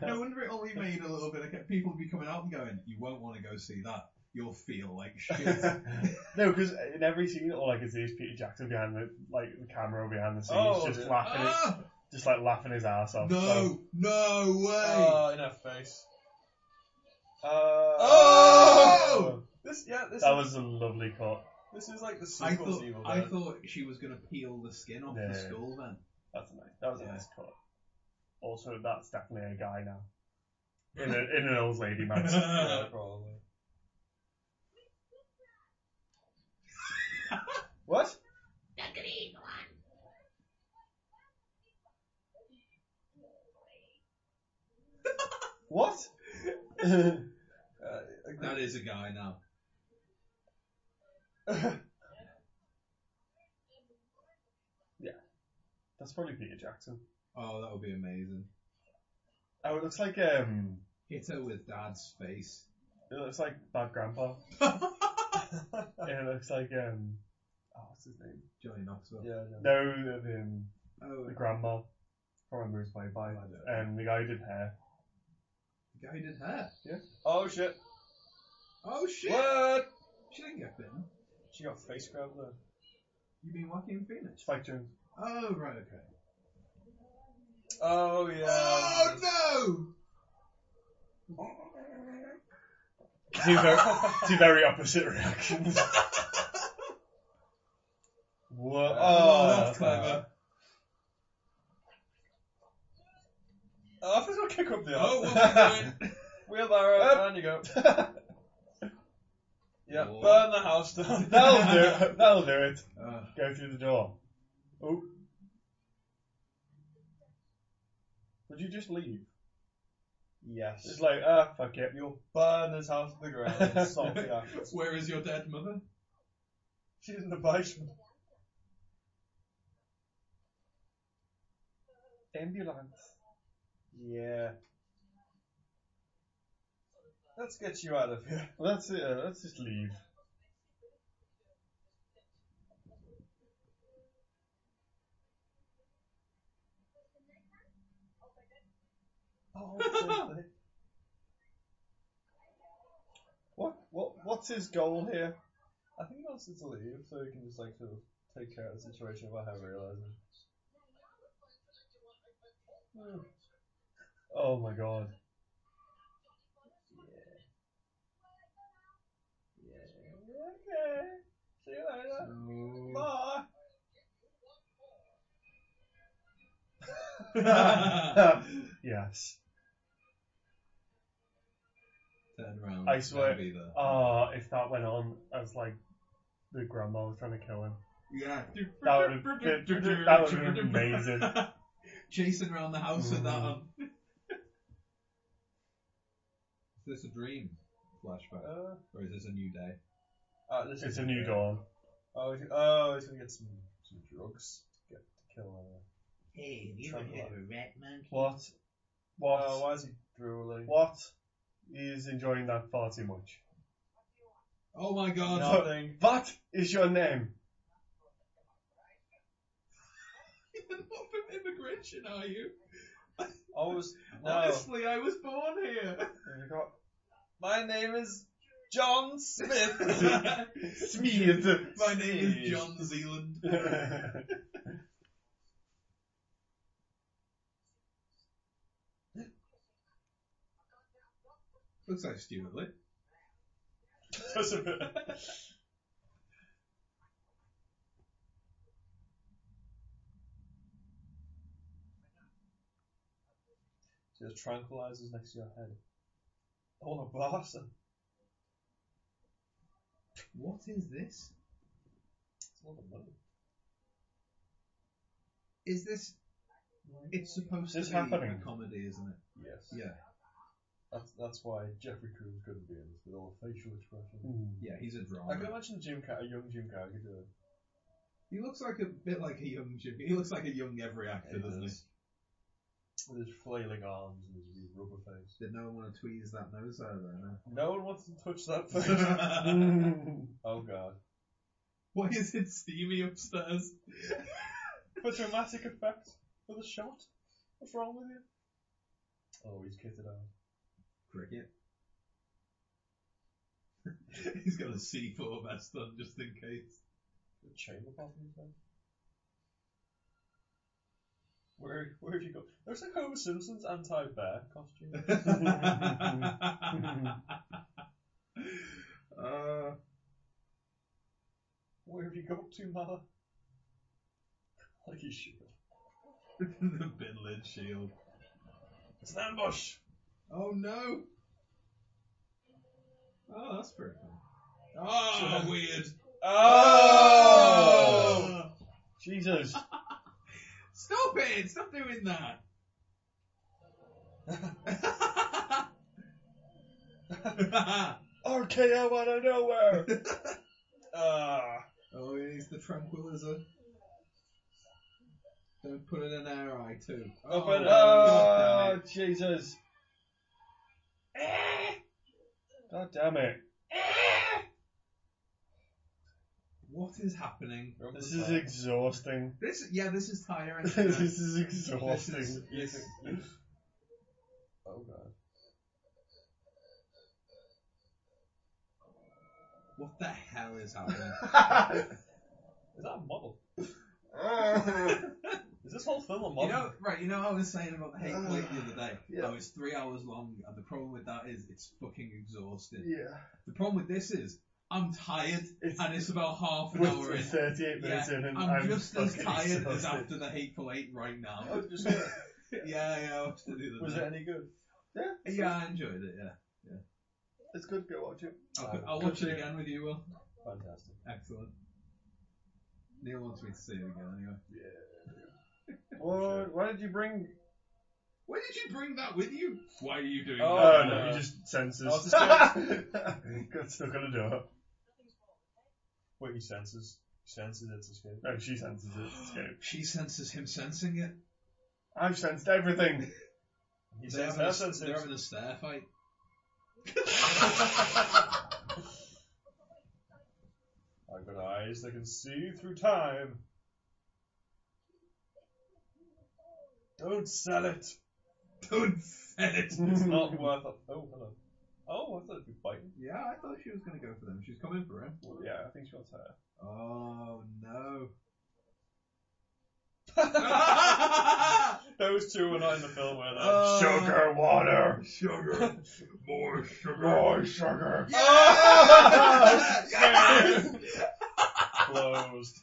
[SPEAKER 2] No wonder it only made a little bit of people would be coming out and going, "You won't want to go see that. You'll feel like shit."
[SPEAKER 3] *laughs* no, because in every scene, all I can see is Peter Jackson behind the like the camera behind the scenes,
[SPEAKER 1] Oh,
[SPEAKER 3] just
[SPEAKER 1] yeah.
[SPEAKER 3] laughing,
[SPEAKER 2] *gasps*
[SPEAKER 3] his-
[SPEAKER 1] *laughs*
[SPEAKER 2] ah,
[SPEAKER 3] just like laughing his ass off. So-
[SPEAKER 2] no, no way.
[SPEAKER 1] Oh, in her face.
[SPEAKER 3] Uh,
[SPEAKER 2] Oh!
[SPEAKER 1] This, yeah, this,
[SPEAKER 3] That
[SPEAKER 1] is,
[SPEAKER 3] was a lovely cut.
[SPEAKER 1] this is like the
[SPEAKER 2] I
[SPEAKER 1] sequel
[SPEAKER 2] thought
[SPEAKER 1] to Evil
[SPEAKER 2] I
[SPEAKER 1] Dead.
[SPEAKER 2] thought she was gonna peel the skin off
[SPEAKER 3] Yeah.
[SPEAKER 2] the skull then.
[SPEAKER 3] That's nice. That was a
[SPEAKER 2] Yeah.
[SPEAKER 3] nice cut. Also, that's definitely a guy now.
[SPEAKER 2] *laughs*
[SPEAKER 3] In, a, in an old lady mask.
[SPEAKER 1] *laughs* Yeah, probably.
[SPEAKER 3] what?
[SPEAKER 6] The green one.
[SPEAKER 3] What?
[SPEAKER 1] Uh, like
[SPEAKER 2] that is a guy now.
[SPEAKER 3] That's probably Peter Jackson.
[SPEAKER 2] Oh, that would be amazing.
[SPEAKER 3] Oh, it looks like um,
[SPEAKER 2] Hit her with dad's face.
[SPEAKER 3] it looks like Bad Grandpa. it looks like um, oh, what's his name?
[SPEAKER 2] Johnny Knoxville.
[SPEAKER 1] yeah,
[SPEAKER 3] No, um,
[SPEAKER 2] Oh,
[SPEAKER 1] *laughs*
[SPEAKER 3] the grandma. Can't remember who's played by. Um, the guy who did hair.
[SPEAKER 2] the guy who did hair.
[SPEAKER 1] Oh shit.
[SPEAKER 2] Oh shit!
[SPEAKER 1] What?
[SPEAKER 2] She didn't get bitten.
[SPEAKER 1] She got face grabbed there.
[SPEAKER 2] You mean Joaquin Phoenix?
[SPEAKER 3] Spike Jones.
[SPEAKER 2] Oh right, okay.
[SPEAKER 1] Oh yeah.
[SPEAKER 2] Oh
[SPEAKER 3] Two very, two very opposite reactions. Whoa!
[SPEAKER 1] Oh,
[SPEAKER 2] that's clever.
[SPEAKER 1] Oh, I think I'll kick up the
[SPEAKER 2] no!
[SPEAKER 1] arse.
[SPEAKER 2] Oh, what's
[SPEAKER 1] *laughs*
[SPEAKER 3] *laughs*
[SPEAKER 2] he doing?
[SPEAKER 1] Wheelbarrow,
[SPEAKER 3] Up.
[SPEAKER 1] down you
[SPEAKER 3] *laughs*
[SPEAKER 1] go. yeah,
[SPEAKER 2] Oh.
[SPEAKER 1] burn the house down.
[SPEAKER 3] *laughs* That'll do it. That'll do it.
[SPEAKER 2] Uh,
[SPEAKER 3] Go through the door. Oh. Would you just leave?
[SPEAKER 1] Yes.
[SPEAKER 3] It's like, ah, fuck it.
[SPEAKER 1] You'll *laughs* burn this house to the ground
[SPEAKER 3] *laughs*
[SPEAKER 1] and salt the ashes.
[SPEAKER 2] where is your dead mother?
[SPEAKER 1] She's in the basement.
[SPEAKER 3] Ambulance.
[SPEAKER 1] Yeah. Let's get you out of here.
[SPEAKER 3] Well, that's it. Uh, let's
[SPEAKER 1] *laughs*
[SPEAKER 3] just leave. What? What? What's his goal here?
[SPEAKER 1] I think he wants her to leave so he can just like sort of take care of the situation without her realizing.
[SPEAKER 3] Oh my god.
[SPEAKER 1] Yeah. Okay. See you later.
[SPEAKER 2] Oh.
[SPEAKER 1] Bye.
[SPEAKER 3] *laughs* Yes.
[SPEAKER 2] Turn around.
[SPEAKER 3] I swear.
[SPEAKER 2] Be there.
[SPEAKER 3] Ah, if that went on as like the grandma was trying to kill him,
[SPEAKER 2] Yeah.
[SPEAKER 3] that would have been, that would have been amazing.
[SPEAKER 2] *laughs* Chasing around the house with that
[SPEAKER 3] Mm.
[SPEAKER 2] on. Is this a dream flashback?
[SPEAKER 1] Uh,
[SPEAKER 2] Or is this a new day?
[SPEAKER 1] ah, this
[SPEAKER 3] It's
[SPEAKER 1] is-
[SPEAKER 3] a new dawn.
[SPEAKER 1] Oh, he's, oh, he's gonna get some, some drugs to get to kill her.
[SPEAKER 5] Hey, have you ever heard of a rat monkey?
[SPEAKER 3] What? What?
[SPEAKER 1] Oh, why is he drooling?
[SPEAKER 3] What? He's enjoying that far too much.
[SPEAKER 2] Oh my god. *laughs*
[SPEAKER 1] Nothing.
[SPEAKER 3] What is your name?
[SPEAKER 2] You've not been immigration, are you?
[SPEAKER 1] I was no.
[SPEAKER 2] Honestly, I was born here.
[SPEAKER 1] You got. My name is John
[SPEAKER 3] *laughs*
[SPEAKER 1] Smith. *laughs*
[SPEAKER 2] Smeed. My name is John Zealand.
[SPEAKER 3] *laughs*
[SPEAKER 2] Looks like Stuart Lee.
[SPEAKER 1] *laughs*
[SPEAKER 3] That's a bit.
[SPEAKER 1] So there's tranquilizers next to your head. I want to blast them.
[SPEAKER 2] What is this?
[SPEAKER 1] It's a lot of money.
[SPEAKER 2] Is this? It's supposed
[SPEAKER 3] This
[SPEAKER 2] to be
[SPEAKER 3] happening?
[SPEAKER 2] a comedy, isn't it?
[SPEAKER 1] Yes.
[SPEAKER 2] Yeah.
[SPEAKER 1] That's that's why Jeffrey Coombs couldn't be in this with all the facial expression.
[SPEAKER 3] Hmm.
[SPEAKER 2] Yeah, he's a drama.
[SPEAKER 1] I can imagine Jim Car- a young Jim Carrey doing it.
[SPEAKER 2] He looks like a bit like a young Jim. He looks like a young every actor, doesn't he?
[SPEAKER 1] With his flailing arms and his wee rubber face.
[SPEAKER 2] Did no one want to tweeze that nose out of there? No?
[SPEAKER 1] No one wants to touch
[SPEAKER 2] *laughs*
[SPEAKER 1] that face.
[SPEAKER 3] *laughs*
[SPEAKER 1] oh god.
[SPEAKER 2] Why is it steamy upstairs?
[SPEAKER 1] For dramatic effect. For the shot. What's wrong with you? Oh, he's kitted out.
[SPEAKER 2] Cricket. *laughs* He's got a C4 vest on just in case. *laughs*
[SPEAKER 1] The chamber part of his head. Where, where have you got? Looks like Homer Simpson's anti-bear costume. *laughs*
[SPEAKER 2] uh,
[SPEAKER 1] Where have you got to, mother? Like you should.
[SPEAKER 2] the bin lid shield.
[SPEAKER 1] It's an ambush.
[SPEAKER 2] Oh no! Oh, that's pretty cool. Oh, weird.
[SPEAKER 1] Oh!
[SPEAKER 3] Jesus.
[SPEAKER 2] Stop it! Stop doing
[SPEAKER 3] *laughs*
[SPEAKER 2] that!
[SPEAKER 1] RKO out of
[SPEAKER 3] *laughs*
[SPEAKER 1] nowhere. Ah,
[SPEAKER 2] oh, he needs the tranquilizer. Don't put it in our eye too. Oh,
[SPEAKER 1] Open
[SPEAKER 2] God
[SPEAKER 1] Ah,
[SPEAKER 2] damn
[SPEAKER 3] Oh,
[SPEAKER 2] it.
[SPEAKER 3] Jesus. God damn it.
[SPEAKER 2] What is happening?
[SPEAKER 1] Remember
[SPEAKER 3] This
[SPEAKER 1] the
[SPEAKER 3] is
[SPEAKER 1] time?
[SPEAKER 3] exhausting.
[SPEAKER 2] *laughs* This, yeah, this is
[SPEAKER 3] *laughs*
[SPEAKER 2] tiring.
[SPEAKER 3] this
[SPEAKER 2] isn't it?
[SPEAKER 3] is
[SPEAKER 2] This
[SPEAKER 3] exhausting.
[SPEAKER 2] is-
[SPEAKER 1] *laughs* Yes. Oh god.
[SPEAKER 2] what the hell is happening?
[SPEAKER 1] Is that a model? is this whole film a model?
[SPEAKER 2] You know, right? You know, what I was saying about Hate Plate the other day.
[SPEAKER 3] Uh, Yeah.
[SPEAKER 2] How it's three hours long, and the problem with that is it's fucking exhausting.
[SPEAKER 3] yeah.
[SPEAKER 2] The problem with this is I'm tired,
[SPEAKER 3] It's,
[SPEAKER 2] and it's about half an
[SPEAKER 3] we're
[SPEAKER 2] hour in.
[SPEAKER 3] 38 minutes in and
[SPEAKER 2] I'm, just as
[SPEAKER 3] fucking
[SPEAKER 2] tired as
[SPEAKER 3] exhausted.
[SPEAKER 2] after the Hateful Eight right
[SPEAKER 3] *laughs*
[SPEAKER 2] now.
[SPEAKER 1] I was just *laughs* gonna-
[SPEAKER 2] yeah, yeah, I watched it the other
[SPEAKER 1] was it
[SPEAKER 2] day.
[SPEAKER 1] any good?
[SPEAKER 2] Yeah, I enjoyed it. Yeah,
[SPEAKER 3] It's good to go watch it.
[SPEAKER 2] I'll,
[SPEAKER 1] Oh,
[SPEAKER 2] I'll
[SPEAKER 1] good
[SPEAKER 2] watch
[SPEAKER 1] for
[SPEAKER 2] it
[SPEAKER 1] you.
[SPEAKER 2] again with you, Will.
[SPEAKER 1] Fantastic.
[SPEAKER 2] Excellent. Neil wants me to see it again anyway.
[SPEAKER 3] What, why did you bring...
[SPEAKER 2] Why did you bring that with you? Why are you doing
[SPEAKER 1] Oh,
[SPEAKER 3] Oh,
[SPEAKER 1] no. Oh,
[SPEAKER 3] no, you just censors.
[SPEAKER 1] I
[SPEAKER 3] *laughs*
[SPEAKER 1] was
[SPEAKER 3] Got stuck on a door.
[SPEAKER 1] Wait, he senses. He senses it's escape.
[SPEAKER 3] No, she senses it. It's good.
[SPEAKER 2] She senses him sensing it.
[SPEAKER 3] I've sensed everything.
[SPEAKER 1] He
[SPEAKER 2] They're
[SPEAKER 1] senses.
[SPEAKER 2] having,
[SPEAKER 1] that
[SPEAKER 2] a,
[SPEAKER 1] senses.
[SPEAKER 2] they're having a stair *laughs* fight.
[SPEAKER 1] I've got eyes that can see through time. Don't sell it.
[SPEAKER 2] Don't sell it.
[SPEAKER 1] It's *laughs*
[SPEAKER 3] *laughs*
[SPEAKER 1] not worth it. *laughs* Oh, hello. Oh, I thought it'd be *laughs* biting.
[SPEAKER 2] Yeah, I thought she was going to go for them. She's coming for him.
[SPEAKER 1] Well, yeah, I think she wants hair.
[SPEAKER 2] Oh
[SPEAKER 1] *laughs*
[SPEAKER 2] no.
[SPEAKER 1] Those two were not in the film, were they? *laughs*
[SPEAKER 2] Uh,
[SPEAKER 3] Sugar water.
[SPEAKER 2] Sugar. More sugar.
[SPEAKER 3] More sugar.
[SPEAKER 2] Yeah!
[SPEAKER 1] Yes! Closed.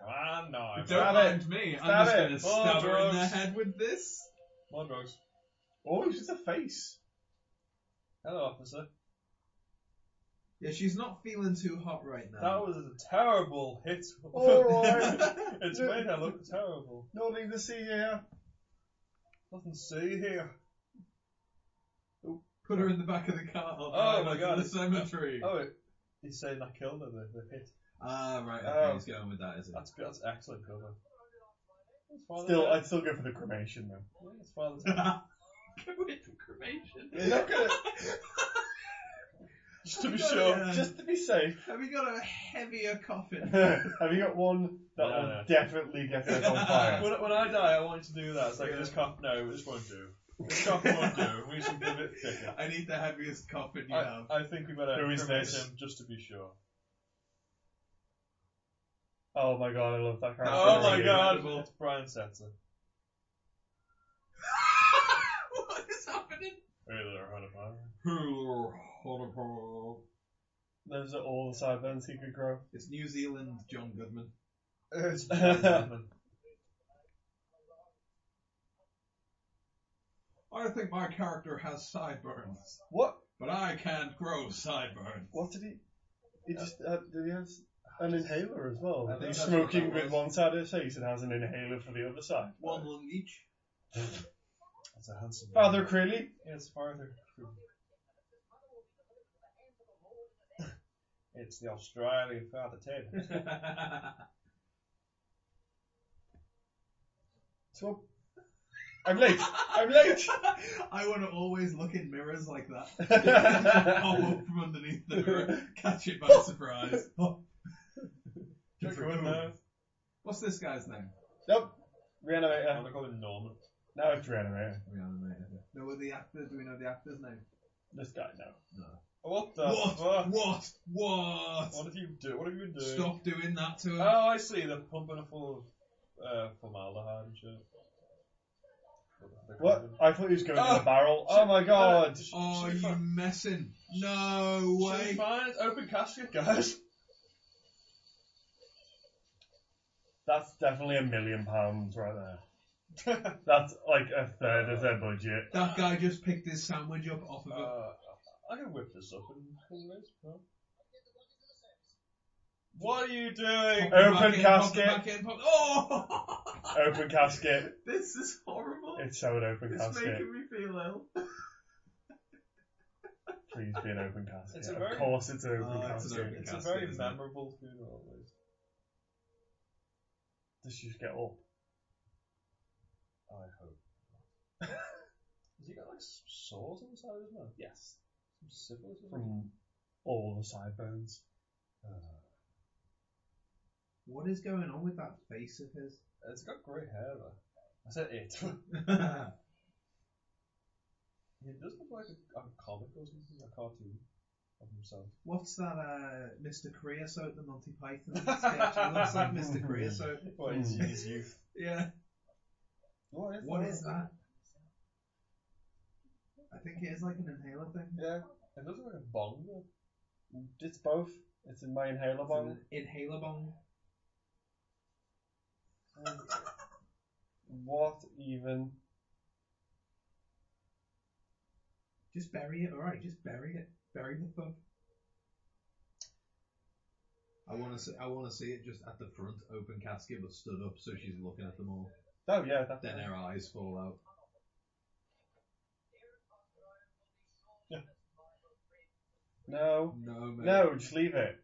[SPEAKER 1] Come on, now.
[SPEAKER 2] Don't
[SPEAKER 3] Stab
[SPEAKER 2] mind me. I'm
[SPEAKER 3] Stab
[SPEAKER 2] just
[SPEAKER 3] it.
[SPEAKER 2] going to
[SPEAKER 1] Oh,
[SPEAKER 2] stab her in the
[SPEAKER 1] drugs.
[SPEAKER 2] head with this.
[SPEAKER 1] More drugs.
[SPEAKER 3] Oh, it's just a face.
[SPEAKER 1] Hello, officer.
[SPEAKER 2] Yeah, she's not feeling too hot right *laughs*
[SPEAKER 1] That
[SPEAKER 2] now.
[SPEAKER 1] was a terrible hit.
[SPEAKER 3] Oh,
[SPEAKER 1] *laughs* it's made her *laughs* look terrible.
[SPEAKER 3] nothing to see here.
[SPEAKER 1] Nothing to see here.
[SPEAKER 2] Put her in the back of the car. I'll
[SPEAKER 1] Oh,
[SPEAKER 2] drive
[SPEAKER 1] my
[SPEAKER 2] her to
[SPEAKER 1] God.
[SPEAKER 2] The cemetery.
[SPEAKER 1] Oh, it, he's saying that killed her, the, the hit.
[SPEAKER 2] Ah, right. Okay,
[SPEAKER 3] Oh.
[SPEAKER 2] he's going with that, is
[SPEAKER 1] *laughs*
[SPEAKER 2] *laughs* it?
[SPEAKER 1] That's good. That's excellent cover. It's Father
[SPEAKER 3] Still,
[SPEAKER 1] Time.
[SPEAKER 3] I'd still go for the cremation though. *laughs*
[SPEAKER 1] Yeah, it's
[SPEAKER 2] *laughs*
[SPEAKER 1] Father Time.
[SPEAKER 2] Go with the cremation.
[SPEAKER 3] You're not gonna,
[SPEAKER 1] Just to be sure.
[SPEAKER 2] Yeah.
[SPEAKER 1] Just to be safe.
[SPEAKER 2] Have you got a heavier
[SPEAKER 1] *laughs*
[SPEAKER 2] coffin? *laughs*
[SPEAKER 3] Have you got one that
[SPEAKER 1] No,
[SPEAKER 3] will
[SPEAKER 1] no.
[SPEAKER 3] definitely get us
[SPEAKER 1] *laughs*
[SPEAKER 3] on fire?
[SPEAKER 1] When, when I die, I want you to do that. It's like, this cop, no, this won't do. This cop won't do. We need something a bit
[SPEAKER 2] *laughs*
[SPEAKER 1] thicker.
[SPEAKER 2] I need the heaviest coffin you
[SPEAKER 1] I,
[SPEAKER 2] have. *laughs*
[SPEAKER 1] I think we better
[SPEAKER 3] Who is
[SPEAKER 1] cremate
[SPEAKER 3] this?
[SPEAKER 1] him just to be sure.
[SPEAKER 3] Oh my god, I love that character.
[SPEAKER 1] Oh my
[SPEAKER 3] already.
[SPEAKER 1] god,
[SPEAKER 2] Incredible.
[SPEAKER 1] it's Brian Setzer.
[SPEAKER 2] what is happening?
[SPEAKER 1] Really, I had a plan.
[SPEAKER 3] Those are all the sideburns he could grow.
[SPEAKER 2] It's New Zealand John Goodman.
[SPEAKER 3] *laughs*
[SPEAKER 1] It's Brian
[SPEAKER 2] I think my character has sideburns,
[SPEAKER 3] What?
[SPEAKER 2] but I can't grow sideburns.
[SPEAKER 3] What did he? He just uh, did he have an inhaler as well?
[SPEAKER 1] I think
[SPEAKER 3] He's
[SPEAKER 1] that's what
[SPEAKER 3] smoking
[SPEAKER 1] that
[SPEAKER 3] with
[SPEAKER 1] was.
[SPEAKER 3] one side of his face and has an inhaler for the other side.
[SPEAKER 2] One lung
[SPEAKER 1] *laughs*
[SPEAKER 2] each.
[SPEAKER 1] That's a handsome man.
[SPEAKER 3] Father Crilly,
[SPEAKER 1] It's Father Crewe. It's the Australian Father Ted.
[SPEAKER 3] so
[SPEAKER 1] *laughs*
[SPEAKER 3] I'm late. *laughs* I'm late.
[SPEAKER 2] *laughs* I want to always look in mirrors
[SPEAKER 1] *laughs*
[SPEAKER 2] like that. I'll
[SPEAKER 3] oh,
[SPEAKER 2] walk from underneath the mirror, catch it by
[SPEAKER 1] *laughs*
[SPEAKER 2] surprise.
[SPEAKER 1] Check her in there.
[SPEAKER 2] What's this guy's name?
[SPEAKER 3] nope.
[SPEAKER 1] I'm
[SPEAKER 3] Reanimator.
[SPEAKER 1] gonna call him Norman.
[SPEAKER 3] Now it's reanimator.
[SPEAKER 2] No, what the actor? Do we know the actor's name?
[SPEAKER 3] This guy now.
[SPEAKER 1] What the
[SPEAKER 2] What?
[SPEAKER 1] fuck?
[SPEAKER 2] What? What?
[SPEAKER 1] What have you do? What have you been doing?
[SPEAKER 2] Stop doing that to him.
[SPEAKER 1] Oh, I see. They're pumping her full of uh, formaldehyde and shit.
[SPEAKER 3] What? I thought he was going in
[SPEAKER 1] Oh,
[SPEAKER 3] the barrel. Oh
[SPEAKER 1] *laughs*
[SPEAKER 3] my god.
[SPEAKER 2] Oh,
[SPEAKER 1] Oh,
[SPEAKER 2] you messing? No
[SPEAKER 1] She's
[SPEAKER 2] way.
[SPEAKER 1] fine. It's open casket,
[SPEAKER 2] *laughs*
[SPEAKER 1] guys.
[SPEAKER 3] That's definitely a million pounds right there. *laughs* That's like a third of their budget.
[SPEAKER 2] That guy just picked his sandwich up off of it.
[SPEAKER 1] Uh, I can whip this up and pull this. huh? What are you doing?
[SPEAKER 2] Pop
[SPEAKER 3] Open
[SPEAKER 2] it back in, pop it
[SPEAKER 3] casket.
[SPEAKER 2] back in, pop- Oh,
[SPEAKER 3] Open casket.
[SPEAKER 2] *laughs* this is horrible.
[SPEAKER 3] It's so an open
[SPEAKER 2] It's
[SPEAKER 3] casket.
[SPEAKER 2] making me feel ill.
[SPEAKER 3] *laughs* Please be an open casket.
[SPEAKER 1] It's a very-
[SPEAKER 3] Of course, it's an open
[SPEAKER 2] Oh, it's an
[SPEAKER 3] casket.
[SPEAKER 2] open
[SPEAKER 1] It's
[SPEAKER 2] casket,
[SPEAKER 1] a very
[SPEAKER 2] isn't it?
[SPEAKER 1] memorable funeral. at least.
[SPEAKER 3] Does she just get up?
[SPEAKER 1] I hope. *laughs* Has he got like s- sores on the side of his mouth?
[SPEAKER 3] Yes.
[SPEAKER 1] Some syphilis? or something?
[SPEAKER 3] From all the sideburns.
[SPEAKER 2] What is going on with that face of his?
[SPEAKER 1] It's got grey hair though. I said it. *laughs*
[SPEAKER 2] That's
[SPEAKER 1] He does look like a, a comic or something, a cartoon of himself.
[SPEAKER 2] *laughs* What's that, uh, Mr. Korea soap, the Monty Python sketch? It looks like Mr. Korea soap.
[SPEAKER 3] *laughs*
[SPEAKER 1] Well, he's,
[SPEAKER 2] Hmm.
[SPEAKER 1] he's youth.
[SPEAKER 2] Yeah.
[SPEAKER 1] *laughs* What is
[SPEAKER 2] What is that? I think it is like an inhaler thing.
[SPEAKER 1] Yeah, it does look like a bong. though.
[SPEAKER 3] It's both. It's in my inhaler
[SPEAKER 2] It's
[SPEAKER 3] bottle.
[SPEAKER 2] an inhaler bong.
[SPEAKER 3] What even?
[SPEAKER 2] Just bury it, alright, just bury it. Bury the thug. I wanna see I wanna see it just at the front open casket but stood up so she's looking at them all.
[SPEAKER 3] Oh yeah, that's
[SPEAKER 2] Then her eyes fall out.
[SPEAKER 3] no,
[SPEAKER 2] No man.
[SPEAKER 3] no, just leave it.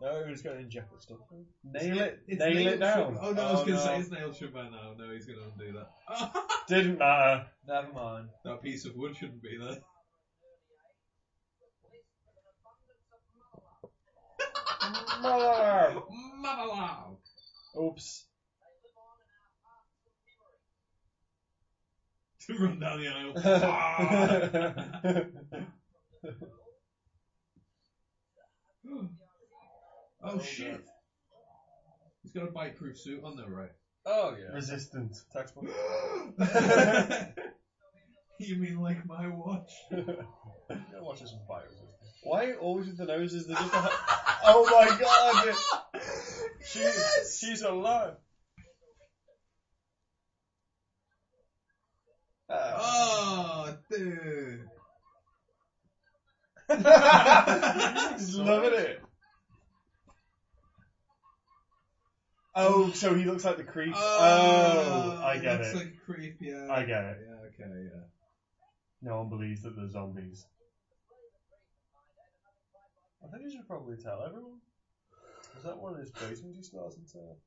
[SPEAKER 1] No, he's going to inject the stuff.
[SPEAKER 3] Nail it,
[SPEAKER 2] It's
[SPEAKER 3] nail it
[SPEAKER 2] nailed
[SPEAKER 3] down.
[SPEAKER 2] shut- Oh no, I was
[SPEAKER 1] Oh,
[SPEAKER 2] gonna
[SPEAKER 1] no.
[SPEAKER 2] say it's nailed shut by now. No, he's gonna undo that.
[SPEAKER 3] Didn't matter.
[SPEAKER 1] Never mind.
[SPEAKER 2] that piece of wood shouldn't be there.
[SPEAKER 3] Matter.
[SPEAKER 2] Mother wow.
[SPEAKER 3] Oops.
[SPEAKER 2] To run down the aisle.
[SPEAKER 3] *laughs*
[SPEAKER 2] oh, shit. He's got a bite proof suit on though, right?
[SPEAKER 1] Oh
[SPEAKER 3] *laughs*
[SPEAKER 1] yeah.
[SPEAKER 3] Resistant.
[SPEAKER 1] Textbook.
[SPEAKER 2] *laughs* you mean like my watch?
[SPEAKER 1] You gotta watch this on fire. isn't it?
[SPEAKER 3] Why always with the noses? They're just. *laughs* A... oh my god! *laughs*
[SPEAKER 1] She, She's alive.
[SPEAKER 3] *laughs*
[SPEAKER 2] Oh, dude.
[SPEAKER 3] He's loving it. Oh, so he looks like the creep. Oh, I get
[SPEAKER 2] that's
[SPEAKER 3] it.
[SPEAKER 2] like creep, yeah.
[SPEAKER 3] I get it.
[SPEAKER 2] Yeah, okay, yeah.
[SPEAKER 3] No one believes that they're zombies.
[SPEAKER 1] I think you should probably tell everyone. Is that one of his basements he starts into? Sort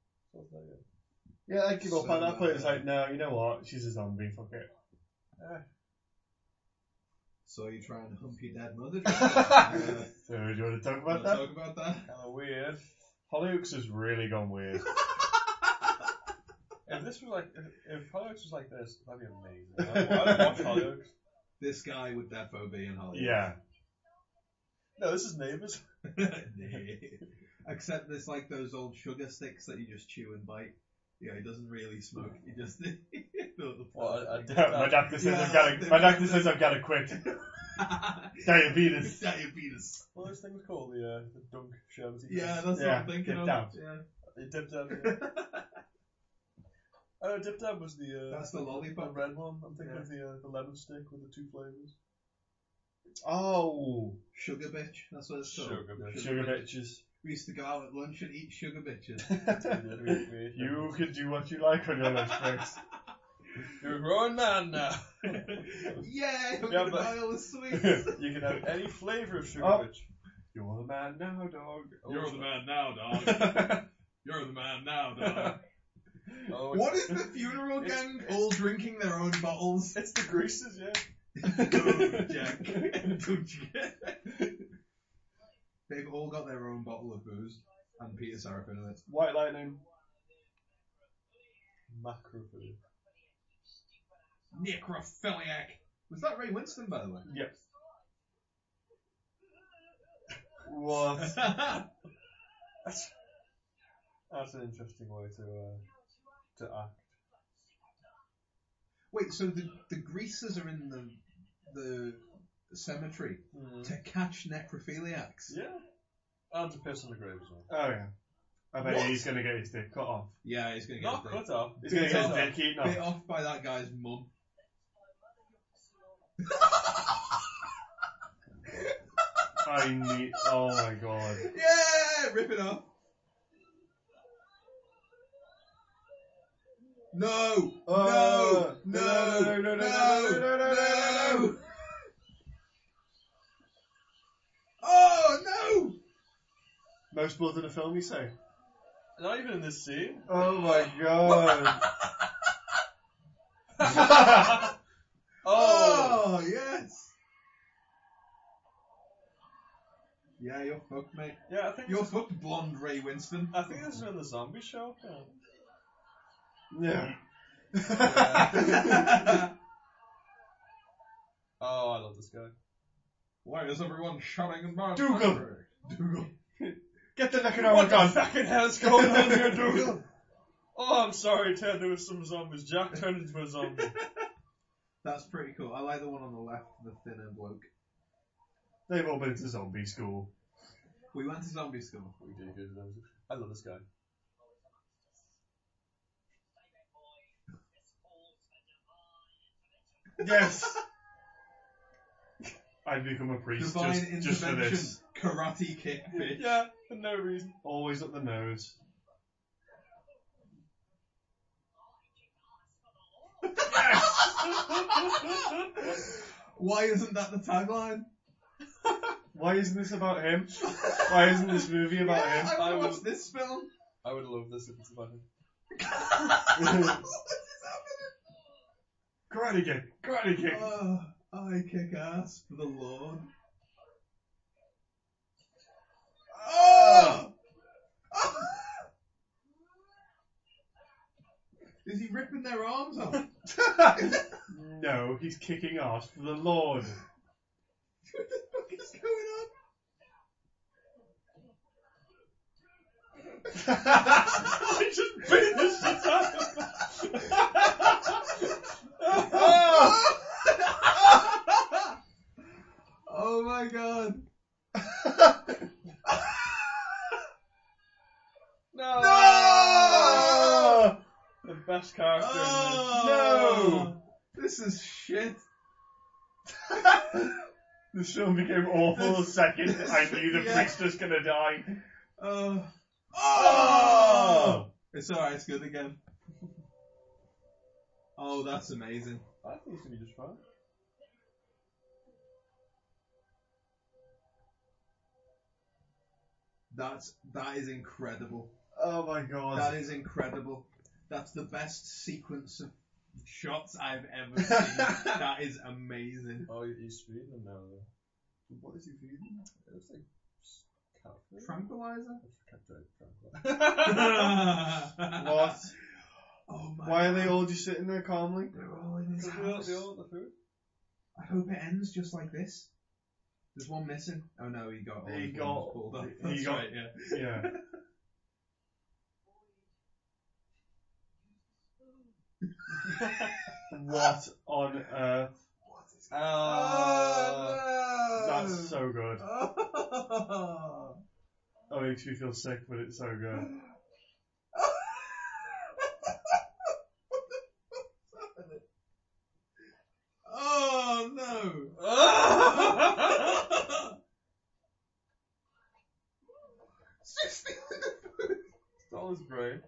[SPEAKER 1] of thing,
[SPEAKER 3] Yeah, I give up
[SPEAKER 2] So,
[SPEAKER 3] at that point.
[SPEAKER 1] *laughs*
[SPEAKER 2] uh,
[SPEAKER 3] It's like, no, you know what? She's a zombie. Fuck it.
[SPEAKER 1] yeah.
[SPEAKER 2] So you try and hump your dead
[SPEAKER 3] *laughs*
[SPEAKER 2] mother. uh,
[SPEAKER 3] So, do you want to talk
[SPEAKER 2] wanna
[SPEAKER 3] about that?
[SPEAKER 2] talk about that.
[SPEAKER 1] Kind of weird.
[SPEAKER 3] Hollyoaks has really gone
[SPEAKER 1] *laughs*
[SPEAKER 3] weird.
[SPEAKER 1] If this was like, if, if Hollyoaks was like this, that'd be *laughs* amazing. I would watch Hollyoaks.
[SPEAKER 2] This guy with defo being Hollywood.
[SPEAKER 3] yeah.
[SPEAKER 1] No, this is Neighbours.
[SPEAKER 2] *laughs* Nah. Except there's like those old sugar sticks that you just chew and bite. Yeah, he doesn't really smoke. He just. *laughs*
[SPEAKER 1] Well, I, I did
[SPEAKER 3] my
[SPEAKER 1] that.
[SPEAKER 3] doctor says I've
[SPEAKER 2] Yeah.
[SPEAKER 3] got to. My doctor says I've got
[SPEAKER 1] *laughs*
[SPEAKER 3] to quit.
[SPEAKER 2] *laughs*
[SPEAKER 3] Diabetes.
[SPEAKER 2] Diabetes.
[SPEAKER 1] What was this thing called? The, uh, the Dunk Sherbet.
[SPEAKER 2] Yeah, that's what
[SPEAKER 3] Yeah,
[SPEAKER 2] I'm thinking
[SPEAKER 3] get
[SPEAKER 2] of.
[SPEAKER 3] down.
[SPEAKER 2] Yeah.
[SPEAKER 1] The Dip Dab.
[SPEAKER 2] *laughs*
[SPEAKER 1] Yeah. oh, Dip Dab was the, uh,
[SPEAKER 2] That's the
[SPEAKER 1] the
[SPEAKER 2] lollipop.
[SPEAKER 1] red one. I'm thinking of the, uh, the lemon stick with the two *laughs* flavours.
[SPEAKER 3] Oh,
[SPEAKER 2] Sugar bitch. That's what it's called.
[SPEAKER 1] Sugar bitch.
[SPEAKER 3] sugar bitches.
[SPEAKER 2] We used to go out at lunch and eat sugar
[SPEAKER 1] *laughs*
[SPEAKER 2] bitches.
[SPEAKER 3] You can do what you like on your lunch breaks.
[SPEAKER 1] *laughs*
[SPEAKER 3] *laughs*
[SPEAKER 1] You're a grown man now. *laughs*
[SPEAKER 2] Yay! I'm
[SPEAKER 1] Yeah,
[SPEAKER 2] gonna
[SPEAKER 1] but-
[SPEAKER 2] buy all
[SPEAKER 1] *laughs*
[SPEAKER 2] the sweets.
[SPEAKER 1] You can have any flavour of sugar
[SPEAKER 3] Oh.
[SPEAKER 1] bitch.
[SPEAKER 3] You're the man now, dog. Oh.
[SPEAKER 2] You're the man
[SPEAKER 3] *laughs*
[SPEAKER 2] now, dog. You're the man now, dog.
[SPEAKER 1] Oh,
[SPEAKER 2] *laughs* what is the funeral
[SPEAKER 1] It's-
[SPEAKER 2] gang all drinking their own bottles?
[SPEAKER 1] It's the greases, yeah.
[SPEAKER 2] Don't, Jack. Don't you get They've all got their own bottle of booze and Peter Seraphin in it.
[SPEAKER 3] White lightning.
[SPEAKER 1] Macrophilia.
[SPEAKER 2] Necrophiliac. Was that Ray Winston, by *laughs* the way?
[SPEAKER 3] Yep. What?
[SPEAKER 1] That's an interesting way to uh, to act.
[SPEAKER 2] Wait, so the, the greasers are in the the cemetery
[SPEAKER 3] Hmm.
[SPEAKER 2] to catch necrophiliacs?
[SPEAKER 1] Yeah. And to piss on the grave as well.
[SPEAKER 3] Oh yeah. I bet
[SPEAKER 2] What?
[SPEAKER 3] he's gonna get his dick cut off.
[SPEAKER 2] Yeah, he's gonna get
[SPEAKER 1] Not
[SPEAKER 2] bit-
[SPEAKER 1] cut off.
[SPEAKER 3] He's gonna get his
[SPEAKER 1] Cut off.
[SPEAKER 3] dick eaten
[SPEAKER 2] bit
[SPEAKER 3] off.
[SPEAKER 2] off by that guy's mum.
[SPEAKER 3] I need. Oh my god.
[SPEAKER 2] Yeah, rip it off. No,
[SPEAKER 3] Uh,
[SPEAKER 2] no, no, no, no, no, no. Oh
[SPEAKER 3] Most blood in a film, you say?
[SPEAKER 1] Not even in this scene.
[SPEAKER 3] Oh my god.
[SPEAKER 2] no! Oh yes. Yeah, you're fucked, mate.
[SPEAKER 1] Yeah, I think
[SPEAKER 2] You're fucked, blonde Ray *laughs* Winston.
[SPEAKER 1] I think this is in the zombie show. yeah.
[SPEAKER 3] *laughs* *laughs* yeah.
[SPEAKER 1] Oh, I love this guy.
[SPEAKER 2] Why is everyone shouting in my
[SPEAKER 3] Dougal.
[SPEAKER 2] country? Dougal.
[SPEAKER 3] Get the Necronomicon
[SPEAKER 1] the fucking hell's going on
[SPEAKER 3] *laughs*
[SPEAKER 1] here, Dougal? Oh, I'm sorry, Ted. There was some zombies. Jack turned into a zombie.
[SPEAKER 2] That's pretty cool. I like the one on the left, the thinner bloke.
[SPEAKER 3] They've all been to zombie school.
[SPEAKER 2] We went to zombie school.
[SPEAKER 1] we do good. zombies. I love this guy.
[SPEAKER 3] Yes. *laughs* I'd become a priest
[SPEAKER 2] Divine
[SPEAKER 3] just, just for
[SPEAKER 2] intervention.
[SPEAKER 3] this.
[SPEAKER 2] Karate kick, bitch.
[SPEAKER 1] Yeah, for no reason.
[SPEAKER 3] Always up the *laughs* nose.
[SPEAKER 2] Why isn't that the tagline?
[SPEAKER 3] Why isn't this about him? Why isn't this movie about
[SPEAKER 2] yeah,
[SPEAKER 1] I
[SPEAKER 3] *laughs*
[SPEAKER 2] I want to
[SPEAKER 1] will-
[SPEAKER 2] watch this
[SPEAKER 1] *laughs*
[SPEAKER 2] film. *laughs*
[SPEAKER 1] I would love this if it's about him.
[SPEAKER 3] him? Karate kick, karate kick.
[SPEAKER 2] Oh, I kick ass for the Lord. Oh! *laughs* Is he ripping their arms off? *laughs*
[SPEAKER 3] *laughs* no, he's kicking ass for the Lord.
[SPEAKER 2] What the fuck is going on?
[SPEAKER 1] I
[SPEAKER 3] *laughs*
[SPEAKER 1] just beat the shit out of him.
[SPEAKER 2] Oh! *laughs* oh my god.
[SPEAKER 1] No!
[SPEAKER 3] Ah!
[SPEAKER 1] The best character
[SPEAKER 2] Oh! This is shit.
[SPEAKER 3] This film became awful the second I knew the
[SPEAKER 2] Yeah.
[SPEAKER 3] priest was gonna die.
[SPEAKER 2] Oh.
[SPEAKER 3] Oh!
[SPEAKER 2] It's alright, it's good again. Oh, that's amazing.
[SPEAKER 1] in this. I think he's gonna be just fine.
[SPEAKER 2] That's that is incredible.
[SPEAKER 3] Oh my god.
[SPEAKER 2] That is incredible. That's the best sequence of shots I've ever seen.
[SPEAKER 3] *laughs*
[SPEAKER 2] that is amazing.
[SPEAKER 1] Oh, he's feeding them now, though.
[SPEAKER 4] What is he feeding?
[SPEAKER 1] It looks like s- cat food.
[SPEAKER 2] Tranquilizer? *laughs*
[SPEAKER 1] It's cat food, tranquil.
[SPEAKER 3] *laughs*
[SPEAKER 2] what? Oh my
[SPEAKER 4] Why are they
[SPEAKER 2] God.
[SPEAKER 4] all just sitting there calmly?
[SPEAKER 2] They're all in his
[SPEAKER 1] They all-
[SPEAKER 2] house.
[SPEAKER 1] they all want the food.
[SPEAKER 2] I hope it ends just like this. There's one missing. Oh no, he got all
[SPEAKER 4] He
[SPEAKER 2] his
[SPEAKER 4] got-
[SPEAKER 2] limbs pulled off.
[SPEAKER 4] he
[SPEAKER 2] That's
[SPEAKER 4] got-
[SPEAKER 2] right, yeah.
[SPEAKER 3] Yeah. what on earth?
[SPEAKER 1] Oh. Ah,
[SPEAKER 2] *laughs*
[SPEAKER 3] That's so good.
[SPEAKER 2] Oh.
[SPEAKER 3] That makes me feel sick, but it's so good.
[SPEAKER 2] Oh no! *laughs*
[SPEAKER 4] That was brave.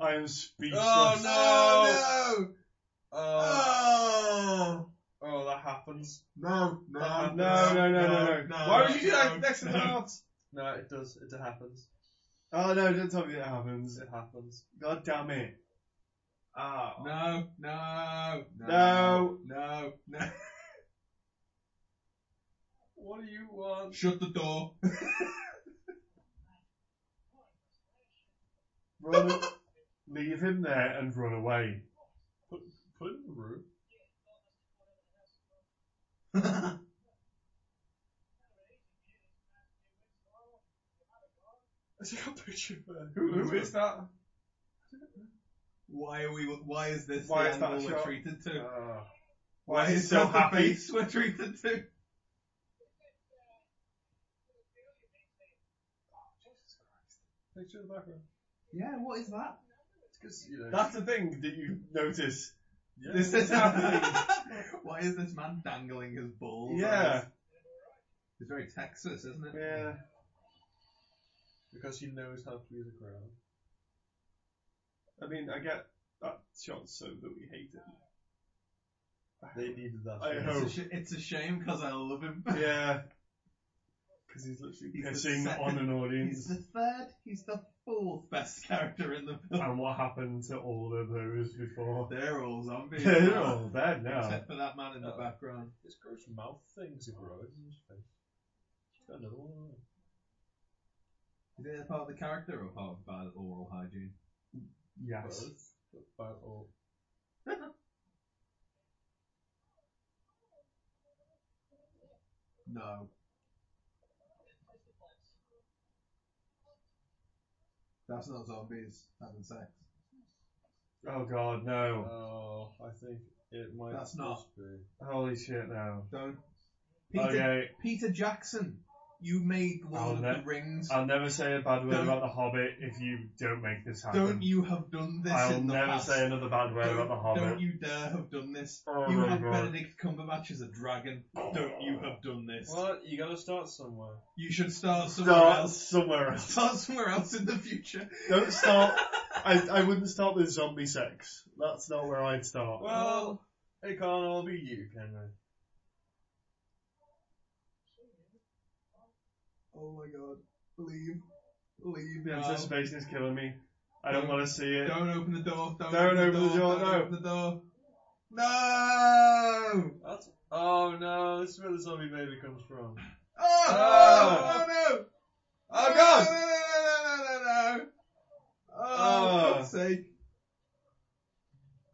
[SPEAKER 3] I am speechless.
[SPEAKER 4] Oh, no.
[SPEAKER 2] Oh no! Ah!
[SPEAKER 4] Oh. Oh, that happens.
[SPEAKER 2] No!
[SPEAKER 4] No,
[SPEAKER 3] no, no, no, no, no.
[SPEAKER 4] Why would you do that
[SPEAKER 2] no,
[SPEAKER 4] next to the
[SPEAKER 2] no.
[SPEAKER 4] heart?
[SPEAKER 1] No, it does. It happens.
[SPEAKER 3] *laughs* Oh no, don't tell me that happens.
[SPEAKER 1] It happens.
[SPEAKER 3] God damn it. Ah.
[SPEAKER 2] No! No!
[SPEAKER 3] No.
[SPEAKER 2] No! No!
[SPEAKER 1] What do you want?
[SPEAKER 2] Shut the door!
[SPEAKER 3] Run a- *laughs* Leave him there and run away.
[SPEAKER 1] Put it in the
[SPEAKER 3] *laughs*
[SPEAKER 1] room.
[SPEAKER 4] Is there a picture of her? Who, who is that?
[SPEAKER 2] *laughs* Why are we? Why is this
[SPEAKER 4] Why
[SPEAKER 2] the
[SPEAKER 4] is that
[SPEAKER 2] angle we're
[SPEAKER 4] shot?
[SPEAKER 2] treated to?
[SPEAKER 4] Ah.
[SPEAKER 2] Why,
[SPEAKER 3] Why is
[SPEAKER 2] is
[SPEAKER 3] he so
[SPEAKER 2] that the
[SPEAKER 3] happy?
[SPEAKER 2] face we're treated to?
[SPEAKER 1] Picture in the background.
[SPEAKER 2] Yeah, what is that?
[SPEAKER 1] It's because you know.
[SPEAKER 3] That's the thing that you notice.
[SPEAKER 1] yeah.
[SPEAKER 2] *laughs* This is happening. *laughs* Why is this man dangling his balls? on
[SPEAKER 3] Yeah.
[SPEAKER 2] his- It's very Texas, isn't it?
[SPEAKER 3] Yeah.
[SPEAKER 1] Because he knows how to use a crowd.
[SPEAKER 3] I mean, I get that shot so that we hate him.
[SPEAKER 1] They needed that.
[SPEAKER 3] I
[SPEAKER 1] for
[SPEAKER 2] It's,
[SPEAKER 3] hope.
[SPEAKER 2] a sh- it's a shame because I love him.
[SPEAKER 3] Yeah. Because he's literally
[SPEAKER 2] He's the
[SPEAKER 3] pissing
[SPEAKER 2] second-
[SPEAKER 1] *laughs*
[SPEAKER 3] on an
[SPEAKER 2] He's
[SPEAKER 3] audience.
[SPEAKER 2] the third, he's the fourth best character in the film.
[SPEAKER 3] And what happened to all of those
[SPEAKER 1] *laughs*
[SPEAKER 3] before? *laughs*
[SPEAKER 2] *laughs* They're all zombies.
[SPEAKER 3] They're
[SPEAKER 2] now,
[SPEAKER 3] all dead now.
[SPEAKER 2] Except for that man in the
[SPEAKER 1] Oh.
[SPEAKER 2] background.
[SPEAKER 1] This gross mouth thing's a gross. He's got another one. on.
[SPEAKER 2] Is it a part of the character or part of bad oral hygiene?
[SPEAKER 3] Yes.
[SPEAKER 1] Both. But oh. bad or
[SPEAKER 2] No. That's not zombies having sex.
[SPEAKER 3] Oh god, no.
[SPEAKER 1] Oh, I think it might
[SPEAKER 2] That's not-
[SPEAKER 1] just be.
[SPEAKER 3] Holy shit, no.
[SPEAKER 2] Don't. Peter,
[SPEAKER 3] Okay,
[SPEAKER 2] Peter Jackson, you made
[SPEAKER 3] I'll
[SPEAKER 2] Lord of
[SPEAKER 3] let-
[SPEAKER 2] the Rings.
[SPEAKER 3] I'll never say a bad word
[SPEAKER 2] Don't-
[SPEAKER 3] about The Hobbit if you don't make this happen.
[SPEAKER 2] Don't you have done this
[SPEAKER 3] I'll
[SPEAKER 2] in the
[SPEAKER 3] never
[SPEAKER 2] past?
[SPEAKER 3] say another bad word
[SPEAKER 2] don't,
[SPEAKER 3] about The Hobbit.
[SPEAKER 2] don't you dare have done this.
[SPEAKER 3] Oh
[SPEAKER 2] you
[SPEAKER 3] my
[SPEAKER 2] have
[SPEAKER 3] God.
[SPEAKER 2] Benedict Cumberbatch as a dragon. Don't you have done this.
[SPEAKER 1] Well, you gotta start somewhere.
[SPEAKER 2] You should start somewhere
[SPEAKER 3] Start
[SPEAKER 2] else.
[SPEAKER 3] somewhere else.
[SPEAKER 2] Start somewhere else in the future.
[SPEAKER 3] Don't start.
[SPEAKER 1] *laughs*
[SPEAKER 3] I, I wouldn't start with zombie sex. That's not where I'd start.
[SPEAKER 1] Well, it can't all be you, can it?
[SPEAKER 2] Oh my god. Leave. Leave
[SPEAKER 3] The
[SPEAKER 2] now.
[SPEAKER 3] anticipation is killing me. I don't want to see it.
[SPEAKER 2] Don't open the door. Don't,
[SPEAKER 3] Don't
[SPEAKER 2] open, the door.
[SPEAKER 3] no.
[SPEAKER 2] Don't open the door. No!
[SPEAKER 1] That's. Oh no, this is where the zombie baby comes from.
[SPEAKER 2] Oh, oh, no!
[SPEAKER 1] Oh,
[SPEAKER 2] No,
[SPEAKER 1] God!
[SPEAKER 2] no, no, no, no, no, no.
[SPEAKER 3] Oh.
[SPEAKER 2] Oh, for fuck's sake.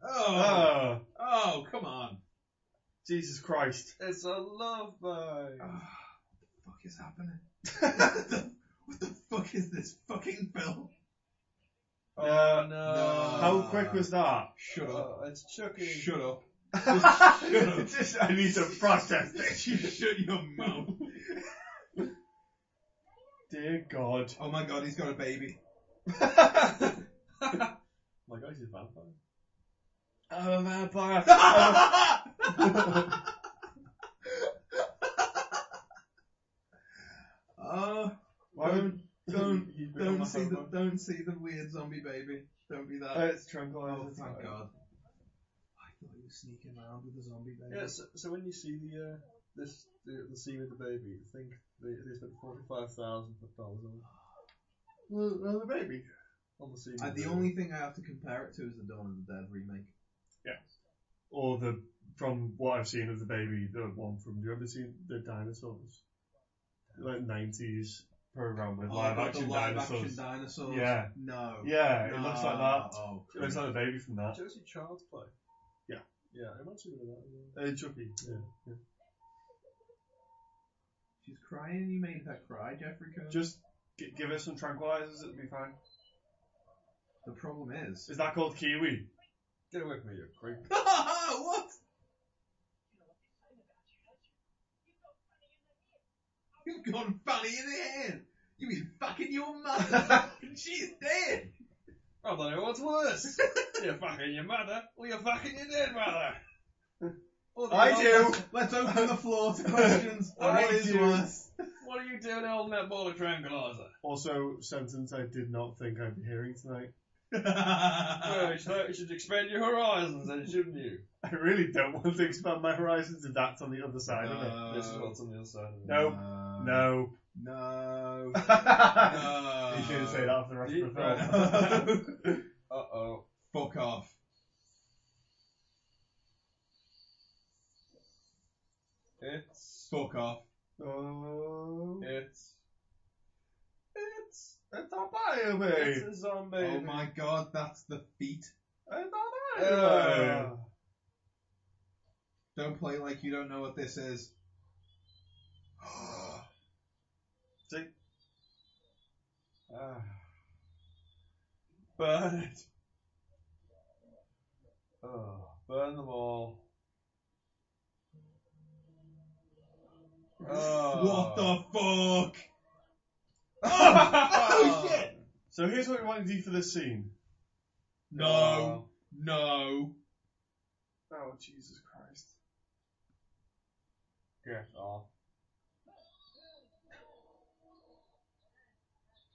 [SPEAKER 2] Oh,
[SPEAKER 3] Ah,
[SPEAKER 2] oh, come on.
[SPEAKER 3] Jesus Christ.
[SPEAKER 1] It's a love bug.
[SPEAKER 2] Oh, what the fuck is *laughs* happening? what the fuck is this fucking film?
[SPEAKER 1] Oh
[SPEAKER 3] Uh,
[SPEAKER 1] no.
[SPEAKER 2] no.
[SPEAKER 3] How quick was that?
[SPEAKER 2] *laughs* Shut up.
[SPEAKER 1] Oh, it's Chucky.
[SPEAKER 2] Shut up. *laughs*
[SPEAKER 3] It's just- I need to process this.
[SPEAKER 2] *laughs* You shut your mouth.
[SPEAKER 3] Dear God.
[SPEAKER 2] Oh my god, he's got a *laughs* baby.
[SPEAKER 1] My God, he's a *laughs* vampire.
[SPEAKER 3] I'm a
[SPEAKER 2] *laughs*
[SPEAKER 3] vampire.
[SPEAKER 2] Oh,
[SPEAKER 3] Why would,
[SPEAKER 2] *laughs* Don't-
[SPEAKER 1] *laughs* He's become
[SPEAKER 2] don't
[SPEAKER 1] a
[SPEAKER 2] see the
[SPEAKER 1] homo.
[SPEAKER 2] don't see the weird zombie baby. Don't be that.
[SPEAKER 3] uh, it's
[SPEAKER 2] oh,
[SPEAKER 3] tranquilizer.
[SPEAKER 2] thank God. I thought you were sneaking around with a zombie baby.
[SPEAKER 1] Yeah, so, so when you see the uh, this the, the scene with the baby, think they, they spent forty five thousand dollars on. it. The, uh, the baby. On the CD.
[SPEAKER 2] Uh, the only thing I have to compare it to is the Dawn of the Dead remake.
[SPEAKER 3] Or the from what I've seen of the baby, the one from do you ever seen the dinosaurs? Like nineties program with
[SPEAKER 2] Oh,
[SPEAKER 3] live
[SPEAKER 2] God,
[SPEAKER 3] action
[SPEAKER 2] the live
[SPEAKER 3] dinosaurs.
[SPEAKER 2] action dinosaurs.
[SPEAKER 3] Yeah.
[SPEAKER 2] No.
[SPEAKER 3] Yeah, it
[SPEAKER 2] No.
[SPEAKER 3] looks like that.
[SPEAKER 2] Oh,
[SPEAKER 3] It looks like the baby from that.
[SPEAKER 1] Josie Child's play.
[SPEAKER 3] Yeah.
[SPEAKER 1] Yeah, I might see that. Yeah.
[SPEAKER 3] Uh, Chucky. Yeah. yeah.
[SPEAKER 2] she's crying. and You made her cry, Jeffrey Combs.
[SPEAKER 3] Just g- give it some tranquilizers, it'll be fine.
[SPEAKER 2] the problem
[SPEAKER 3] *laughs*
[SPEAKER 2] is. *laughs*
[SPEAKER 3] Is that called kiwi?
[SPEAKER 1] Get away from me, you creep.
[SPEAKER 2] what? You've gone funny in the head. You mean fucking your
[SPEAKER 3] *laughs*
[SPEAKER 2] mother? She's dead.
[SPEAKER 1] I don't know Oh, what's
[SPEAKER 3] *laughs*
[SPEAKER 1] worse. you're fucking your mother, or you're fucking your dead mother.
[SPEAKER 3] *laughs*
[SPEAKER 1] Or the
[SPEAKER 2] I
[SPEAKER 1] other-
[SPEAKER 2] Let's open the floor
[SPEAKER 3] *laughs*
[SPEAKER 2] to questions.
[SPEAKER 1] I
[SPEAKER 2] what is
[SPEAKER 1] do.
[SPEAKER 2] worse?
[SPEAKER 1] What are you doing holding that ball of tranquilizer?
[SPEAKER 3] Also, sentence I did not think I'd be hearing tonight. *laughs*
[SPEAKER 1] Well, you should, you should expand your horizons then, shouldn't you?
[SPEAKER 3] I really don't want to expand my horizons if that's on the other side of it.
[SPEAKER 1] this is what's on the other side of it.
[SPEAKER 3] No. No.
[SPEAKER 2] No.
[SPEAKER 3] He's
[SPEAKER 1] uh,
[SPEAKER 3] *laughs*
[SPEAKER 2] No.
[SPEAKER 3] gonna say that after I
[SPEAKER 1] Yeah.
[SPEAKER 3] prefer.
[SPEAKER 1] Uh oh.
[SPEAKER 2] *laughs* Fuck off.
[SPEAKER 1] It's.
[SPEAKER 2] Fuck off.
[SPEAKER 1] *laughs*
[SPEAKER 3] Oh,
[SPEAKER 1] It's. It's.
[SPEAKER 3] it's a baby.
[SPEAKER 1] It's a zombie.
[SPEAKER 2] Oh my god, that's the feet.
[SPEAKER 3] It's a baby.
[SPEAKER 1] Uh,
[SPEAKER 2] Don't play like you don't know what this is.
[SPEAKER 1] ah. burn it. Oh, burn them all.
[SPEAKER 2] *laughs*
[SPEAKER 3] Uh.
[SPEAKER 2] What
[SPEAKER 1] Oh.
[SPEAKER 2] the fuck?
[SPEAKER 3] *laughs*
[SPEAKER 1] oh
[SPEAKER 2] shit.
[SPEAKER 3] so here's what we want to do for this scene.
[SPEAKER 2] No. No.
[SPEAKER 3] Oh Jesus Christ!
[SPEAKER 1] Get off.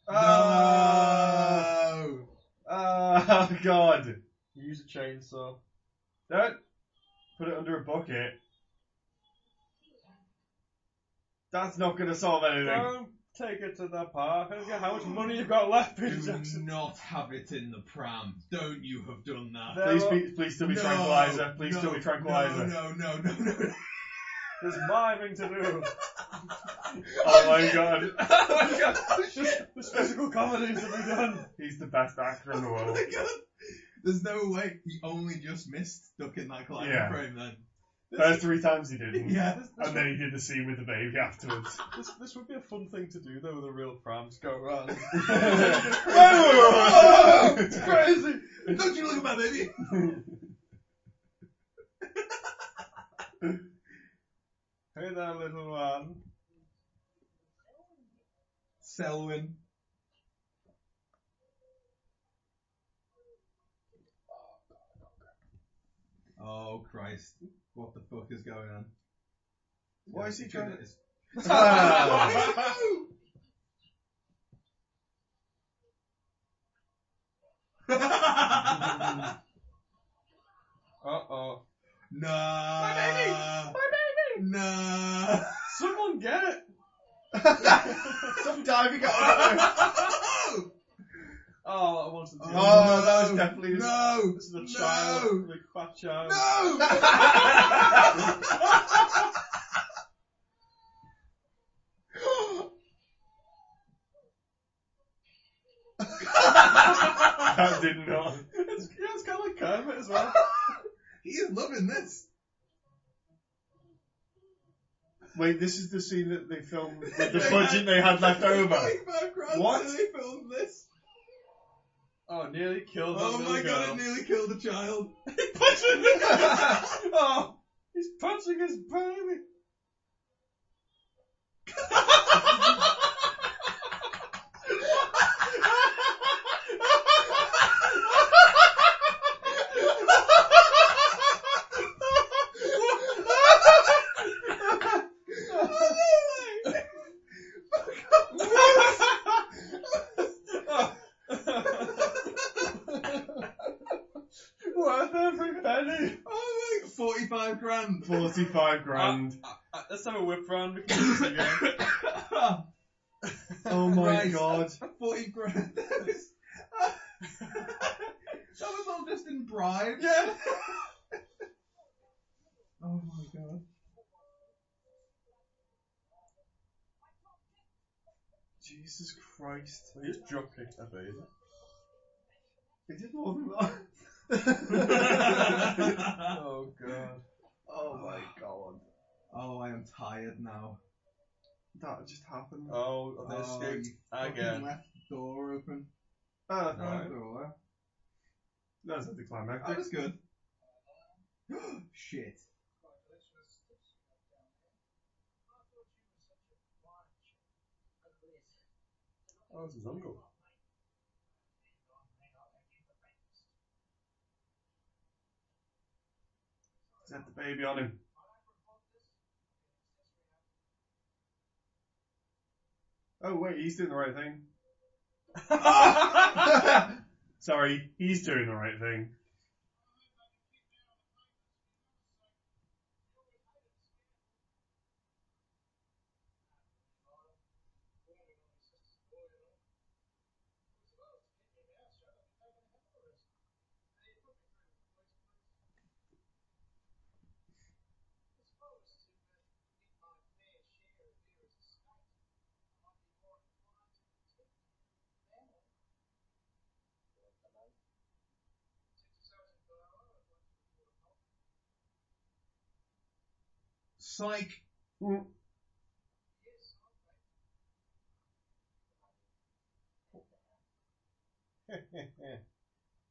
[SPEAKER 3] Uh. Ah! *laughs*
[SPEAKER 2] No.
[SPEAKER 3] Ah, *laughs* God!
[SPEAKER 1] Use a chainsaw.
[SPEAKER 3] Don't put it under a bucket. That's not gonna solve anything.
[SPEAKER 1] Don't take it to the park. I don't care how much money you've got left, Peter
[SPEAKER 2] Do
[SPEAKER 1] Jackson.
[SPEAKER 2] not have it in the pram. Don't you have done that.
[SPEAKER 1] There
[SPEAKER 3] Please,
[SPEAKER 1] are-
[SPEAKER 3] be, please still be
[SPEAKER 2] No.
[SPEAKER 3] tranquilizer. Please
[SPEAKER 2] No.
[SPEAKER 3] still be tranquilizer.
[SPEAKER 2] No, no, no, no, *laughs* no.
[SPEAKER 1] There's miming to
[SPEAKER 2] *laughs*
[SPEAKER 1] do.
[SPEAKER 3] Oh my God!
[SPEAKER 1] oh my
[SPEAKER 3] *laughs*
[SPEAKER 1] god! Just, there's physical comedy to be done.
[SPEAKER 3] He's the best actor in the
[SPEAKER 2] *laughs* Oh
[SPEAKER 3] world.
[SPEAKER 2] my god. There's no way. He only just missed ducking that climbing
[SPEAKER 3] Yeah.
[SPEAKER 2] frame then.
[SPEAKER 3] First three times he didn't.
[SPEAKER 2] Yeah.
[SPEAKER 1] This, this,
[SPEAKER 3] And then he did the scene with the baby
[SPEAKER 2] *laughs*
[SPEAKER 3] afterwards. *laughs*
[SPEAKER 1] would, this, this would be a fun thing to do though with a real pram to go
[SPEAKER 3] *laughs*
[SPEAKER 1] around. *laughs*
[SPEAKER 3] Whoa!
[SPEAKER 1] it's crazy!
[SPEAKER 2] Don't you look at my baby.
[SPEAKER 1] Hey there, little one.
[SPEAKER 2] Selwyn. Oh Christ! What the fuck is going on?
[SPEAKER 3] Why is he
[SPEAKER 2] It's
[SPEAKER 3] trying
[SPEAKER 2] gonna-
[SPEAKER 3] to-
[SPEAKER 2] it's-
[SPEAKER 3] *laughs*
[SPEAKER 2] *laughs*
[SPEAKER 3] Ah.
[SPEAKER 1] *laughs* Uh oh.
[SPEAKER 2] no.
[SPEAKER 1] My
[SPEAKER 2] baby.
[SPEAKER 3] *laughs*
[SPEAKER 2] No.
[SPEAKER 1] Someone get it!
[SPEAKER 3] Some diving out.
[SPEAKER 1] Oh, I wanted to.
[SPEAKER 3] Oh, that was definitely his-
[SPEAKER 2] no.
[SPEAKER 1] This is a child. Big fat child.
[SPEAKER 2] No.
[SPEAKER 3] That did not.
[SPEAKER 1] It's, yeah, it's kind of like Kermit as
[SPEAKER 3] *laughs*
[SPEAKER 1] well. *laughs*
[SPEAKER 2] he is loving this.
[SPEAKER 3] Wait, this is the scene that they filmed with *laughs* the budget they had left over. What?
[SPEAKER 2] What? They filmed this.
[SPEAKER 1] Oh, nearly killed that
[SPEAKER 2] Oh
[SPEAKER 1] little
[SPEAKER 2] my
[SPEAKER 1] girl.
[SPEAKER 2] god! It nearly killed a child.
[SPEAKER 1] punching the Oh, he's punching his baby. Oh. *laughs* Worth every penny.
[SPEAKER 2] Oh my! Forty-five grand.
[SPEAKER 3] Forty-five grand.
[SPEAKER 1] Ah. *laughs* Uh, let's have a whip round because of this again.
[SPEAKER 3] Oh my
[SPEAKER 2] Right.
[SPEAKER 3] god.
[SPEAKER 2] Forty grand. that was that was all just in bribes.
[SPEAKER 1] Yeah.
[SPEAKER 2] Oh my god.
[SPEAKER 1] Jesus Christ. He just drop kicked that baby. *laughs*
[SPEAKER 2] They did more than that.
[SPEAKER 1] Oh god.
[SPEAKER 2] oh my god. Oh, I am tired now.
[SPEAKER 3] That just happened.
[SPEAKER 1] Oh, they
[SPEAKER 2] Oh,
[SPEAKER 1] escaped
[SPEAKER 2] you Fucking
[SPEAKER 1] again.
[SPEAKER 2] Left the door open.
[SPEAKER 3] Ah,
[SPEAKER 2] Front
[SPEAKER 1] No.
[SPEAKER 2] door.
[SPEAKER 3] that's anticlimactic.
[SPEAKER 2] That was good. *gasps* Shit.
[SPEAKER 1] Oh, it's his uncle.
[SPEAKER 3] Set the baby on him. Oh wait, he's doing the right thing.
[SPEAKER 1] *laughs*
[SPEAKER 3] Sorry, he's doing the right thing.
[SPEAKER 2] Psych.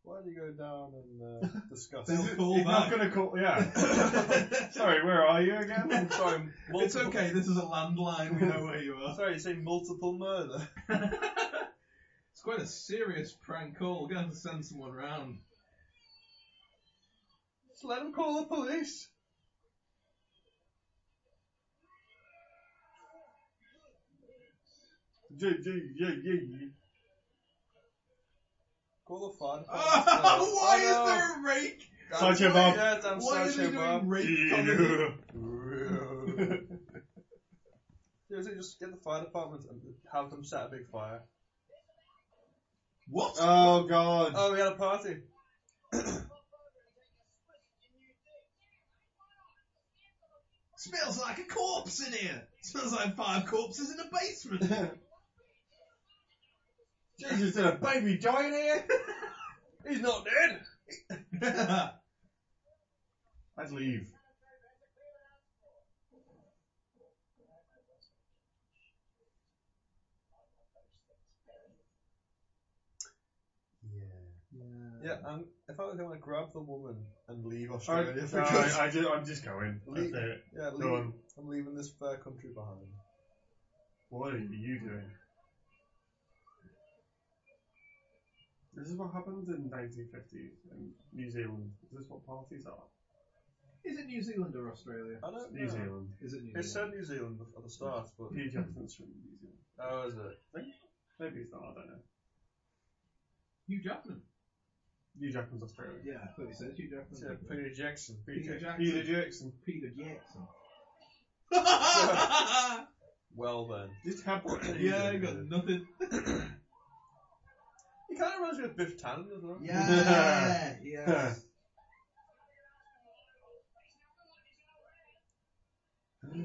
[SPEAKER 1] Why do you go down and *laughs* uh, discuss?
[SPEAKER 2] They'll
[SPEAKER 1] it?
[SPEAKER 2] call
[SPEAKER 3] he's
[SPEAKER 2] back.
[SPEAKER 3] not gonna call. Yeah.
[SPEAKER 2] *laughs*
[SPEAKER 3] Sorry, where are you again?
[SPEAKER 1] *laughs* Sorry, multiple,
[SPEAKER 2] It's okay, this is a landline, we know where you *laughs* are.
[SPEAKER 1] Sorry, you say multiple murder.
[SPEAKER 2] It's quite a serious prank call. We're going to send someone round.
[SPEAKER 1] Just let him call the police.
[SPEAKER 3] Yeah, yeah, yeah, yeah, yeah.
[SPEAKER 1] Call the fire.
[SPEAKER 2] *laughs*
[SPEAKER 1] *laughs*
[SPEAKER 2] why
[SPEAKER 1] Oh, no.
[SPEAKER 2] is there a rake?
[SPEAKER 3] Sergeant
[SPEAKER 1] Bob.
[SPEAKER 3] Bob.
[SPEAKER 1] Yeah, damn
[SPEAKER 2] Why is he
[SPEAKER 1] Sergeant
[SPEAKER 2] doing
[SPEAKER 1] Bob.
[SPEAKER 2] rake comedy?
[SPEAKER 3] Yeah.
[SPEAKER 1] *laughs* Seriously, just get the fire department and have them set a big fire.
[SPEAKER 2] What?
[SPEAKER 3] Oh god.
[SPEAKER 1] Oh, we had a party.
[SPEAKER 2] Smells like a corpse in here. Smells like five corpses in a basement. *laughs*
[SPEAKER 3] Jesus, did a baby die in here?
[SPEAKER 1] He's not dead.
[SPEAKER 3] I'd leave.
[SPEAKER 1] Yeah, um, if I was going to grab the woman and leave
[SPEAKER 3] I,
[SPEAKER 1] Australia, if
[SPEAKER 3] no,
[SPEAKER 1] we could.
[SPEAKER 3] uh, I, I just, I'm just going. That's it.
[SPEAKER 1] yeah,
[SPEAKER 3] Go
[SPEAKER 1] leave,
[SPEAKER 3] on.
[SPEAKER 1] I'm leaving this fair country behind.
[SPEAKER 3] What are you doing? This is what happened in 1950s in New Zealand. Is this what parties are?
[SPEAKER 2] is it New Zealand or Australia?
[SPEAKER 1] I don't
[SPEAKER 3] New
[SPEAKER 1] know.
[SPEAKER 3] Zealand.
[SPEAKER 2] Is it New
[SPEAKER 1] It
[SPEAKER 2] Zealand?
[SPEAKER 1] said New Zealand at the start, but
[SPEAKER 3] Peter Jackson's from New Zealand.
[SPEAKER 1] how is it?
[SPEAKER 3] Maybe it's not, I don't know.
[SPEAKER 2] Hugh Jackman.
[SPEAKER 3] New Jackson's Australia.
[SPEAKER 2] Yeah, I thought you said Hugh Jackman.
[SPEAKER 1] Yeah, Peter Jackson.
[SPEAKER 2] Peter Jackson.
[SPEAKER 3] Peter Jackson.
[SPEAKER 2] Peter Jackson.
[SPEAKER 1] Well then.
[SPEAKER 3] Just have what
[SPEAKER 2] *laughs* yeah, I got *coughs* nothing.
[SPEAKER 1] He kind of reminds me of Biff Tannen as well.
[SPEAKER 2] Yeah, yeah. *gasps*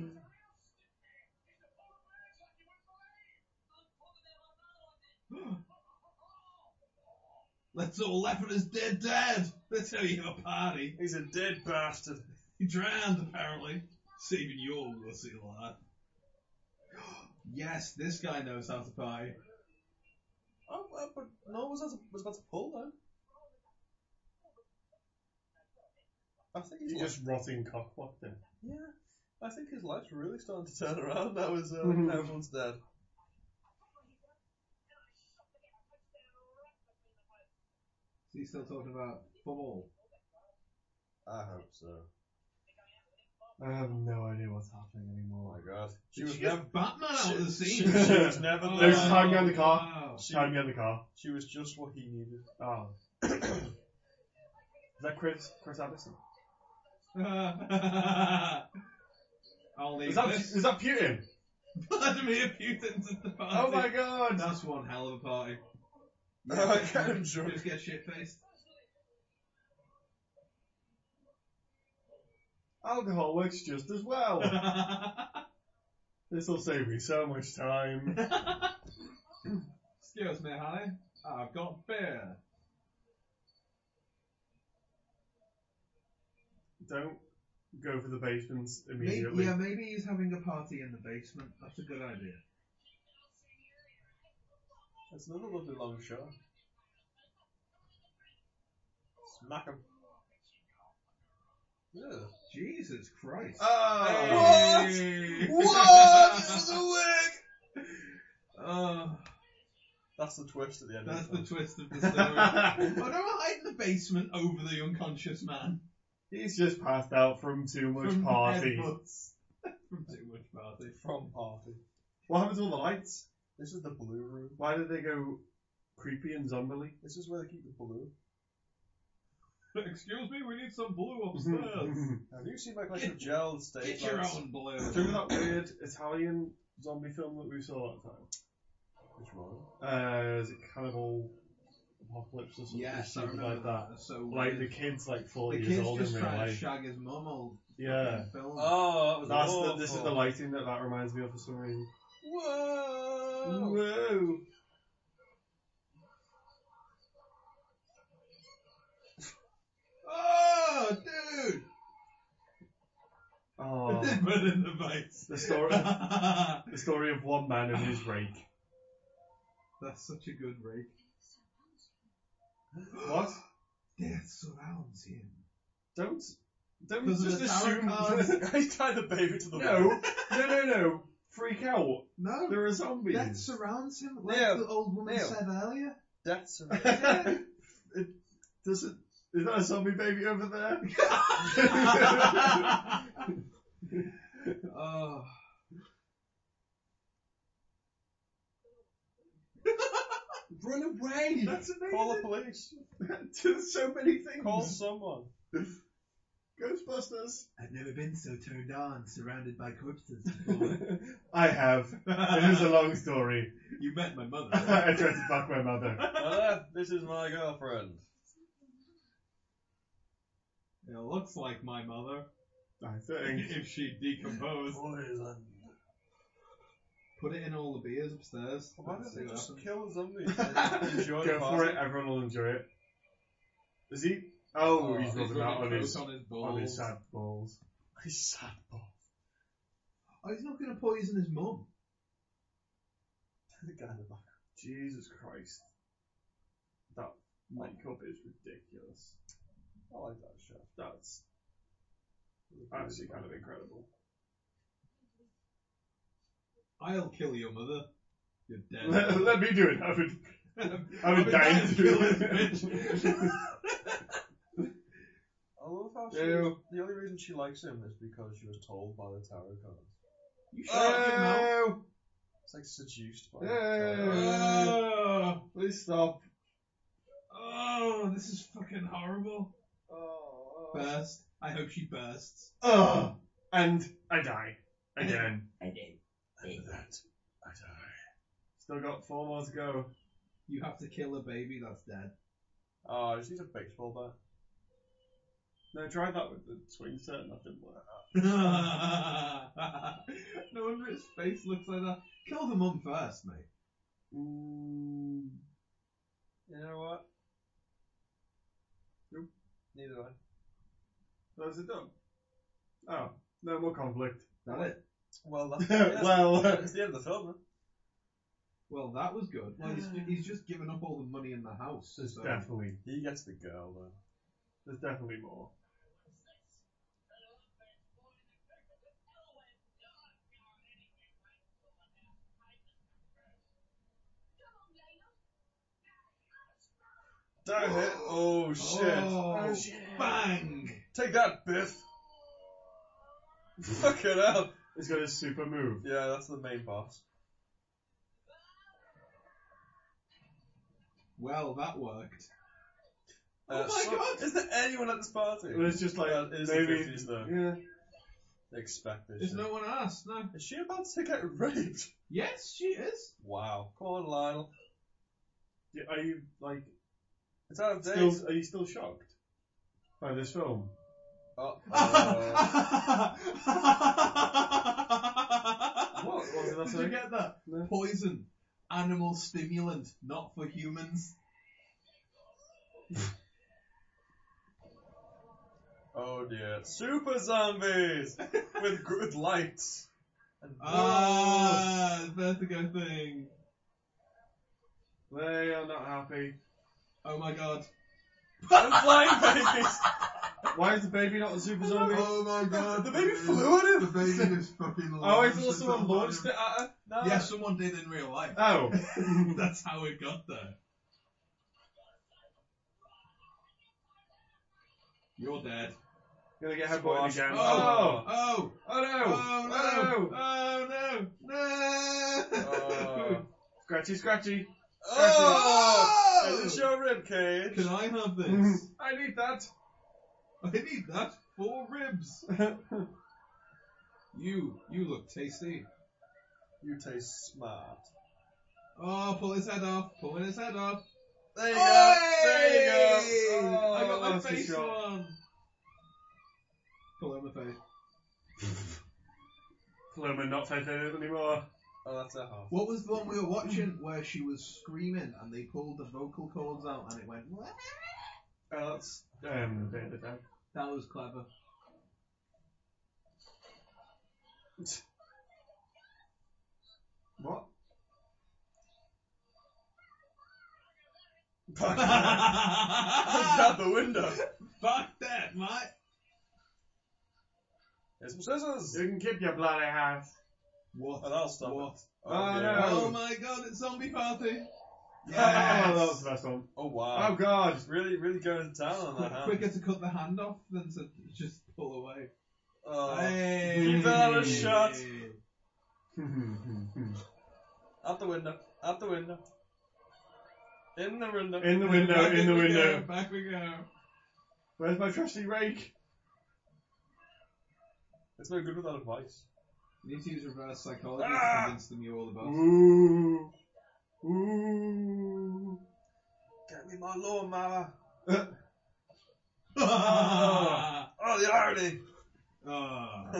[SPEAKER 2] Let's all laugh at his dead dad. That's how you have a party.
[SPEAKER 1] *laughs* He's a dead bastard.
[SPEAKER 2] He drowned, apparently. Saving your wussy life. *gasps* yes, this guy knows how to party.
[SPEAKER 1] Oh, uh, but no one was, about to- was about to pull then. I think he's
[SPEAKER 3] He's just rotting cock blocked him.
[SPEAKER 1] Yeah, I think his life's really starting to turn around. That was
[SPEAKER 3] *laughs*
[SPEAKER 1] uh,
[SPEAKER 3] Mhm.
[SPEAKER 1] everyone's dead.
[SPEAKER 2] Is he still talking about football?
[SPEAKER 1] I hope so.
[SPEAKER 3] I have no idea what's happening
[SPEAKER 1] Oh
[SPEAKER 3] anymore.
[SPEAKER 1] my god, she
[SPEAKER 2] Did
[SPEAKER 1] was
[SPEAKER 3] *laughs*
[SPEAKER 2] she
[SPEAKER 1] never.
[SPEAKER 2] get Batman out of the
[SPEAKER 1] She,
[SPEAKER 2] scene.
[SPEAKER 1] she was never.
[SPEAKER 2] Oh,
[SPEAKER 3] No, she's
[SPEAKER 1] there.
[SPEAKER 3] hiding behind the car.
[SPEAKER 2] *laughs* wow.
[SPEAKER 1] She,
[SPEAKER 3] Time in the car.
[SPEAKER 1] she was just what he needed.
[SPEAKER 3] Oh. *coughs* Is that Chris Chris Addison?
[SPEAKER 2] I'll leave
[SPEAKER 3] Is that *laughs*
[SPEAKER 2] this. *laughs*
[SPEAKER 3] is that Putin?
[SPEAKER 2] Vladimir Putin's at the party.
[SPEAKER 4] Oh my god!
[SPEAKER 2] That's one hell of a party.
[SPEAKER 4] No, I can't enjoy
[SPEAKER 2] Just get shit faced.
[SPEAKER 3] Alcohol works just as
[SPEAKER 2] *laughs*
[SPEAKER 3] well. This'll save me so much time.
[SPEAKER 2] Excuse me, honey. I've got beer.
[SPEAKER 3] Don't go for the basements
[SPEAKER 2] Maybe,
[SPEAKER 3] immediately.
[SPEAKER 2] yeah, maybe he's having a party in the basement. That's a good idea.
[SPEAKER 1] That's another lovely long shot. Smack him. Yeah.
[SPEAKER 2] Jesus Christ.
[SPEAKER 4] Oh!
[SPEAKER 1] *laughs*
[SPEAKER 2] Hey.
[SPEAKER 3] *laughs*
[SPEAKER 4] What? What? This is a wig!
[SPEAKER 2] Oh,
[SPEAKER 1] That's the twist at the end
[SPEAKER 2] that's
[SPEAKER 1] of *laughs*
[SPEAKER 2] the
[SPEAKER 1] it.
[SPEAKER 2] twist of the story.
[SPEAKER 3] *laughs*
[SPEAKER 2] I don't want to hide in the basement over the unconscious man.
[SPEAKER 3] He's just passed out from too much
[SPEAKER 2] From
[SPEAKER 3] party.
[SPEAKER 2] headbutts. *laughs* From too much party.
[SPEAKER 1] From party.
[SPEAKER 3] What happened to all the lights?
[SPEAKER 1] This is the blue room.
[SPEAKER 3] Why did they go creepy and zombily?
[SPEAKER 1] This is where they keep the blue.
[SPEAKER 2] *laughs* Excuse me, we need some blue
[SPEAKER 3] *laughs*
[SPEAKER 1] Have you seen my collection of gel stage
[SPEAKER 2] Get your
[SPEAKER 1] lights?
[SPEAKER 2] own
[SPEAKER 4] *laughs*
[SPEAKER 2] blue.
[SPEAKER 3] Remember that weird Italian zombie film that we saw at the time?
[SPEAKER 1] Which one?
[SPEAKER 3] Uh, is it Cannibal Apocalypse or something
[SPEAKER 2] Yes, I
[SPEAKER 3] stupid
[SPEAKER 2] remember
[SPEAKER 3] like that?
[SPEAKER 2] That's so
[SPEAKER 3] Like the
[SPEAKER 2] weird.
[SPEAKER 3] kid's like 40
[SPEAKER 2] the
[SPEAKER 3] years
[SPEAKER 2] kid's
[SPEAKER 3] old
[SPEAKER 2] just
[SPEAKER 3] in real
[SPEAKER 2] trying to
[SPEAKER 3] life.
[SPEAKER 2] shag his mum all
[SPEAKER 3] yeah.
[SPEAKER 2] fucking film.
[SPEAKER 1] Oh, that was
[SPEAKER 3] That's the,
[SPEAKER 1] awful.
[SPEAKER 3] this is the lighting that that reminds me of for some reason.
[SPEAKER 1] Whoa!
[SPEAKER 3] Whoa!
[SPEAKER 2] Oh, dude! *laughs*
[SPEAKER 3] Oh,
[SPEAKER 2] Put in the base.
[SPEAKER 3] the story,
[SPEAKER 2] *laughs* That's
[SPEAKER 3] the story of one man and his rake.
[SPEAKER 2] such a good rake.
[SPEAKER 3] What?
[SPEAKER 2] Death surrounds him.
[SPEAKER 3] Don't, don't
[SPEAKER 2] Because of
[SPEAKER 3] just
[SPEAKER 2] the tarot
[SPEAKER 3] assume.
[SPEAKER 2] cards?
[SPEAKER 1] *laughs*
[SPEAKER 2] *laughs*
[SPEAKER 1] I tied the baby to the wall.
[SPEAKER 3] no, no, no, no! Freak out!
[SPEAKER 2] No,
[SPEAKER 3] There are zombies. *laughs*
[SPEAKER 2] death surrounds him, like
[SPEAKER 1] Neil,
[SPEAKER 2] the old woman
[SPEAKER 1] Neil.
[SPEAKER 2] said *laughs* earlier.
[SPEAKER 1] That's
[SPEAKER 3] it doesn't. Is that a zombie baby over there?
[SPEAKER 2] Oh. *laughs*
[SPEAKER 1] Run away!
[SPEAKER 3] That's amazing.
[SPEAKER 1] Call the
[SPEAKER 2] *laughs*
[SPEAKER 1] police.
[SPEAKER 3] There's so many things.
[SPEAKER 1] Call someone.
[SPEAKER 3] Ghostbusters.
[SPEAKER 2] I've never been so turned on, surrounded by *laughs* corpses
[SPEAKER 3] I have. It is a long story. *laughs*
[SPEAKER 2] you met my mother. right?
[SPEAKER 3] I tried to fuck my mother.
[SPEAKER 1] Hello, Ah, this is my girlfriend.
[SPEAKER 2] it looks like my mother.
[SPEAKER 3] I think.
[SPEAKER 2] If she decomposed.
[SPEAKER 1] Poison.
[SPEAKER 2] Put it in all the beers upstairs.
[SPEAKER 1] Why don't
[SPEAKER 2] Let's see
[SPEAKER 1] they
[SPEAKER 2] what
[SPEAKER 1] just
[SPEAKER 2] happens.
[SPEAKER 1] kill a zombie? *laughs* and Enjoy the
[SPEAKER 3] Go for it.
[SPEAKER 1] party.
[SPEAKER 3] Everyone will enjoy it. Is he? Oh,
[SPEAKER 2] Oh,
[SPEAKER 3] he's rubbing that on
[SPEAKER 2] coke
[SPEAKER 3] his
[SPEAKER 2] on his balls.
[SPEAKER 3] on his sad balls.
[SPEAKER 1] He's sad boy.
[SPEAKER 2] Oh, he's not going to poison his mum.
[SPEAKER 1] *laughs* The guy in the back.
[SPEAKER 3] Jesus Christ. That makeup is ridiculous.
[SPEAKER 1] I like that shot.
[SPEAKER 3] That's actually kind of incredible.
[SPEAKER 2] I'll kill your mother. You're
[SPEAKER 3] *laughs* Let,
[SPEAKER 2] dead.
[SPEAKER 3] let me do it. *laughs* I would.
[SPEAKER 2] *laughs*
[SPEAKER 3] I
[SPEAKER 2] I've
[SPEAKER 3] would
[SPEAKER 2] been
[SPEAKER 3] die
[SPEAKER 2] dying
[SPEAKER 3] to
[SPEAKER 2] to
[SPEAKER 3] do *laughs*
[SPEAKER 2] kill
[SPEAKER 3] it.
[SPEAKER 2] this bitch.
[SPEAKER 1] I love how she.
[SPEAKER 3] Ew.
[SPEAKER 1] The only reason she likes him is because she was told by the tarot cards.
[SPEAKER 2] you shut your mouth.
[SPEAKER 1] It's like seduced by.
[SPEAKER 3] Ew. Uh.
[SPEAKER 2] Oh,
[SPEAKER 3] Please stop.
[SPEAKER 2] oh, this is fucking horrible.
[SPEAKER 3] Oh.
[SPEAKER 2] Burst. I hope she bursts.
[SPEAKER 3] Ugh. And I die
[SPEAKER 1] *laughs*
[SPEAKER 3] again.
[SPEAKER 5] I did.
[SPEAKER 1] And that, I die.
[SPEAKER 3] Still got four more to go.
[SPEAKER 2] You have to kill a baby that's dead.
[SPEAKER 1] Oh, I just need a baseball bat.
[SPEAKER 3] No, try that with the swing set, and that didn't work.
[SPEAKER 2] *laughs* no wonder his face looks like that. Kill the mum first, mate.
[SPEAKER 3] Mm,
[SPEAKER 1] You know what?
[SPEAKER 3] Nope.
[SPEAKER 1] Neither do I.
[SPEAKER 3] that was it done. Oh, no more conflict.
[SPEAKER 2] That it.
[SPEAKER 1] Well, that's, that's
[SPEAKER 3] Well-
[SPEAKER 1] that's the end of the film. Huh?
[SPEAKER 2] Well, that was good. Well, he's, he's just given up all the money in the house.
[SPEAKER 3] There's
[SPEAKER 2] so-
[SPEAKER 3] definitely,
[SPEAKER 1] He gets the girl though.
[SPEAKER 3] there's definitely more.
[SPEAKER 1] Down it! Oh shit!
[SPEAKER 2] Oh, bang!
[SPEAKER 1] Take that, Biff! *laughs* Fuck it up!
[SPEAKER 3] He's got his super move.
[SPEAKER 1] Yeah, that's the main boss.
[SPEAKER 2] Well, that worked.
[SPEAKER 1] Uh,
[SPEAKER 2] Oh my
[SPEAKER 1] so-
[SPEAKER 2] God!
[SPEAKER 1] Is there anyone at this party?
[SPEAKER 3] There's just like
[SPEAKER 1] Yeah, it is the
[SPEAKER 3] maybe
[SPEAKER 1] 50s though.
[SPEAKER 3] yeah.
[SPEAKER 1] They expect this.
[SPEAKER 2] There's
[SPEAKER 1] shit.
[SPEAKER 2] no one asked. No.
[SPEAKER 1] Is she about to get raped?
[SPEAKER 2] Yes, she is.
[SPEAKER 1] Wow. Come on, Lionel.
[SPEAKER 3] Yeah, Are you like
[SPEAKER 1] It's out of
[SPEAKER 3] still?
[SPEAKER 1] date.
[SPEAKER 3] Are you still shocked by this film?
[SPEAKER 1] Oh, uh,
[SPEAKER 2] what?
[SPEAKER 1] what? What did I
[SPEAKER 2] Did you
[SPEAKER 1] say?
[SPEAKER 2] get that?
[SPEAKER 3] No.
[SPEAKER 2] *laughs* Poison. Animal stimulant, not for humans.
[SPEAKER 1] Oh dear. Super zombies with good lights. And
[SPEAKER 2] Ah, vertigo thing.
[SPEAKER 3] They are
[SPEAKER 1] *laughs*
[SPEAKER 3] not happy.
[SPEAKER 2] Oh my god.
[SPEAKER 1] and flying babies.
[SPEAKER 3] Why is the baby not a super zombie?
[SPEAKER 2] Oh my god.
[SPEAKER 1] Uh, The baby flew at
[SPEAKER 2] The
[SPEAKER 1] him.
[SPEAKER 2] baby is fucking
[SPEAKER 1] Oh, I
[SPEAKER 2] launched
[SPEAKER 1] thought someone
[SPEAKER 2] itself
[SPEAKER 1] launched
[SPEAKER 2] on
[SPEAKER 1] it
[SPEAKER 2] him.
[SPEAKER 1] at her. No.
[SPEAKER 2] Yeah, someone did in real *laughs* life.
[SPEAKER 3] Oh,
[SPEAKER 2] That's how it got there. You're dead.
[SPEAKER 3] gonna get headbutted
[SPEAKER 1] Squash.
[SPEAKER 3] again.
[SPEAKER 2] Oh! Oh!
[SPEAKER 1] Oh no.
[SPEAKER 2] Oh
[SPEAKER 1] Oh.
[SPEAKER 2] no! Oh no! No!
[SPEAKER 1] Oh.
[SPEAKER 3] Uh, Scratchy, scratchy.
[SPEAKER 1] Oh.
[SPEAKER 2] Oh.
[SPEAKER 1] Is this your rib cage?
[SPEAKER 2] Can I
[SPEAKER 1] *laughs*
[SPEAKER 2] have this?
[SPEAKER 1] I need that.
[SPEAKER 2] I need that for ribs. You, you look tasty.
[SPEAKER 1] You taste smart.
[SPEAKER 2] Oh, pull his head off. Pulling his head off.
[SPEAKER 1] There you go. There
[SPEAKER 2] Hey!
[SPEAKER 1] you go. Oh,
[SPEAKER 2] I got my
[SPEAKER 1] that's a
[SPEAKER 2] face
[SPEAKER 1] shot.
[SPEAKER 2] one. Pull out my face.
[SPEAKER 3] Flumen not taking it anymore.
[SPEAKER 1] Oh, that's a half.
[SPEAKER 2] What was the one we were watching where she was screaming and they pulled the vocal cords out and it went? "Wah?"
[SPEAKER 3] Oh, that's um, Day of the Dead.
[SPEAKER 2] That was clever.
[SPEAKER 3] What?
[SPEAKER 1] Back out- back
[SPEAKER 2] Fuck
[SPEAKER 1] out the window.
[SPEAKER 2] that, mate.
[SPEAKER 1] Here's some scissors.
[SPEAKER 3] *laughs* You can keep your bloody hands.
[SPEAKER 2] What?
[SPEAKER 1] And I'll stop
[SPEAKER 2] What?
[SPEAKER 1] it.
[SPEAKER 3] Oh,
[SPEAKER 1] dear.
[SPEAKER 3] no.
[SPEAKER 2] Oh my god, it's zombie party!
[SPEAKER 3] Oh, that
[SPEAKER 1] *laughs* Yes.
[SPEAKER 3] was the best one.
[SPEAKER 1] Oh wow.
[SPEAKER 3] Oh
[SPEAKER 1] *laughs*
[SPEAKER 3] god.
[SPEAKER 1] It's really, really going to town on that hand.
[SPEAKER 2] Quicker to cut the hand off than to just pull away.
[SPEAKER 1] Oh.
[SPEAKER 2] Hey.
[SPEAKER 1] Give that a shot.
[SPEAKER 3] In
[SPEAKER 1] Out the window. Out the window. In the window.
[SPEAKER 3] the window,
[SPEAKER 2] Back
[SPEAKER 3] in the
[SPEAKER 2] we go,
[SPEAKER 3] window.
[SPEAKER 2] Back we go.
[SPEAKER 3] Where's my trusty rake?
[SPEAKER 1] It's no good without advice.
[SPEAKER 2] You need to use reverse psychology
[SPEAKER 1] Ah!
[SPEAKER 2] to convince them you're all the boss.
[SPEAKER 3] Ooh. Ooh.
[SPEAKER 1] Get me my lawnmower.
[SPEAKER 2] *laughs* Ah.
[SPEAKER 1] Oh, the irony. *laughs*
[SPEAKER 2] Ah.
[SPEAKER 1] I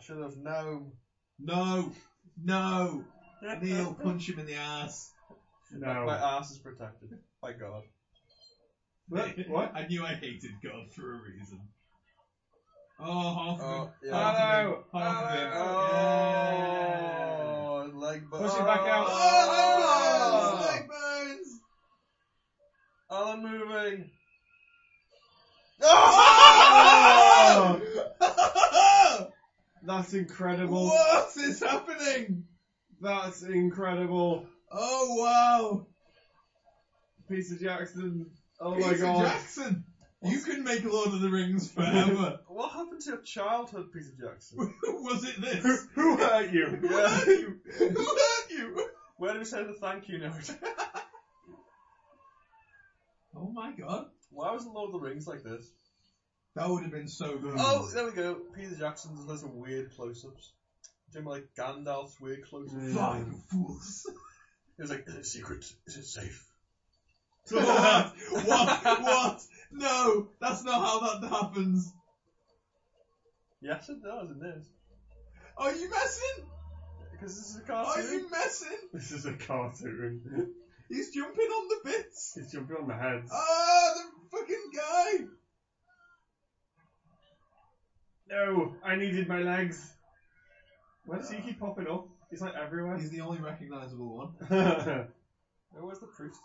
[SPEAKER 1] should have known.
[SPEAKER 2] no, no, Neil, punch him in the ass.
[SPEAKER 1] My
[SPEAKER 3] No.
[SPEAKER 1] ass is protected. By God.
[SPEAKER 3] What? What?
[SPEAKER 2] I knew I hated God for a reason. Oh, half of
[SPEAKER 1] Oh,
[SPEAKER 2] him.
[SPEAKER 1] yeah.
[SPEAKER 2] Half of
[SPEAKER 3] Hello.
[SPEAKER 2] him. Half of him. Yeah.
[SPEAKER 1] Oh, leg bu-
[SPEAKER 3] Push it back out.
[SPEAKER 1] Oh,
[SPEAKER 2] Oh, leg burns! Leg burns!
[SPEAKER 1] Alan moving.
[SPEAKER 3] Oh! That's incredible.
[SPEAKER 2] what is happening?
[SPEAKER 3] That's incredible.
[SPEAKER 2] Oh wow!
[SPEAKER 3] Peter Jackson. Oh my
[SPEAKER 2] Peter
[SPEAKER 3] god.
[SPEAKER 2] Jackson, you can make Lord of the Rings forever.
[SPEAKER 1] *laughs* What happened to your childhood, Peter Jackson?
[SPEAKER 2] *laughs* Was it
[SPEAKER 3] Who,
[SPEAKER 2] this?
[SPEAKER 3] who hurt you?
[SPEAKER 2] Who hurt you? Who hurt you?
[SPEAKER 1] Where do we send the thank you note? *laughs*
[SPEAKER 2] Oh my god,
[SPEAKER 1] Why was Lord of the Rings like this?
[SPEAKER 2] that would have been so good.
[SPEAKER 1] Oh, there we go. Peter Jackson does lots of weird close-ups. Do you remember, like Gandalf's weird close-ups?
[SPEAKER 3] Mm.
[SPEAKER 2] fly, you fools!
[SPEAKER 1] He was like, "Is it secret? Is it safe?"
[SPEAKER 2] *laughs* what? What? What? No, that's not how that happens.
[SPEAKER 1] Yes, it does. It is
[SPEAKER 2] Are you messing?
[SPEAKER 1] because this is a
[SPEAKER 2] Are
[SPEAKER 1] cartoon.
[SPEAKER 2] you messing?
[SPEAKER 3] *laughs* This is a cartoon.
[SPEAKER 2] He's jumping on the bits.
[SPEAKER 3] He's jumping on the heads.
[SPEAKER 2] Ah, the fucking guy!
[SPEAKER 3] No, I needed my legs. Why does he keep popping up? He's like everywhere.
[SPEAKER 2] He's the only recognisable one.
[SPEAKER 1] Where was the priest?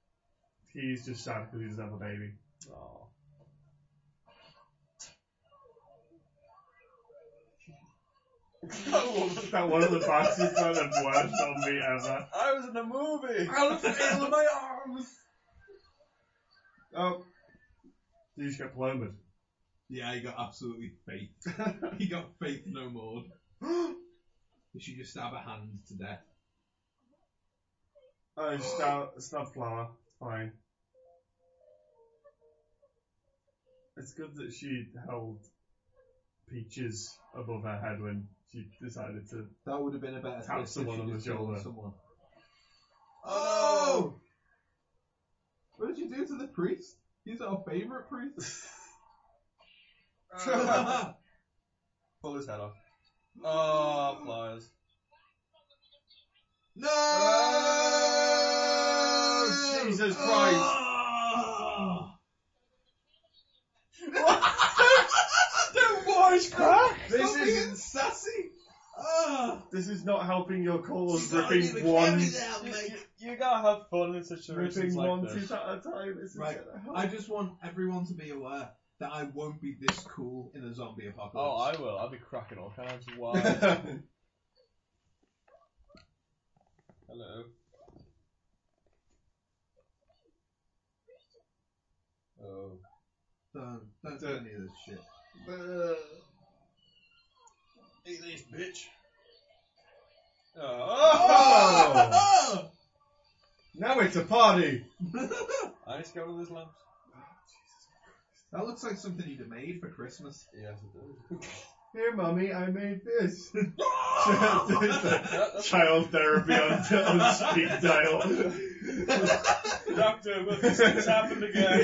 [SPEAKER 3] *laughs* He's just sad because he doesn't have a baby. *laughs*
[SPEAKER 1] Oh. That woman.
[SPEAKER 3] That one of the fastest kind of worst zombie ever.
[SPEAKER 1] I was in a movie. Out of *laughs* the my arms.
[SPEAKER 3] Oh. Did you just get plumbered?
[SPEAKER 2] Yeah, he got absolutely faith. *laughs* he got faith no *gasps* more. They should just stab a hand to death.
[SPEAKER 3] Oh, just stab, stab flower. It's fine. It's good that she held peaches above her head when she decided to.
[SPEAKER 2] That would have been a better
[SPEAKER 3] Tap
[SPEAKER 2] fist if
[SPEAKER 3] someone
[SPEAKER 2] she'd
[SPEAKER 3] on the
[SPEAKER 2] have killed
[SPEAKER 3] shoulder.
[SPEAKER 2] Someone.
[SPEAKER 4] Oh!
[SPEAKER 2] What did you do to the priest? He's our favourite priest. *laughs*
[SPEAKER 1] Pull his head off.
[SPEAKER 4] Oh,
[SPEAKER 1] Pop lies.
[SPEAKER 4] No!
[SPEAKER 1] Jesus Christ!
[SPEAKER 4] Oh!
[SPEAKER 1] Don't wash crap!
[SPEAKER 4] This
[SPEAKER 2] Stop
[SPEAKER 4] is
[SPEAKER 2] being sassy. Ah,
[SPEAKER 3] This is not helping your cause.
[SPEAKER 5] You can't
[SPEAKER 3] Ripping
[SPEAKER 5] even
[SPEAKER 3] one,
[SPEAKER 5] carry
[SPEAKER 1] Oh,
[SPEAKER 5] that, mate.
[SPEAKER 1] You gotta have fun in situations
[SPEAKER 3] ripping
[SPEAKER 1] like
[SPEAKER 3] one
[SPEAKER 1] this.
[SPEAKER 3] tooth at a time. This is
[SPEAKER 2] Right.
[SPEAKER 3] gonna *laughs* help.
[SPEAKER 2] I just want everyone to be aware that I won't be this cool in a zombie
[SPEAKER 1] Oh,
[SPEAKER 2] apocalypse.
[SPEAKER 1] I will. I'll be cracking all *laughs* kinds of wild. Hello. Oh.
[SPEAKER 2] don't don't do any of this shit.
[SPEAKER 1] Eat this, bitch.
[SPEAKER 4] Oh!
[SPEAKER 1] Now it's a party! I need to get one of those lamps.
[SPEAKER 2] That looks like something you'd have made for Christmas.
[SPEAKER 1] Yes, it does.
[SPEAKER 3] Here, mummy, I made
[SPEAKER 1] *laughs*
[SPEAKER 3] this. *laughs*
[SPEAKER 1] That- that's-
[SPEAKER 3] Child therapy on, on speed dial.
[SPEAKER 1] Doctor, look, this has happened *laughs* again. No,
[SPEAKER 2] it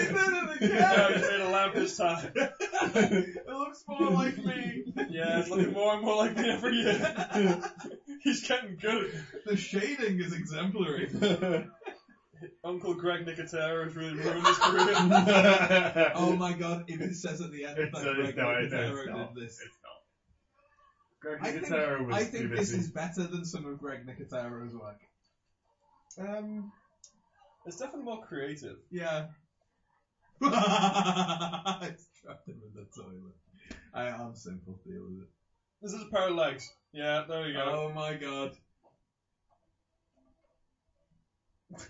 [SPEAKER 1] *laughs* it's made a lamp this time.
[SPEAKER 2] looks more like me.
[SPEAKER 1] Yeah, it's looking more and more like me every year. *laughs* He's getting good.
[SPEAKER 2] The shading is exemplary.
[SPEAKER 1] *laughs* Uncle Greg Nicotero has really ruined his *laughs*
[SPEAKER 3] Um,
[SPEAKER 1] career.
[SPEAKER 2] Oh my god, if it says at the end
[SPEAKER 3] It's,
[SPEAKER 2] that
[SPEAKER 3] uh,
[SPEAKER 2] Greg
[SPEAKER 3] no, it's, uh,
[SPEAKER 2] Nicotero
[SPEAKER 3] it's not.
[SPEAKER 2] did this.
[SPEAKER 3] Greg
[SPEAKER 2] I think-
[SPEAKER 3] Nicotero was
[SPEAKER 2] I think
[SPEAKER 3] too
[SPEAKER 2] this
[SPEAKER 3] busy.
[SPEAKER 2] is better than some of Greg Nicotero's work.
[SPEAKER 1] Um, it's definitely more creative.
[SPEAKER 2] Yeah. *laughs* it's trapped him in the toilet. I am simple deal with it.
[SPEAKER 1] This is a pair of legs. Yeah, there we go.
[SPEAKER 2] Oh my god. *laughs*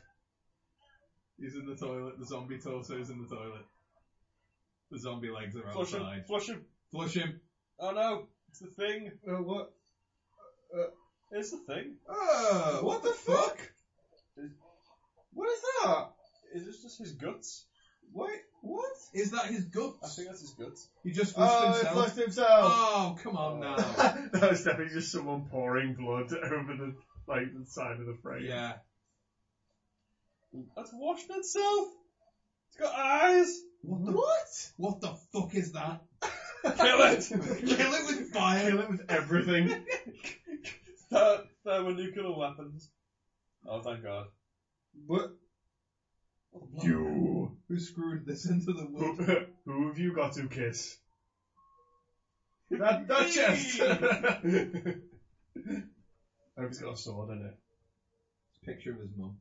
[SPEAKER 2] He's in the toilet, the zombie torso's in the toilet. The zombie legs are
[SPEAKER 1] flush him.
[SPEAKER 2] Oh, outside.
[SPEAKER 1] Flush him.
[SPEAKER 2] Flush him.
[SPEAKER 1] Oh no, it's the thing.
[SPEAKER 3] No, uh, what?
[SPEAKER 1] It's the thing.
[SPEAKER 2] Oh, what the fuck?
[SPEAKER 1] What is that? Is this just his guts?
[SPEAKER 2] Wait, what? Is that his
[SPEAKER 1] I
[SPEAKER 2] guts?
[SPEAKER 1] think that's his guts.
[SPEAKER 2] He just flushed
[SPEAKER 3] Oh, he
[SPEAKER 2] himself.
[SPEAKER 3] flushed himself.
[SPEAKER 2] Oh, come
[SPEAKER 3] *laughs*
[SPEAKER 2] on now.
[SPEAKER 3] that was definitely just someone pouring blood *laughs* over the like the side of the frame.
[SPEAKER 2] yeah.
[SPEAKER 1] That's washed itself. It's got eyes.
[SPEAKER 2] What the, what? What the fuck is that? *laughs*
[SPEAKER 1] Kill it. *laughs*
[SPEAKER 2] Kill it with fire.
[SPEAKER 3] Kill it with everything.
[SPEAKER 1] Ther- Thermonuclear weapons. Oh, thank God.
[SPEAKER 3] what? You.
[SPEAKER 2] Who screwed this into the
[SPEAKER 3] Who, *laughs*
[SPEAKER 2] wood?
[SPEAKER 3] who have you got to kiss? That, that chest. *laughs* I hope it's got a sword in it.
[SPEAKER 2] Picture of his mum.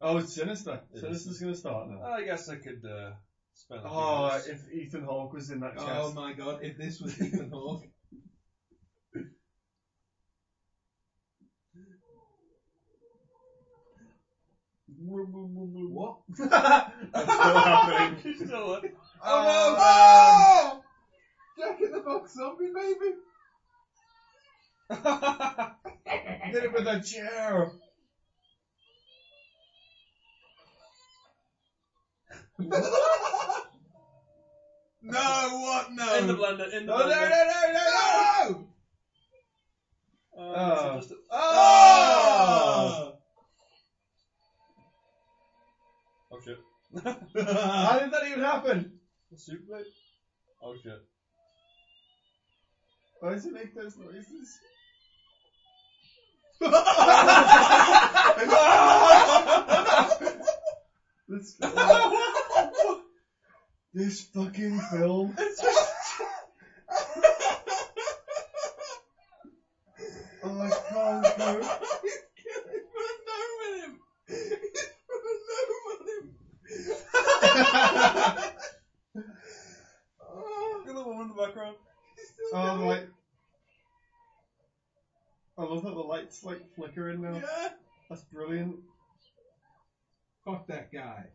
[SPEAKER 3] Oh, it's sinister.
[SPEAKER 1] It is.
[SPEAKER 3] Sinister's gonna start now.
[SPEAKER 1] I guess I could uh, spend. a few
[SPEAKER 3] Oh,
[SPEAKER 1] minutes.
[SPEAKER 3] if Ethan Hawke was in that chest.
[SPEAKER 2] Oh my god, if this was *laughs* Ethan Hawke. what?
[SPEAKER 3] That's still
[SPEAKER 2] *laughs*
[SPEAKER 3] happening.
[SPEAKER 1] She's still up. Um,
[SPEAKER 2] Oh no! Jack in the box zombie baby!
[SPEAKER 3] Hit it with a chair.
[SPEAKER 2] No, what no?
[SPEAKER 1] In the blender. In the
[SPEAKER 2] no, no,
[SPEAKER 3] oh,
[SPEAKER 1] blender.
[SPEAKER 2] no, no, no, no!
[SPEAKER 1] Uh, so
[SPEAKER 3] Oh.
[SPEAKER 1] just a-
[SPEAKER 2] Oh!
[SPEAKER 1] oh shit. *laughs*
[SPEAKER 3] Oh! How did that even happen?
[SPEAKER 1] Super Blade? Oh shit.
[SPEAKER 3] Why does he make those noises?
[SPEAKER 2] *laughs*
[SPEAKER 3] this, *laughs* film. this fucking
[SPEAKER 2] *laughs*
[SPEAKER 3] film. *laughs* Oh, I can't cope.
[SPEAKER 1] *laughs* Look at the woman in the background.
[SPEAKER 3] Oh, my. I love that the light's like flickering now.
[SPEAKER 2] Yeah.
[SPEAKER 3] That's brilliant.
[SPEAKER 2] Fuck that guy.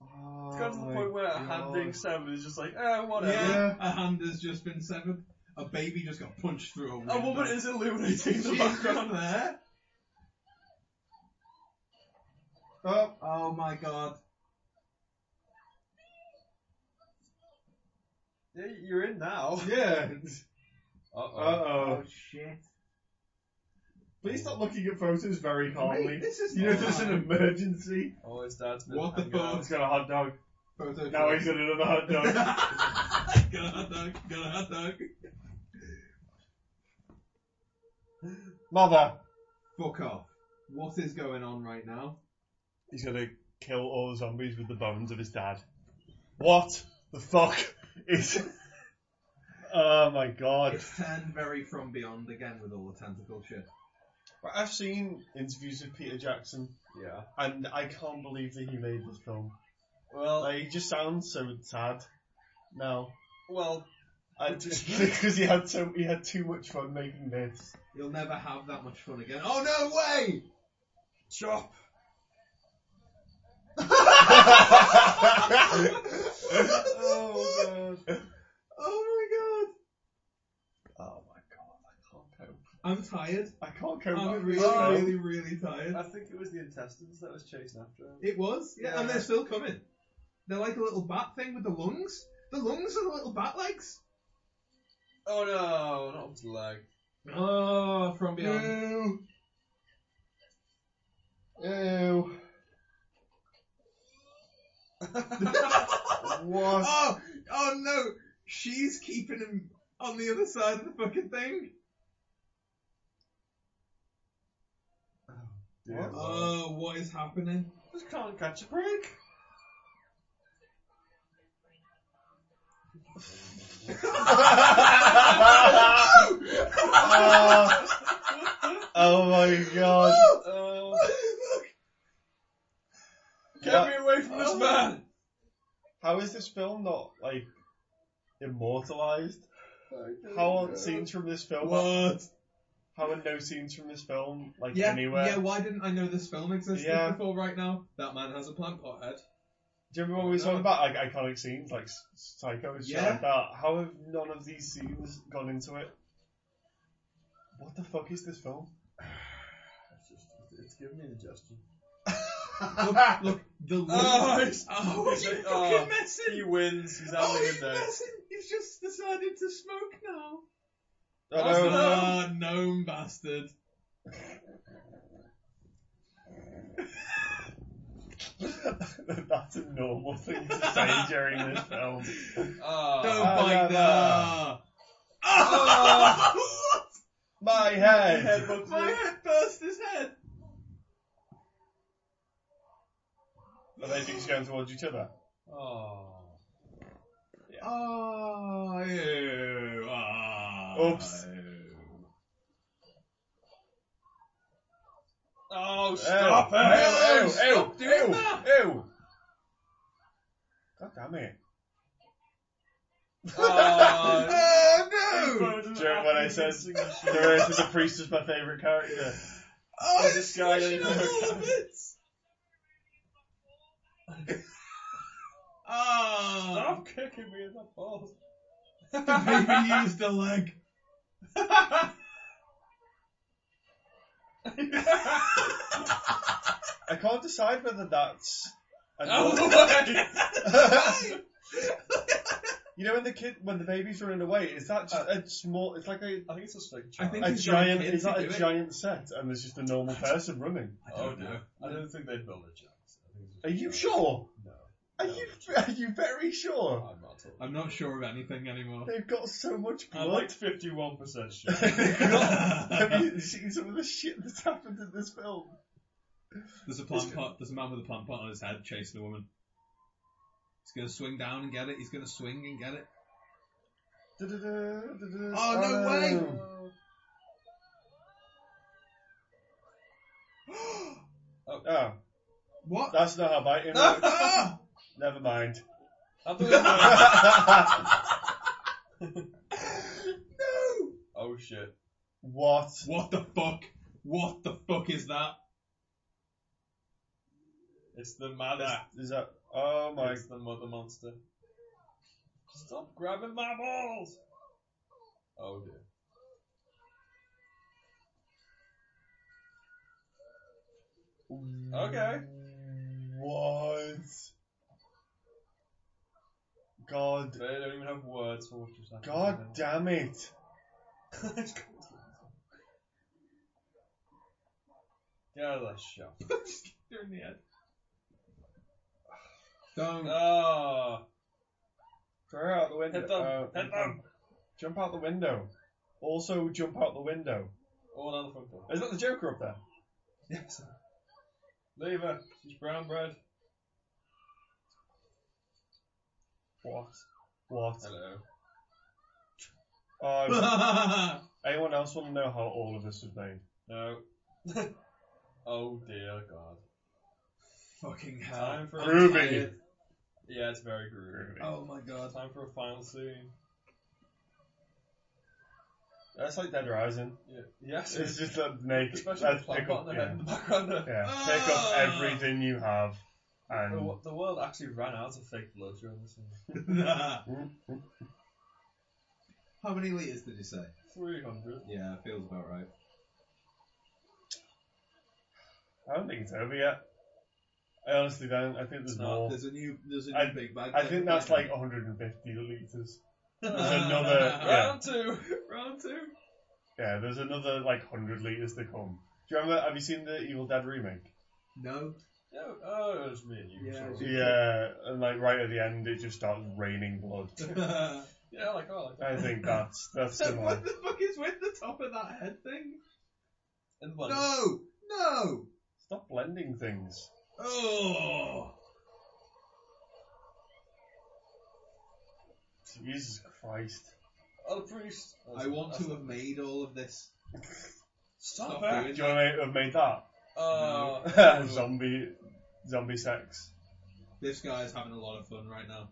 [SPEAKER 3] Oh,
[SPEAKER 7] It's gotten to the point where a hand being seven is just like, eh, whatever.
[SPEAKER 2] Yeah, a hand has just been severed. A baby just got punched through a window.
[SPEAKER 1] Oh,
[SPEAKER 7] A woman is illuminating the
[SPEAKER 2] *laughs* She's
[SPEAKER 7] background.
[SPEAKER 2] just there. Oh, oh my god.
[SPEAKER 1] Yeah, you're in now.
[SPEAKER 3] Yeah. Uh
[SPEAKER 7] Uh-oh.
[SPEAKER 3] oh.
[SPEAKER 8] Oh shit.
[SPEAKER 3] Please stop looking at photos very calmly.
[SPEAKER 2] Mate, this is
[SPEAKER 3] You know, there's an
[SPEAKER 2] fine.
[SPEAKER 3] emergency.
[SPEAKER 1] Oh, his dad's been
[SPEAKER 2] What the
[SPEAKER 1] hanging out.
[SPEAKER 2] fuck?
[SPEAKER 9] He's got a hot dog.
[SPEAKER 2] Photo
[SPEAKER 9] Now he's got another hot
[SPEAKER 1] *laughs*
[SPEAKER 9] dog. *laughs*
[SPEAKER 2] got a hot dog, got a hot dog.
[SPEAKER 3] Mother.
[SPEAKER 2] Fuck off. What is going on right now?
[SPEAKER 9] He's gonna kill all the zombies with the bones of his dad.
[SPEAKER 3] What the fuck?
[SPEAKER 9] It's *laughs* oh my god.
[SPEAKER 2] It's turned very from beyond again with all the tentacle shit.
[SPEAKER 3] Right, I've seen interviews with Peter Jackson,
[SPEAKER 1] Yeah.
[SPEAKER 3] and I can't believe that he made this film.
[SPEAKER 1] Well,
[SPEAKER 3] Like, he just sounds so sad now.
[SPEAKER 1] well,
[SPEAKER 3] I just *laughs* because he had so he had too much fun making
[SPEAKER 1] *laughs*
[SPEAKER 3] this.
[SPEAKER 2] You'll never have that much fun again. Oh no way! *laughs*
[SPEAKER 1] chop. Oh,
[SPEAKER 3] oh god!
[SPEAKER 2] Oh
[SPEAKER 3] Oh my god! I can't cope.
[SPEAKER 2] my god! I'm tired.
[SPEAKER 3] I can't cope.
[SPEAKER 2] I'm
[SPEAKER 3] with
[SPEAKER 2] really,
[SPEAKER 3] this film.
[SPEAKER 2] really, really tired.
[SPEAKER 1] Oh, I think it was the intestines that was chasing after him.
[SPEAKER 2] It was, yeah, and
[SPEAKER 1] Yeah.
[SPEAKER 2] they're still coming. They're like a little bat thing with the lungs. The lungs are the little bat legs.
[SPEAKER 1] Oh no, not his leg.
[SPEAKER 2] Oh, from beyond.
[SPEAKER 3] Ew. Ew. What?
[SPEAKER 2] Oh, oh no! She's keeping him on the other side of the fucking thing.
[SPEAKER 1] Dear Lord.
[SPEAKER 2] Oh, what is happening?
[SPEAKER 1] Just can't catch a break. *laughs*
[SPEAKER 3] oh, oh my god.
[SPEAKER 1] Oh, get
[SPEAKER 3] What?
[SPEAKER 1] me away from this man!
[SPEAKER 3] How is this film not, like, immortalized? How are scenes from this film?
[SPEAKER 2] What?
[SPEAKER 3] How are no scenes from this film, like,
[SPEAKER 2] Yeah,
[SPEAKER 3] anywhere?
[SPEAKER 2] yeah. Why didn't I know this film existed
[SPEAKER 3] Yeah.
[SPEAKER 2] before? Right now, that man has a plant pot head.
[SPEAKER 3] Do you remember when we were talking about, like, iconic scenes, like, s- Psycho and shit
[SPEAKER 2] Yeah.
[SPEAKER 3] like that? How have none of these scenes gone into it? What the fuck is this film?
[SPEAKER 1] It's, just, it's giving me indigestion.
[SPEAKER 2] Look, look the lungs.
[SPEAKER 1] Oh, it's-
[SPEAKER 2] oh, what are you
[SPEAKER 1] oh,
[SPEAKER 2] fucking messing?
[SPEAKER 1] He wins. He's having
[SPEAKER 2] oh,
[SPEAKER 1] a
[SPEAKER 2] he's
[SPEAKER 1] good day. *laughs*
[SPEAKER 2] messing. He's just decided to smoke now.
[SPEAKER 3] I
[SPEAKER 1] That's
[SPEAKER 3] don't know.
[SPEAKER 2] Ah, gnome bastard.
[SPEAKER 3] *laughs* That's a normal thing to
[SPEAKER 2] *laughs*
[SPEAKER 3] say during this film.
[SPEAKER 1] Oh,
[SPEAKER 2] Don't
[SPEAKER 3] ah,
[SPEAKER 2] bite
[SPEAKER 3] ah,
[SPEAKER 2] the.
[SPEAKER 3] ah.
[SPEAKER 2] Oh,
[SPEAKER 3] My head!
[SPEAKER 1] headbutt
[SPEAKER 2] *laughs* my
[SPEAKER 1] him.
[SPEAKER 2] head burst his head.
[SPEAKER 3] Are they just going towards each other?
[SPEAKER 1] Oh.
[SPEAKER 2] Oh, ew, ah,
[SPEAKER 3] Oops.
[SPEAKER 2] ew.
[SPEAKER 1] Oh,
[SPEAKER 3] Stop
[SPEAKER 1] stop
[SPEAKER 3] ew,
[SPEAKER 1] it!
[SPEAKER 3] Ew, ew,
[SPEAKER 2] Stop doing
[SPEAKER 3] ew,
[SPEAKER 2] that.
[SPEAKER 3] ew. God damn it.
[SPEAKER 2] Ah,
[SPEAKER 1] *laughs* Oh,
[SPEAKER 2] Oh
[SPEAKER 3] Do you remember when I said Narrator the Priest is my favourite character?
[SPEAKER 2] Oh,
[SPEAKER 1] Is this guy
[SPEAKER 2] squishing *laughs*
[SPEAKER 1] gonna-
[SPEAKER 2] up all the bits. Ah,
[SPEAKER 1] stop kicking me in the *laughs* balls.
[SPEAKER 2] *laughs* the baby Oh. used a leg.
[SPEAKER 3] I can't decide whether that's. a
[SPEAKER 2] *laughs*
[SPEAKER 3] normal- *laughs*
[SPEAKER 1] Oh,
[SPEAKER 3] you know when the kid, when the baby's running away, is that just a small? It's like a,
[SPEAKER 1] I think it's just like
[SPEAKER 2] Uh, I
[SPEAKER 1] child.
[SPEAKER 2] think
[SPEAKER 3] a
[SPEAKER 2] he's got a
[SPEAKER 3] giant.
[SPEAKER 2] kid
[SPEAKER 3] Is
[SPEAKER 2] to
[SPEAKER 3] that
[SPEAKER 2] do
[SPEAKER 3] a
[SPEAKER 2] it.
[SPEAKER 3] giant set? And there's just a normal person running.
[SPEAKER 2] I don't know.
[SPEAKER 1] Oh, I don't think they'd build a giant. I think it's just
[SPEAKER 3] Are you
[SPEAKER 1] a giant.
[SPEAKER 3] sure?
[SPEAKER 1] No.
[SPEAKER 3] Are you are you very sure?
[SPEAKER 1] I'm not talking.
[SPEAKER 2] I'm not sure of anything *laughs* anymore.
[SPEAKER 3] They've got so much
[SPEAKER 1] I'm
[SPEAKER 3] blood.
[SPEAKER 1] like 51% sure.
[SPEAKER 3] *laughs* Have you seen some of the shit that's happened in this film?
[SPEAKER 2] There's a plant pot. There's a man with a plant pot on his head chasing a woman. He's gonna swing down and get it. He's gonna swing and get it. *gasps*
[SPEAKER 3] Oh no
[SPEAKER 2] Oh, no way.
[SPEAKER 3] Oh,
[SPEAKER 2] *laughs* What?
[SPEAKER 3] that's not how biting works.
[SPEAKER 2] Ah!
[SPEAKER 3] Never mind. *laughs*
[SPEAKER 1] I thought-
[SPEAKER 2] no!
[SPEAKER 1] oh shit.
[SPEAKER 3] what?
[SPEAKER 2] What the fuck? What the fuck is that?
[SPEAKER 1] It's the man.
[SPEAKER 3] Is that Oh my
[SPEAKER 1] It's the mother monster. Stop grabbing my balls! Oh dear. Okay.
[SPEAKER 3] What? God,
[SPEAKER 1] They don't even have words for what just happened.
[SPEAKER 3] God damn it!
[SPEAKER 1] *laughs* Get out of that shop.
[SPEAKER 2] in the head. Don't.
[SPEAKER 1] Ah!
[SPEAKER 3] Throw her out the window.
[SPEAKER 1] Head down,
[SPEAKER 3] uh,
[SPEAKER 1] head down.
[SPEAKER 3] Jump out the window. Also, jump out the window.
[SPEAKER 1] All down the front door.
[SPEAKER 3] Is that the Joker up there?
[SPEAKER 1] Yes. Leave her. She's brown bread.
[SPEAKER 3] What? What?
[SPEAKER 1] Hello.
[SPEAKER 3] *laughs* Uh, anyone else want to know how all of this was made?
[SPEAKER 1] No. *laughs* oh dear God.
[SPEAKER 2] *laughs* Fucking hell.
[SPEAKER 1] Time for
[SPEAKER 3] Groovy.
[SPEAKER 1] A tired... Yeah, it's very groovy.
[SPEAKER 2] Oh my god.
[SPEAKER 1] Time for a final scene.
[SPEAKER 3] That's like
[SPEAKER 1] *laughs*
[SPEAKER 3] Dead Rising.
[SPEAKER 1] Yeah. Yes.
[SPEAKER 3] It's *laughs* just that make
[SPEAKER 1] Especially
[SPEAKER 3] let's
[SPEAKER 1] the plot
[SPEAKER 3] pick
[SPEAKER 1] got in the
[SPEAKER 3] up,
[SPEAKER 1] head
[SPEAKER 3] yeah,
[SPEAKER 1] in the background. there.
[SPEAKER 3] yeah. pick up
[SPEAKER 2] Ah!
[SPEAKER 3] everything you have,
[SPEAKER 1] The,
[SPEAKER 3] and
[SPEAKER 1] wo- the world actually ran out of fake blood during this scene.
[SPEAKER 2] Nah. How many litres did you say?
[SPEAKER 1] 300.
[SPEAKER 2] Yeah, feels about right.
[SPEAKER 3] I don't think it's over yet. I honestly don't. I think there's
[SPEAKER 1] No,
[SPEAKER 3] more.
[SPEAKER 2] There's a new, there's a new
[SPEAKER 3] I-
[SPEAKER 2] big bag.
[SPEAKER 3] I think that's
[SPEAKER 2] *laughs*
[SPEAKER 3] like 150 liters. There's another. Yeah,
[SPEAKER 1] Round two! *laughs* Round two!
[SPEAKER 3] yeah, there's another like 100 liters to come. Do you remember? Have you seen the Evil Dead remake?
[SPEAKER 2] No.
[SPEAKER 1] Yeah, oh, it was me and you.
[SPEAKER 2] Yeah,
[SPEAKER 1] sorry.
[SPEAKER 2] it was you.
[SPEAKER 3] Yeah, and like right at the end, it just starts raining blood.
[SPEAKER 1] Yeah, like, oh, like that.
[SPEAKER 3] I think that's that's similar.
[SPEAKER 2] *laughs* what the fuck is with the top of that head thing?
[SPEAKER 1] In one.
[SPEAKER 2] No! No!
[SPEAKER 3] Stop blending things.
[SPEAKER 2] Oh!
[SPEAKER 3] Jesus Christ.
[SPEAKER 1] Oh, the priest.
[SPEAKER 2] I want to have made all of this.
[SPEAKER 3] *laughs*
[SPEAKER 1] Stop,
[SPEAKER 2] Stop
[SPEAKER 1] it!
[SPEAKER 3] Do you want to have made that?
[SPEAKER 1] Oh,
[SPEAKER 3] zombie, zombie sex.
[SPEAKER 2] This guy's having a lot of fun
[SPEAKER 3] *sighs*
[SPEAKER 2] right now.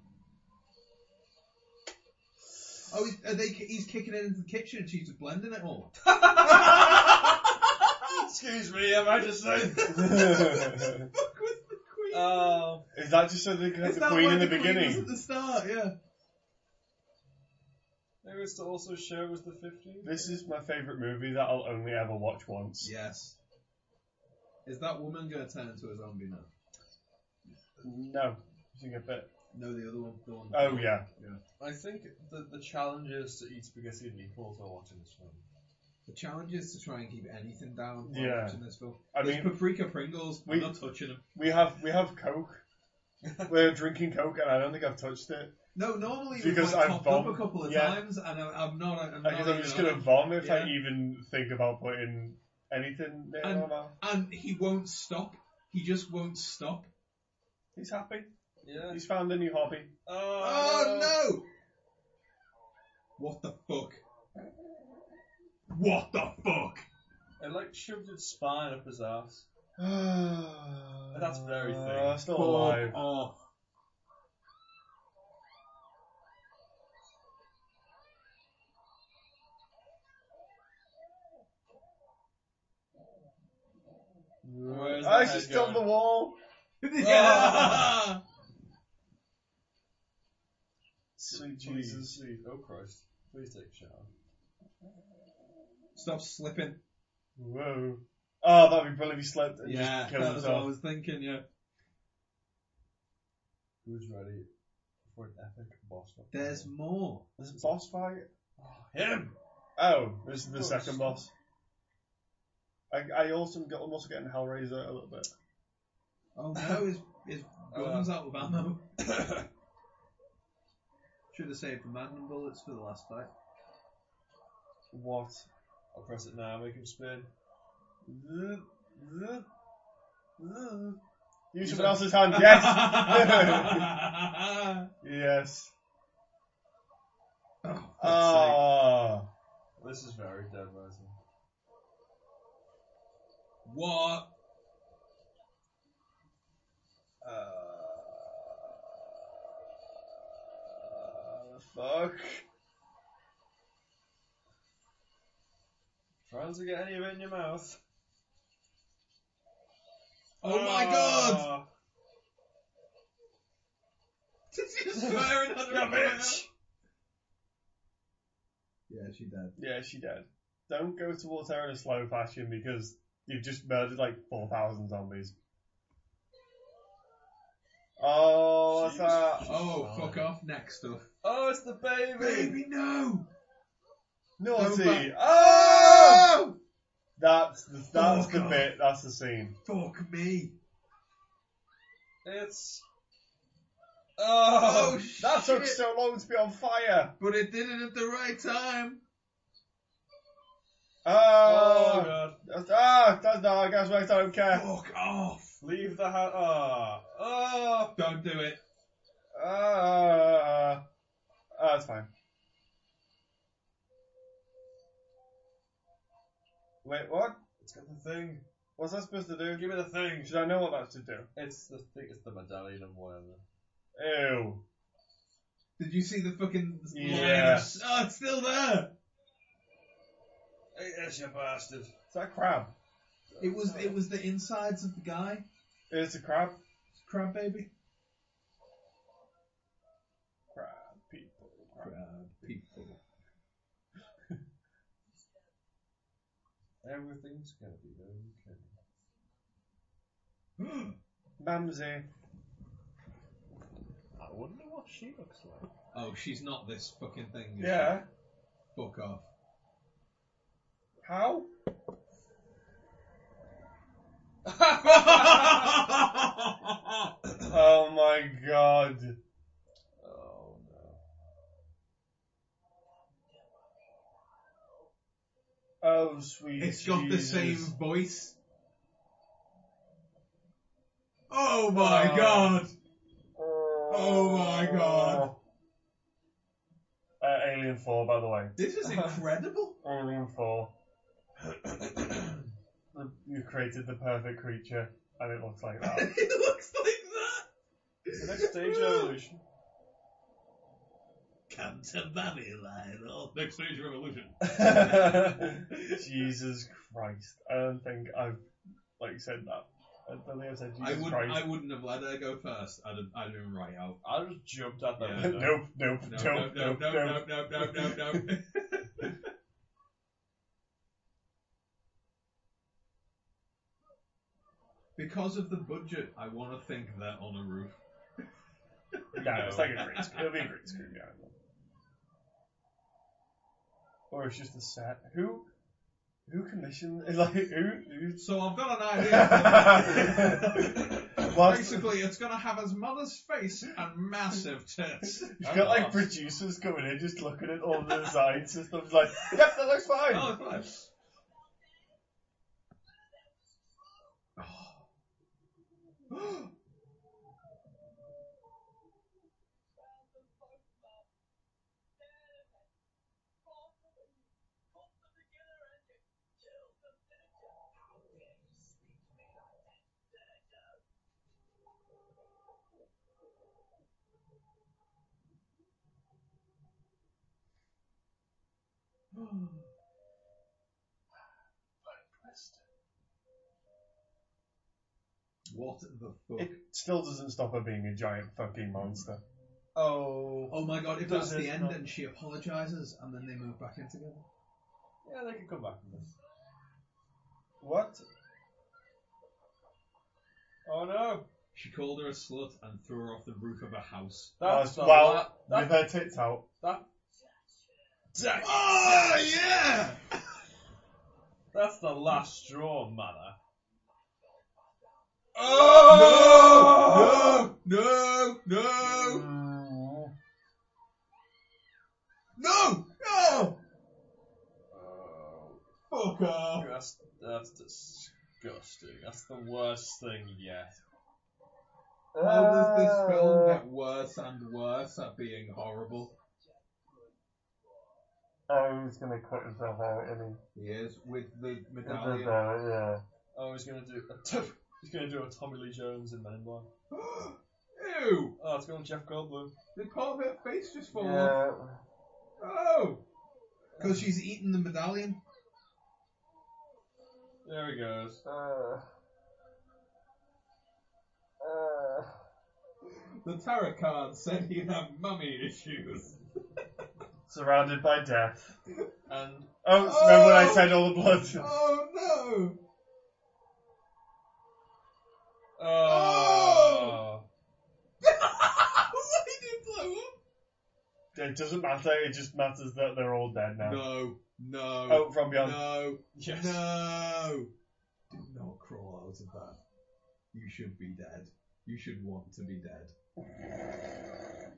[SPEAKER 2] Oh, he's, are they, he's kicking it into the kitchen and she's blending it all. *laughs*
[SPEAKER 1] Excuse me, am I *laughs* just saying?
[SPEAKER 3] Is
[SPEAKER 2] Fuck with the queen!
[SPEAKER 1] Oh,
[SPEAKER 3] that just so they can have
[SPEAKER 2] Is
[SPEAKER 3] the
[SPEAKER 2] that
[SPEAKER 3] queen
[SPEAKER 2] why
[SPEAKER 3] in the,
[SPEAKER 2] was at
[SPEAKER 3] beginning?
[SPEAKER 2] the start, yeah.
[SPEAKER 1] maybe it's to also show us the 50s.
[SPEAKER 3] This is my favourite movie that I'll only ever watch once.
[SPEAKER 2] Yes. Is that woman going to turn into a zombie now?
[SPEAKER 3] No. I think a bit.
[SPEAKER 2] No, the other one. The one
[SPEAKER 3] Oh, yeah.
[SPEAKER 1] I think the, the challenge is to eat spaghetti and meatballs while watching this film.
[SPEAKER 2] The challenge is to try and keep anything down while
[SPEAKER 3] Yeah.
[SPEAKER 2] watching this film.
[SPEAKER 3] I
[SPEAKER 2] There's
[SPEAKER 3] mean,
[SPEAKER 2] paprika Pringles.
[SPEAKER 3] we-
[SPEAKER 2] I'm not touching them.
[SPEAKER 3] we have we have Coke. We're drinking Coke, and I don't think I've touched it.
[SPEAKER 2] No, normally we've
[SPEAKER 3] Because
[SPEAKER 2] like,
[SPEAKER 3] I've
[SPEAKER 2] topped up
[SPEAKER 3] vom-
[SPEAKER 2] a couple of
[SPEAKER 3] yeah.
[SPEAKER 2] times, and I, I'm not. I'm, not
[SPEAKER 3] Because I'm
[SPEAKER 2] even
[SPEAKER 3] just
[SPEAKER 2] on
[SPEAKER 3] going to
[SPEAKER 2] it.
[SPEAKER 3] vomit if I
[SPEAKER 2] Yeah.
[SPEAKER 3] even think about putting anything near
[SPEAKER 2] And-
[SPEAKER 3] my mouth.
[SPEAKER 2] And he won't stop. He just won't stop.
[SPEAKER 3] He's happy.
[SPEAKER 1] Yeah.
[SPEAKER 3] He's found a new hobby. *sighs*
[SPEAKER 2] Oh no! What the fuck? What the fuck?
[SPEAKER 1] It like shoved its spine up his ass.
[SPEAKER 3] That's
[SPEAKER 1] very thin.
[SPEAKER 3] still
[SPEAKER 2] Fuck
[SPEAKER 3] Uh, alive.
[SPEAKER 2] off. *laughs*
[SPEAKER 1] Where's
[SPEAKER 3] Oh,
[SPEAKER 1] that
[SPEAKER 3] she's
[SPEAKER 1] head
[SPEAKER 3] still on
[SPEAKER 1] going?
[SPEAKER 3] the wall. Ah.
[SPEAKER 2] yeah.
[SPEAKER 3] Sweet
[SPEAKER 1] Jesus, sweet. Oh Christ. Please take a shower.
[SPEAKER 2] Stop slipping.
[SPEAKER 3] Whoa. Oh, that'd be brilliant if he slept and
[SPEAKER 2] Yeah,
[SPEAKER 3] just killed
[SPEAKER 2] that was what I
[SPEAKER 3] himself.
[SPEAKER 2] was thinking. Yeah.
[SPEAKER 1] Who's ready for an epic boss fight?
[SPEAKER 2] There's more.
[SPEAKER 3] There's a boss fight?
[SPEAKER 1] Oh, hit him!
[SPEAKER 3] Oh, this is the
[SPEAKER 1] Oh,
[SPEAKER 3] second
[SPEAKER 1] stop.
[SPEAKER 3] boss. I, I also got, I'm also getting Hellraiser a little bit.
[SPEAKER 2] Oh *laughs* no, his, his gun's out of *laughs* ammo. Should have saved the magnum bullets for the last fight.
[SPEAKER 3] What?
[SPEAKER 1] I'll press it now, make him spin.
[SPEAKER 3] Use
[SPEAKER 1] Use
[SPEAKER 3] someone
[SPEAKER 1] it.
[SPEAKER 3] else's hand,
[SPEAKER 2] *laughs*
[SPEAKER 3] yes! *laughs*
[SPEAKER 2] oh,
[SPEAKER 3] yes.
[SPEAKER 2] fuck's sake.
[SPEAKER 3] Ah.
[SPEAKER 1] This is very Dead Rising.
[SPEAKER 2] What?
[SPEAKER 3] Uh, fuck.
[SPEAKER 1] Trying to get any of it in your mouth.
[SPEAKER 2] Oh my Oh god!
[SPEAKER 1] Ah.
[SPEAKER 2] She's *laughs* just swearing at her.
[SPEAKER 3] bitch!
[SPEAKER 2] Yeah, she dead.
[SPEAKER 3] Yeah, she dead. Don't go towards her in a slow fashion because you've just murdered like 4,000 zombies. Oh, what's that?
[SPEAKER 2] Oh,
[SPEAKER 1] Fine.
[SPEAKER 2] fuck off. Next stuff.
[SPEAKER 1] Oh, it's the baby!
[SPEAKER 2] no!
[SPEAKER 3] Naughty!
[SPEAKER 2] Don't
[SPEAKER 1] Ah!
[SPEAKER 3] Oh! That's the, that's
[SPEAKER 2] Oh,
[SPEAKER 3] the
[SPEAKER 2] God.
[SPEAKER 3] bit, that's the scene.
[SPEAKER 2] Fuck me.
[SPEAKER 1] It's.
[SPEAKER 2] Oh,
[SPEAKER 1] Oh!
[SPEAKER 3] That
[SPEAKER 2] shit.
[SPEAKER 3] took so long to be on fire!
[SPEAKER 2] But it did it at the right time.
[SPEAKER 1] Oh,
[SPEAKER 3] Oh!
[SPEAKER 1] God.
[SPEAKER 3] that's- ah, that's no, I guess I don't care.
[SPEAKER 2] Fuck off.
[SPEAKER 1] Leave the house. Oh. Oh.
[SPEAKER 2] Don't do it.
[SPEAKER 3] Ah, ah, ah, ah, that's fine. Wait, what?
[SPEAKER 1] It's got the thing.
[SPEAKER 3] What's that supposed to do?
[SPEAKER 1] Give me the thing.
[SPEAKER 3] Should I know what that's to do?
[SPEAKER 1] It's the thing. It's the medallion and whatever.
[SPEAKER 3] Ew.
[SPEAKER 2] Did you see the fucking line of-
[SPEAKER 3] Yes.
[SPEAKER 2] Oh, it's still there.
[SPEAKER 1] Hey, that's your bastard.
[SPEAKER 3] Is that a crab?
[SPEAKER 2] It was it was the insides of the guy.
[SPEAKER 3] It's a crab.
[SPEAKER 2] Crab baby.
[SPEAKER 3] Crab people. Crab.
[SPEAKER 2] Crab people.
[SPEAKER 1] Everything's gonna be okay.
[SPEAKER 3] Mamsie.
[SPEAKER 10] I wonder what she looks like.
[SPEAKER 2] *gasps* Oh, she's not this fucking thing. is she?
[SPEAKER 3] Yeah.
[SPEAKER 1] *laughs*
[SPEAKER 2] Fuck off.
[SPEAKER 3] How? Oh my god.
[SPEAKER 1] Oh no.
[SPEAKER 3] Oh sweet.
[SPEAKER 2] It's got the
[SPEAKER 3] Jesus.
[SPEAKER 2] same voice. Oh my
[SPEAKER 3] Oh.
[SPEAKER 2] god! Oh my God.
[SPEAKER 3] Uh, Alien 4, by the way.
[SPEAKER 2] This is
[SPEAKER 1] Uh-huh.
[SPEAKER 2] incredible. *laughs*
[SPEAKER 3] Alien
[SPEAKER 2] *coughs*
[SPEAKER 3] 4. The- you created the perfect creature, and it looks like
[SPEAKER 2] *laughs*
[SPEAKER 3] that.
[SPEAKER 2] it looks like
[SPEAKER 1] The next stage of evolution.
[SPEAKER 11] Come to Babylon. Oh,
[SPEAKER 2] that. Next stage revolution. *laughs*
[SPEAKER 3] Jesus Christ. I don't think I've like said that. I don't think I've said
[SPEAKER 2] I
[SPEAKER 3] Jesus
[SPEAKER 2] wouldn't.
[SPEAKER 3] Christ.
[SPEAKER 2] I wouldn't have let her go first. I'd. Have, I'd have been right out.
[SPEAKER 1] I just jumped at that.
[SPEAKER 2] Yeah.
[SPEAKER 1] window.
[SPEAKER 3] nope, nope,
[SPEAKER 2] No,
[SPEAKER 3] nope,
[SPEAKER 2] no,
[SPEAKER 3] nope,
[SPEAKER 2] no, no, no, no, no, no, no.
[SPEAKER 3] *laughs*
[SPEAKER 2] because of the budget, I want to think they're on a roof.
[SPEAKER 3] No, it's like a green screen. It'll be a green screen behind them. Or it's just a set. Who who commissioned *laughs* like who
[SPEAKER 2] *laughs*
[SPEAKER 3] who's
[SPEAKER 2] So I've got an
[SPEAKER 3] *laughs*
[SPEAKER 2] idea.
[SPEAKER 3] Last, you've
[SPEAKER 2] Basically, it's going to have his mother's face and massive tits.
[SPEAKER 3] got like producers coming in just looking at all the design systems like, Yep, that looks fine.
[SPEAKER 2] Oh, nice. *gasps* What the fuck?
[SPEAKER 3] It still doesn't stop her being a giant fucking monster.
[SPEAKER 1] *laughs* Oh.
[SPEAKER 2] oh my god, if
[SPEAKER 1] Does
[SPEAKER 2] that's the
[SPEAKER 1] it
[SPEAKER 2] end
[SPEAKER 1] not-
[SPEAKER 2] and she apologises and then they move back in together.
[SPEAKER 1] Yeah, they can come back from this.
[SPEAKER 3] What?
[SPEAKER 1] Oh no.
[SPEAKER 2] She called her a slut and threw her off the roof of a house.
[SPEAKER 1] That's
[SPEAKER 3] Oh,
[SPEAKER 1] not
[SPEAKER 3] well,
[SPEAKER 1] that. That.
[SPEAKER 3] with her tits out.
[SPEAKER 1] that-
[SPEAKER 2] Oh yeah!
[SPEAKER 1] That's the last straw, manner.
[SPEAKER 2] Oh no! No! No! No! No!
[SPEAKER 1] Oh,
[SPEAKER 2] Fuck off!
[SPEAKER 1] that's, that's disgusting. That's the worst thing yet.
[SPEAKER 3] Oh,
[SPEAKER 2] How does
[SPEAKER 3] uh,
[SPEAKER 2] this film get worse and worse at being horrible?
[SPEAKER 3] Oh, he's gonna cut himself out, isn't
[SPEAKER 2] He is with the
[SPEAKER 3] he?
[SPEAKER 2] medallion.
[SPEAKER 3] Yeah.
[SPEAKER 1] Oh, he's gonna do. A *laughs* he's gonna do a Tommy Lee Jones in Men in Black.
[SPEAKER 2] *gasps* Ew!
[SPEAKER 1] Oh, it's going Jeff Goldblum.
[SPEAKER 2] The part of her face just falls off.
[SPEAKER 3] yeah.
[SPEAKER 2] Oh! Because she's eaten the medallion.
[SPEAKER 1] There he goes.
[SPEAKER 3] Uh, uh,
[SPEAKER 2] The tarot card said he'd have mummy *laughs* issues.
[SPEAKER 3] Surrounded by death.
[SPEAKER 1] And
[SPEAKER 3] Oh, remember when I said all the blood?
[SPEAKER 2] Oh no!
[SPEAKER 1] oh,
[SPEAKER 2] *laughs* Why did it Oh! blow up?
[SPEAKER 3] It doesn't matter. It just matters that they're all dead now.
[SPEAKER 2] No, no,
[SPEAKER 3] Oh, from beyond.
[SPEAKER 2] no,
[SPEAKER 1] yes.
[SPEAKER 2] no! Do not crawl out of that. You should be dead. You should want to be dead.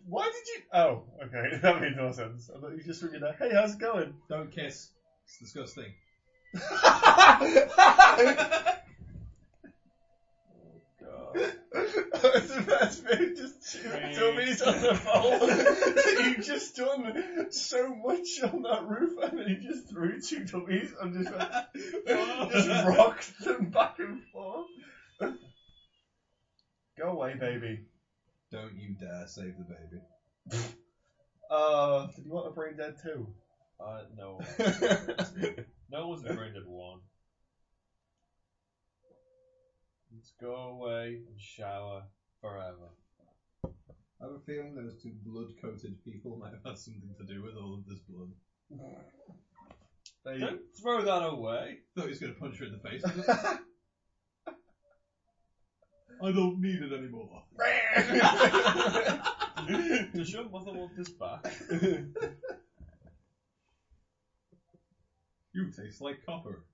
[SPEAKER 3] Why did you? Oh, okay, *laughs* that made no sense. I thought you just figured out. Hey, how's it going? *laughs*
[SPEAKER 2] Don't kiss. It's disgusting.
[SPEAKER 3] *laughs* that was the best bit. Just two dummies on the phone. You've just done so much on that roof, and then you just threw two dummies and just went, just rocked them back and forth. Go away, baby.
[SPEAKER 2] Don't you dare save the baby.
[SPEAKER 3] Uh, did you want a brain dead too?
[SPEAKER 1] Uh, *laughs* no, no one's brain dead one. Let's go away and shower forever.
[SPEAKER 2] I have a feeling those two blood coated people might have had something to do with all of this blood.
[SPEAKER 3] They-
[SPEAKER 1] Don't throw that away. *laughs*
[SPEAKER 2] Thought he was going to punch her in the face. I don't need it anymore.
[SPEAKER 1] Does your mother want this back?
[SPEAKER 2] You taste like copper.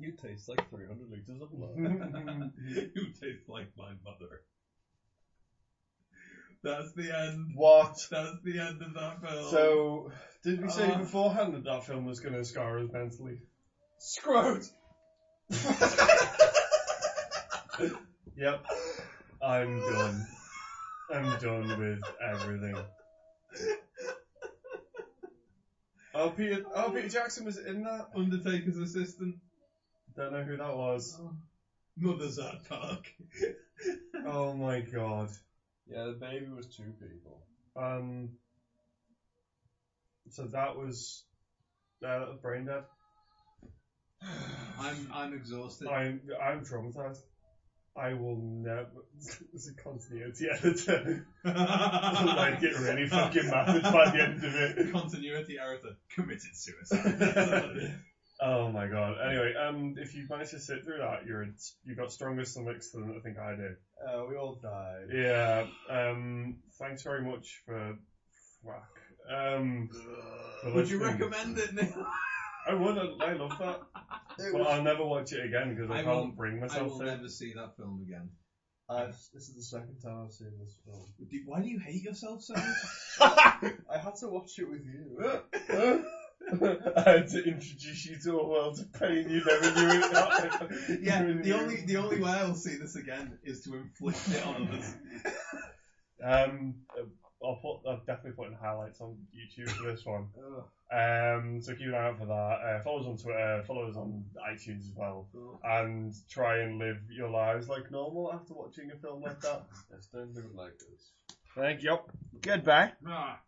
[SPEAKER 1] You taste like 300 litres of blood.
[SPEAKER 2] *laughs* you taste like my mother. That's the end.
[SPEAKER 3] what?
[SPEAKER 2] That's the end of that film.
[SPEAKER 3] So, did we say
[SPEAKER 2] Um, Uh.
[SPEAKER 3] beforehand that that film was going to scar us mentally?
[SPEAKER 1] Scroat!
[SPEAKER 3] *laughs* Yep. I'm done. I'm done with everything. Oh, Peter, oh, Peter Jackson was in that?
[SPEAKER 2] Undertaker's assistant,
[SPEAKER 3] Don't know who that was.
[SPEAKER 2] Mother's at Park.
[SPEAKER 3] Oh my god.
[SPEAKER 1] Yeah, the baby was two people.
[SPEAKER 3] Um. So that was. Uh, that was brain dead.
[SPEAKER 2] I'm I'm exhausted.
[SPEAKER 3] I'm I'm traumatized. I will never. *laughs* It's a continuity editor. *laughs* like it really
[SPEAKER 2] *laughs*
[SPEAKER 3] fucking mattered by the end of it.
[SPEAKER 2] Continuity editor committed
[SPEAKER 3] *laughs*
[SPEAKER 2] suicide.
[SPEAKER 3] Oh my god. Anyway, um, if you managed to sit through that, you're you got stronger stomachs than I think I do.
[SPEAKER 1] Uh, we all died.
[SPEAKER 3] Yeah. Um. Thanks very much for. Whack. Um. for
[SPEAKER 2] Would you
[SPEAKER 3] listening.
[SPEAKER 2] recommend it, Neil?
[SPEAKER 3] I would. I, I love that. But I'll never watch it again because I,
[SPEAKER 2] I
[SPEAKER 3] can't
[SPEAKER 2] will-
[SPEAKER 3] bring
[SPEAKER 2] I
[SPEAKER 3] myself
[SPEAKER 2] will
[SPEAKER 3] to.
[SPEAKER 2] never see that film again.
[SPEAKER 1] I've, this is the second time I've seen this film.
[SPEAKER 2] Do- Why do you hate yourself so much?
[SPEAKER 1] I had to watch it with you. *laughs*
[SPEAKER 3] *laughs* I had to introduce you to a world of pain you never knew it. *laughs* not-
[SPEAKER 2] *laughs* *laughs* yeah,
[SPEAKER 3] you
[SPEAKER 2] the
[SPEAKER 3] knew.
[SPEAKER 2] only the only way I'll see this again is to inflict it on *laughs* others.
[SPEAKER 3] Um, I'll put. I'll definitely put in highlights on YouTube for this one.
[SPEAKER 2] Ugh.
[SPEAKER 3] Um, so keep an eye out for that. Uh, follow us on Twitter. Follow us on iTunes as well. And try and live your lives like normal
[SPEAKER 2] *laughs*
[SPEAKER 3] after watching a film like that.
[SPEAKER 1] Yes, don't do it like this.
[SPEAKER 3] Thank you. Goodbye.
[SPEAKER 2] Ah.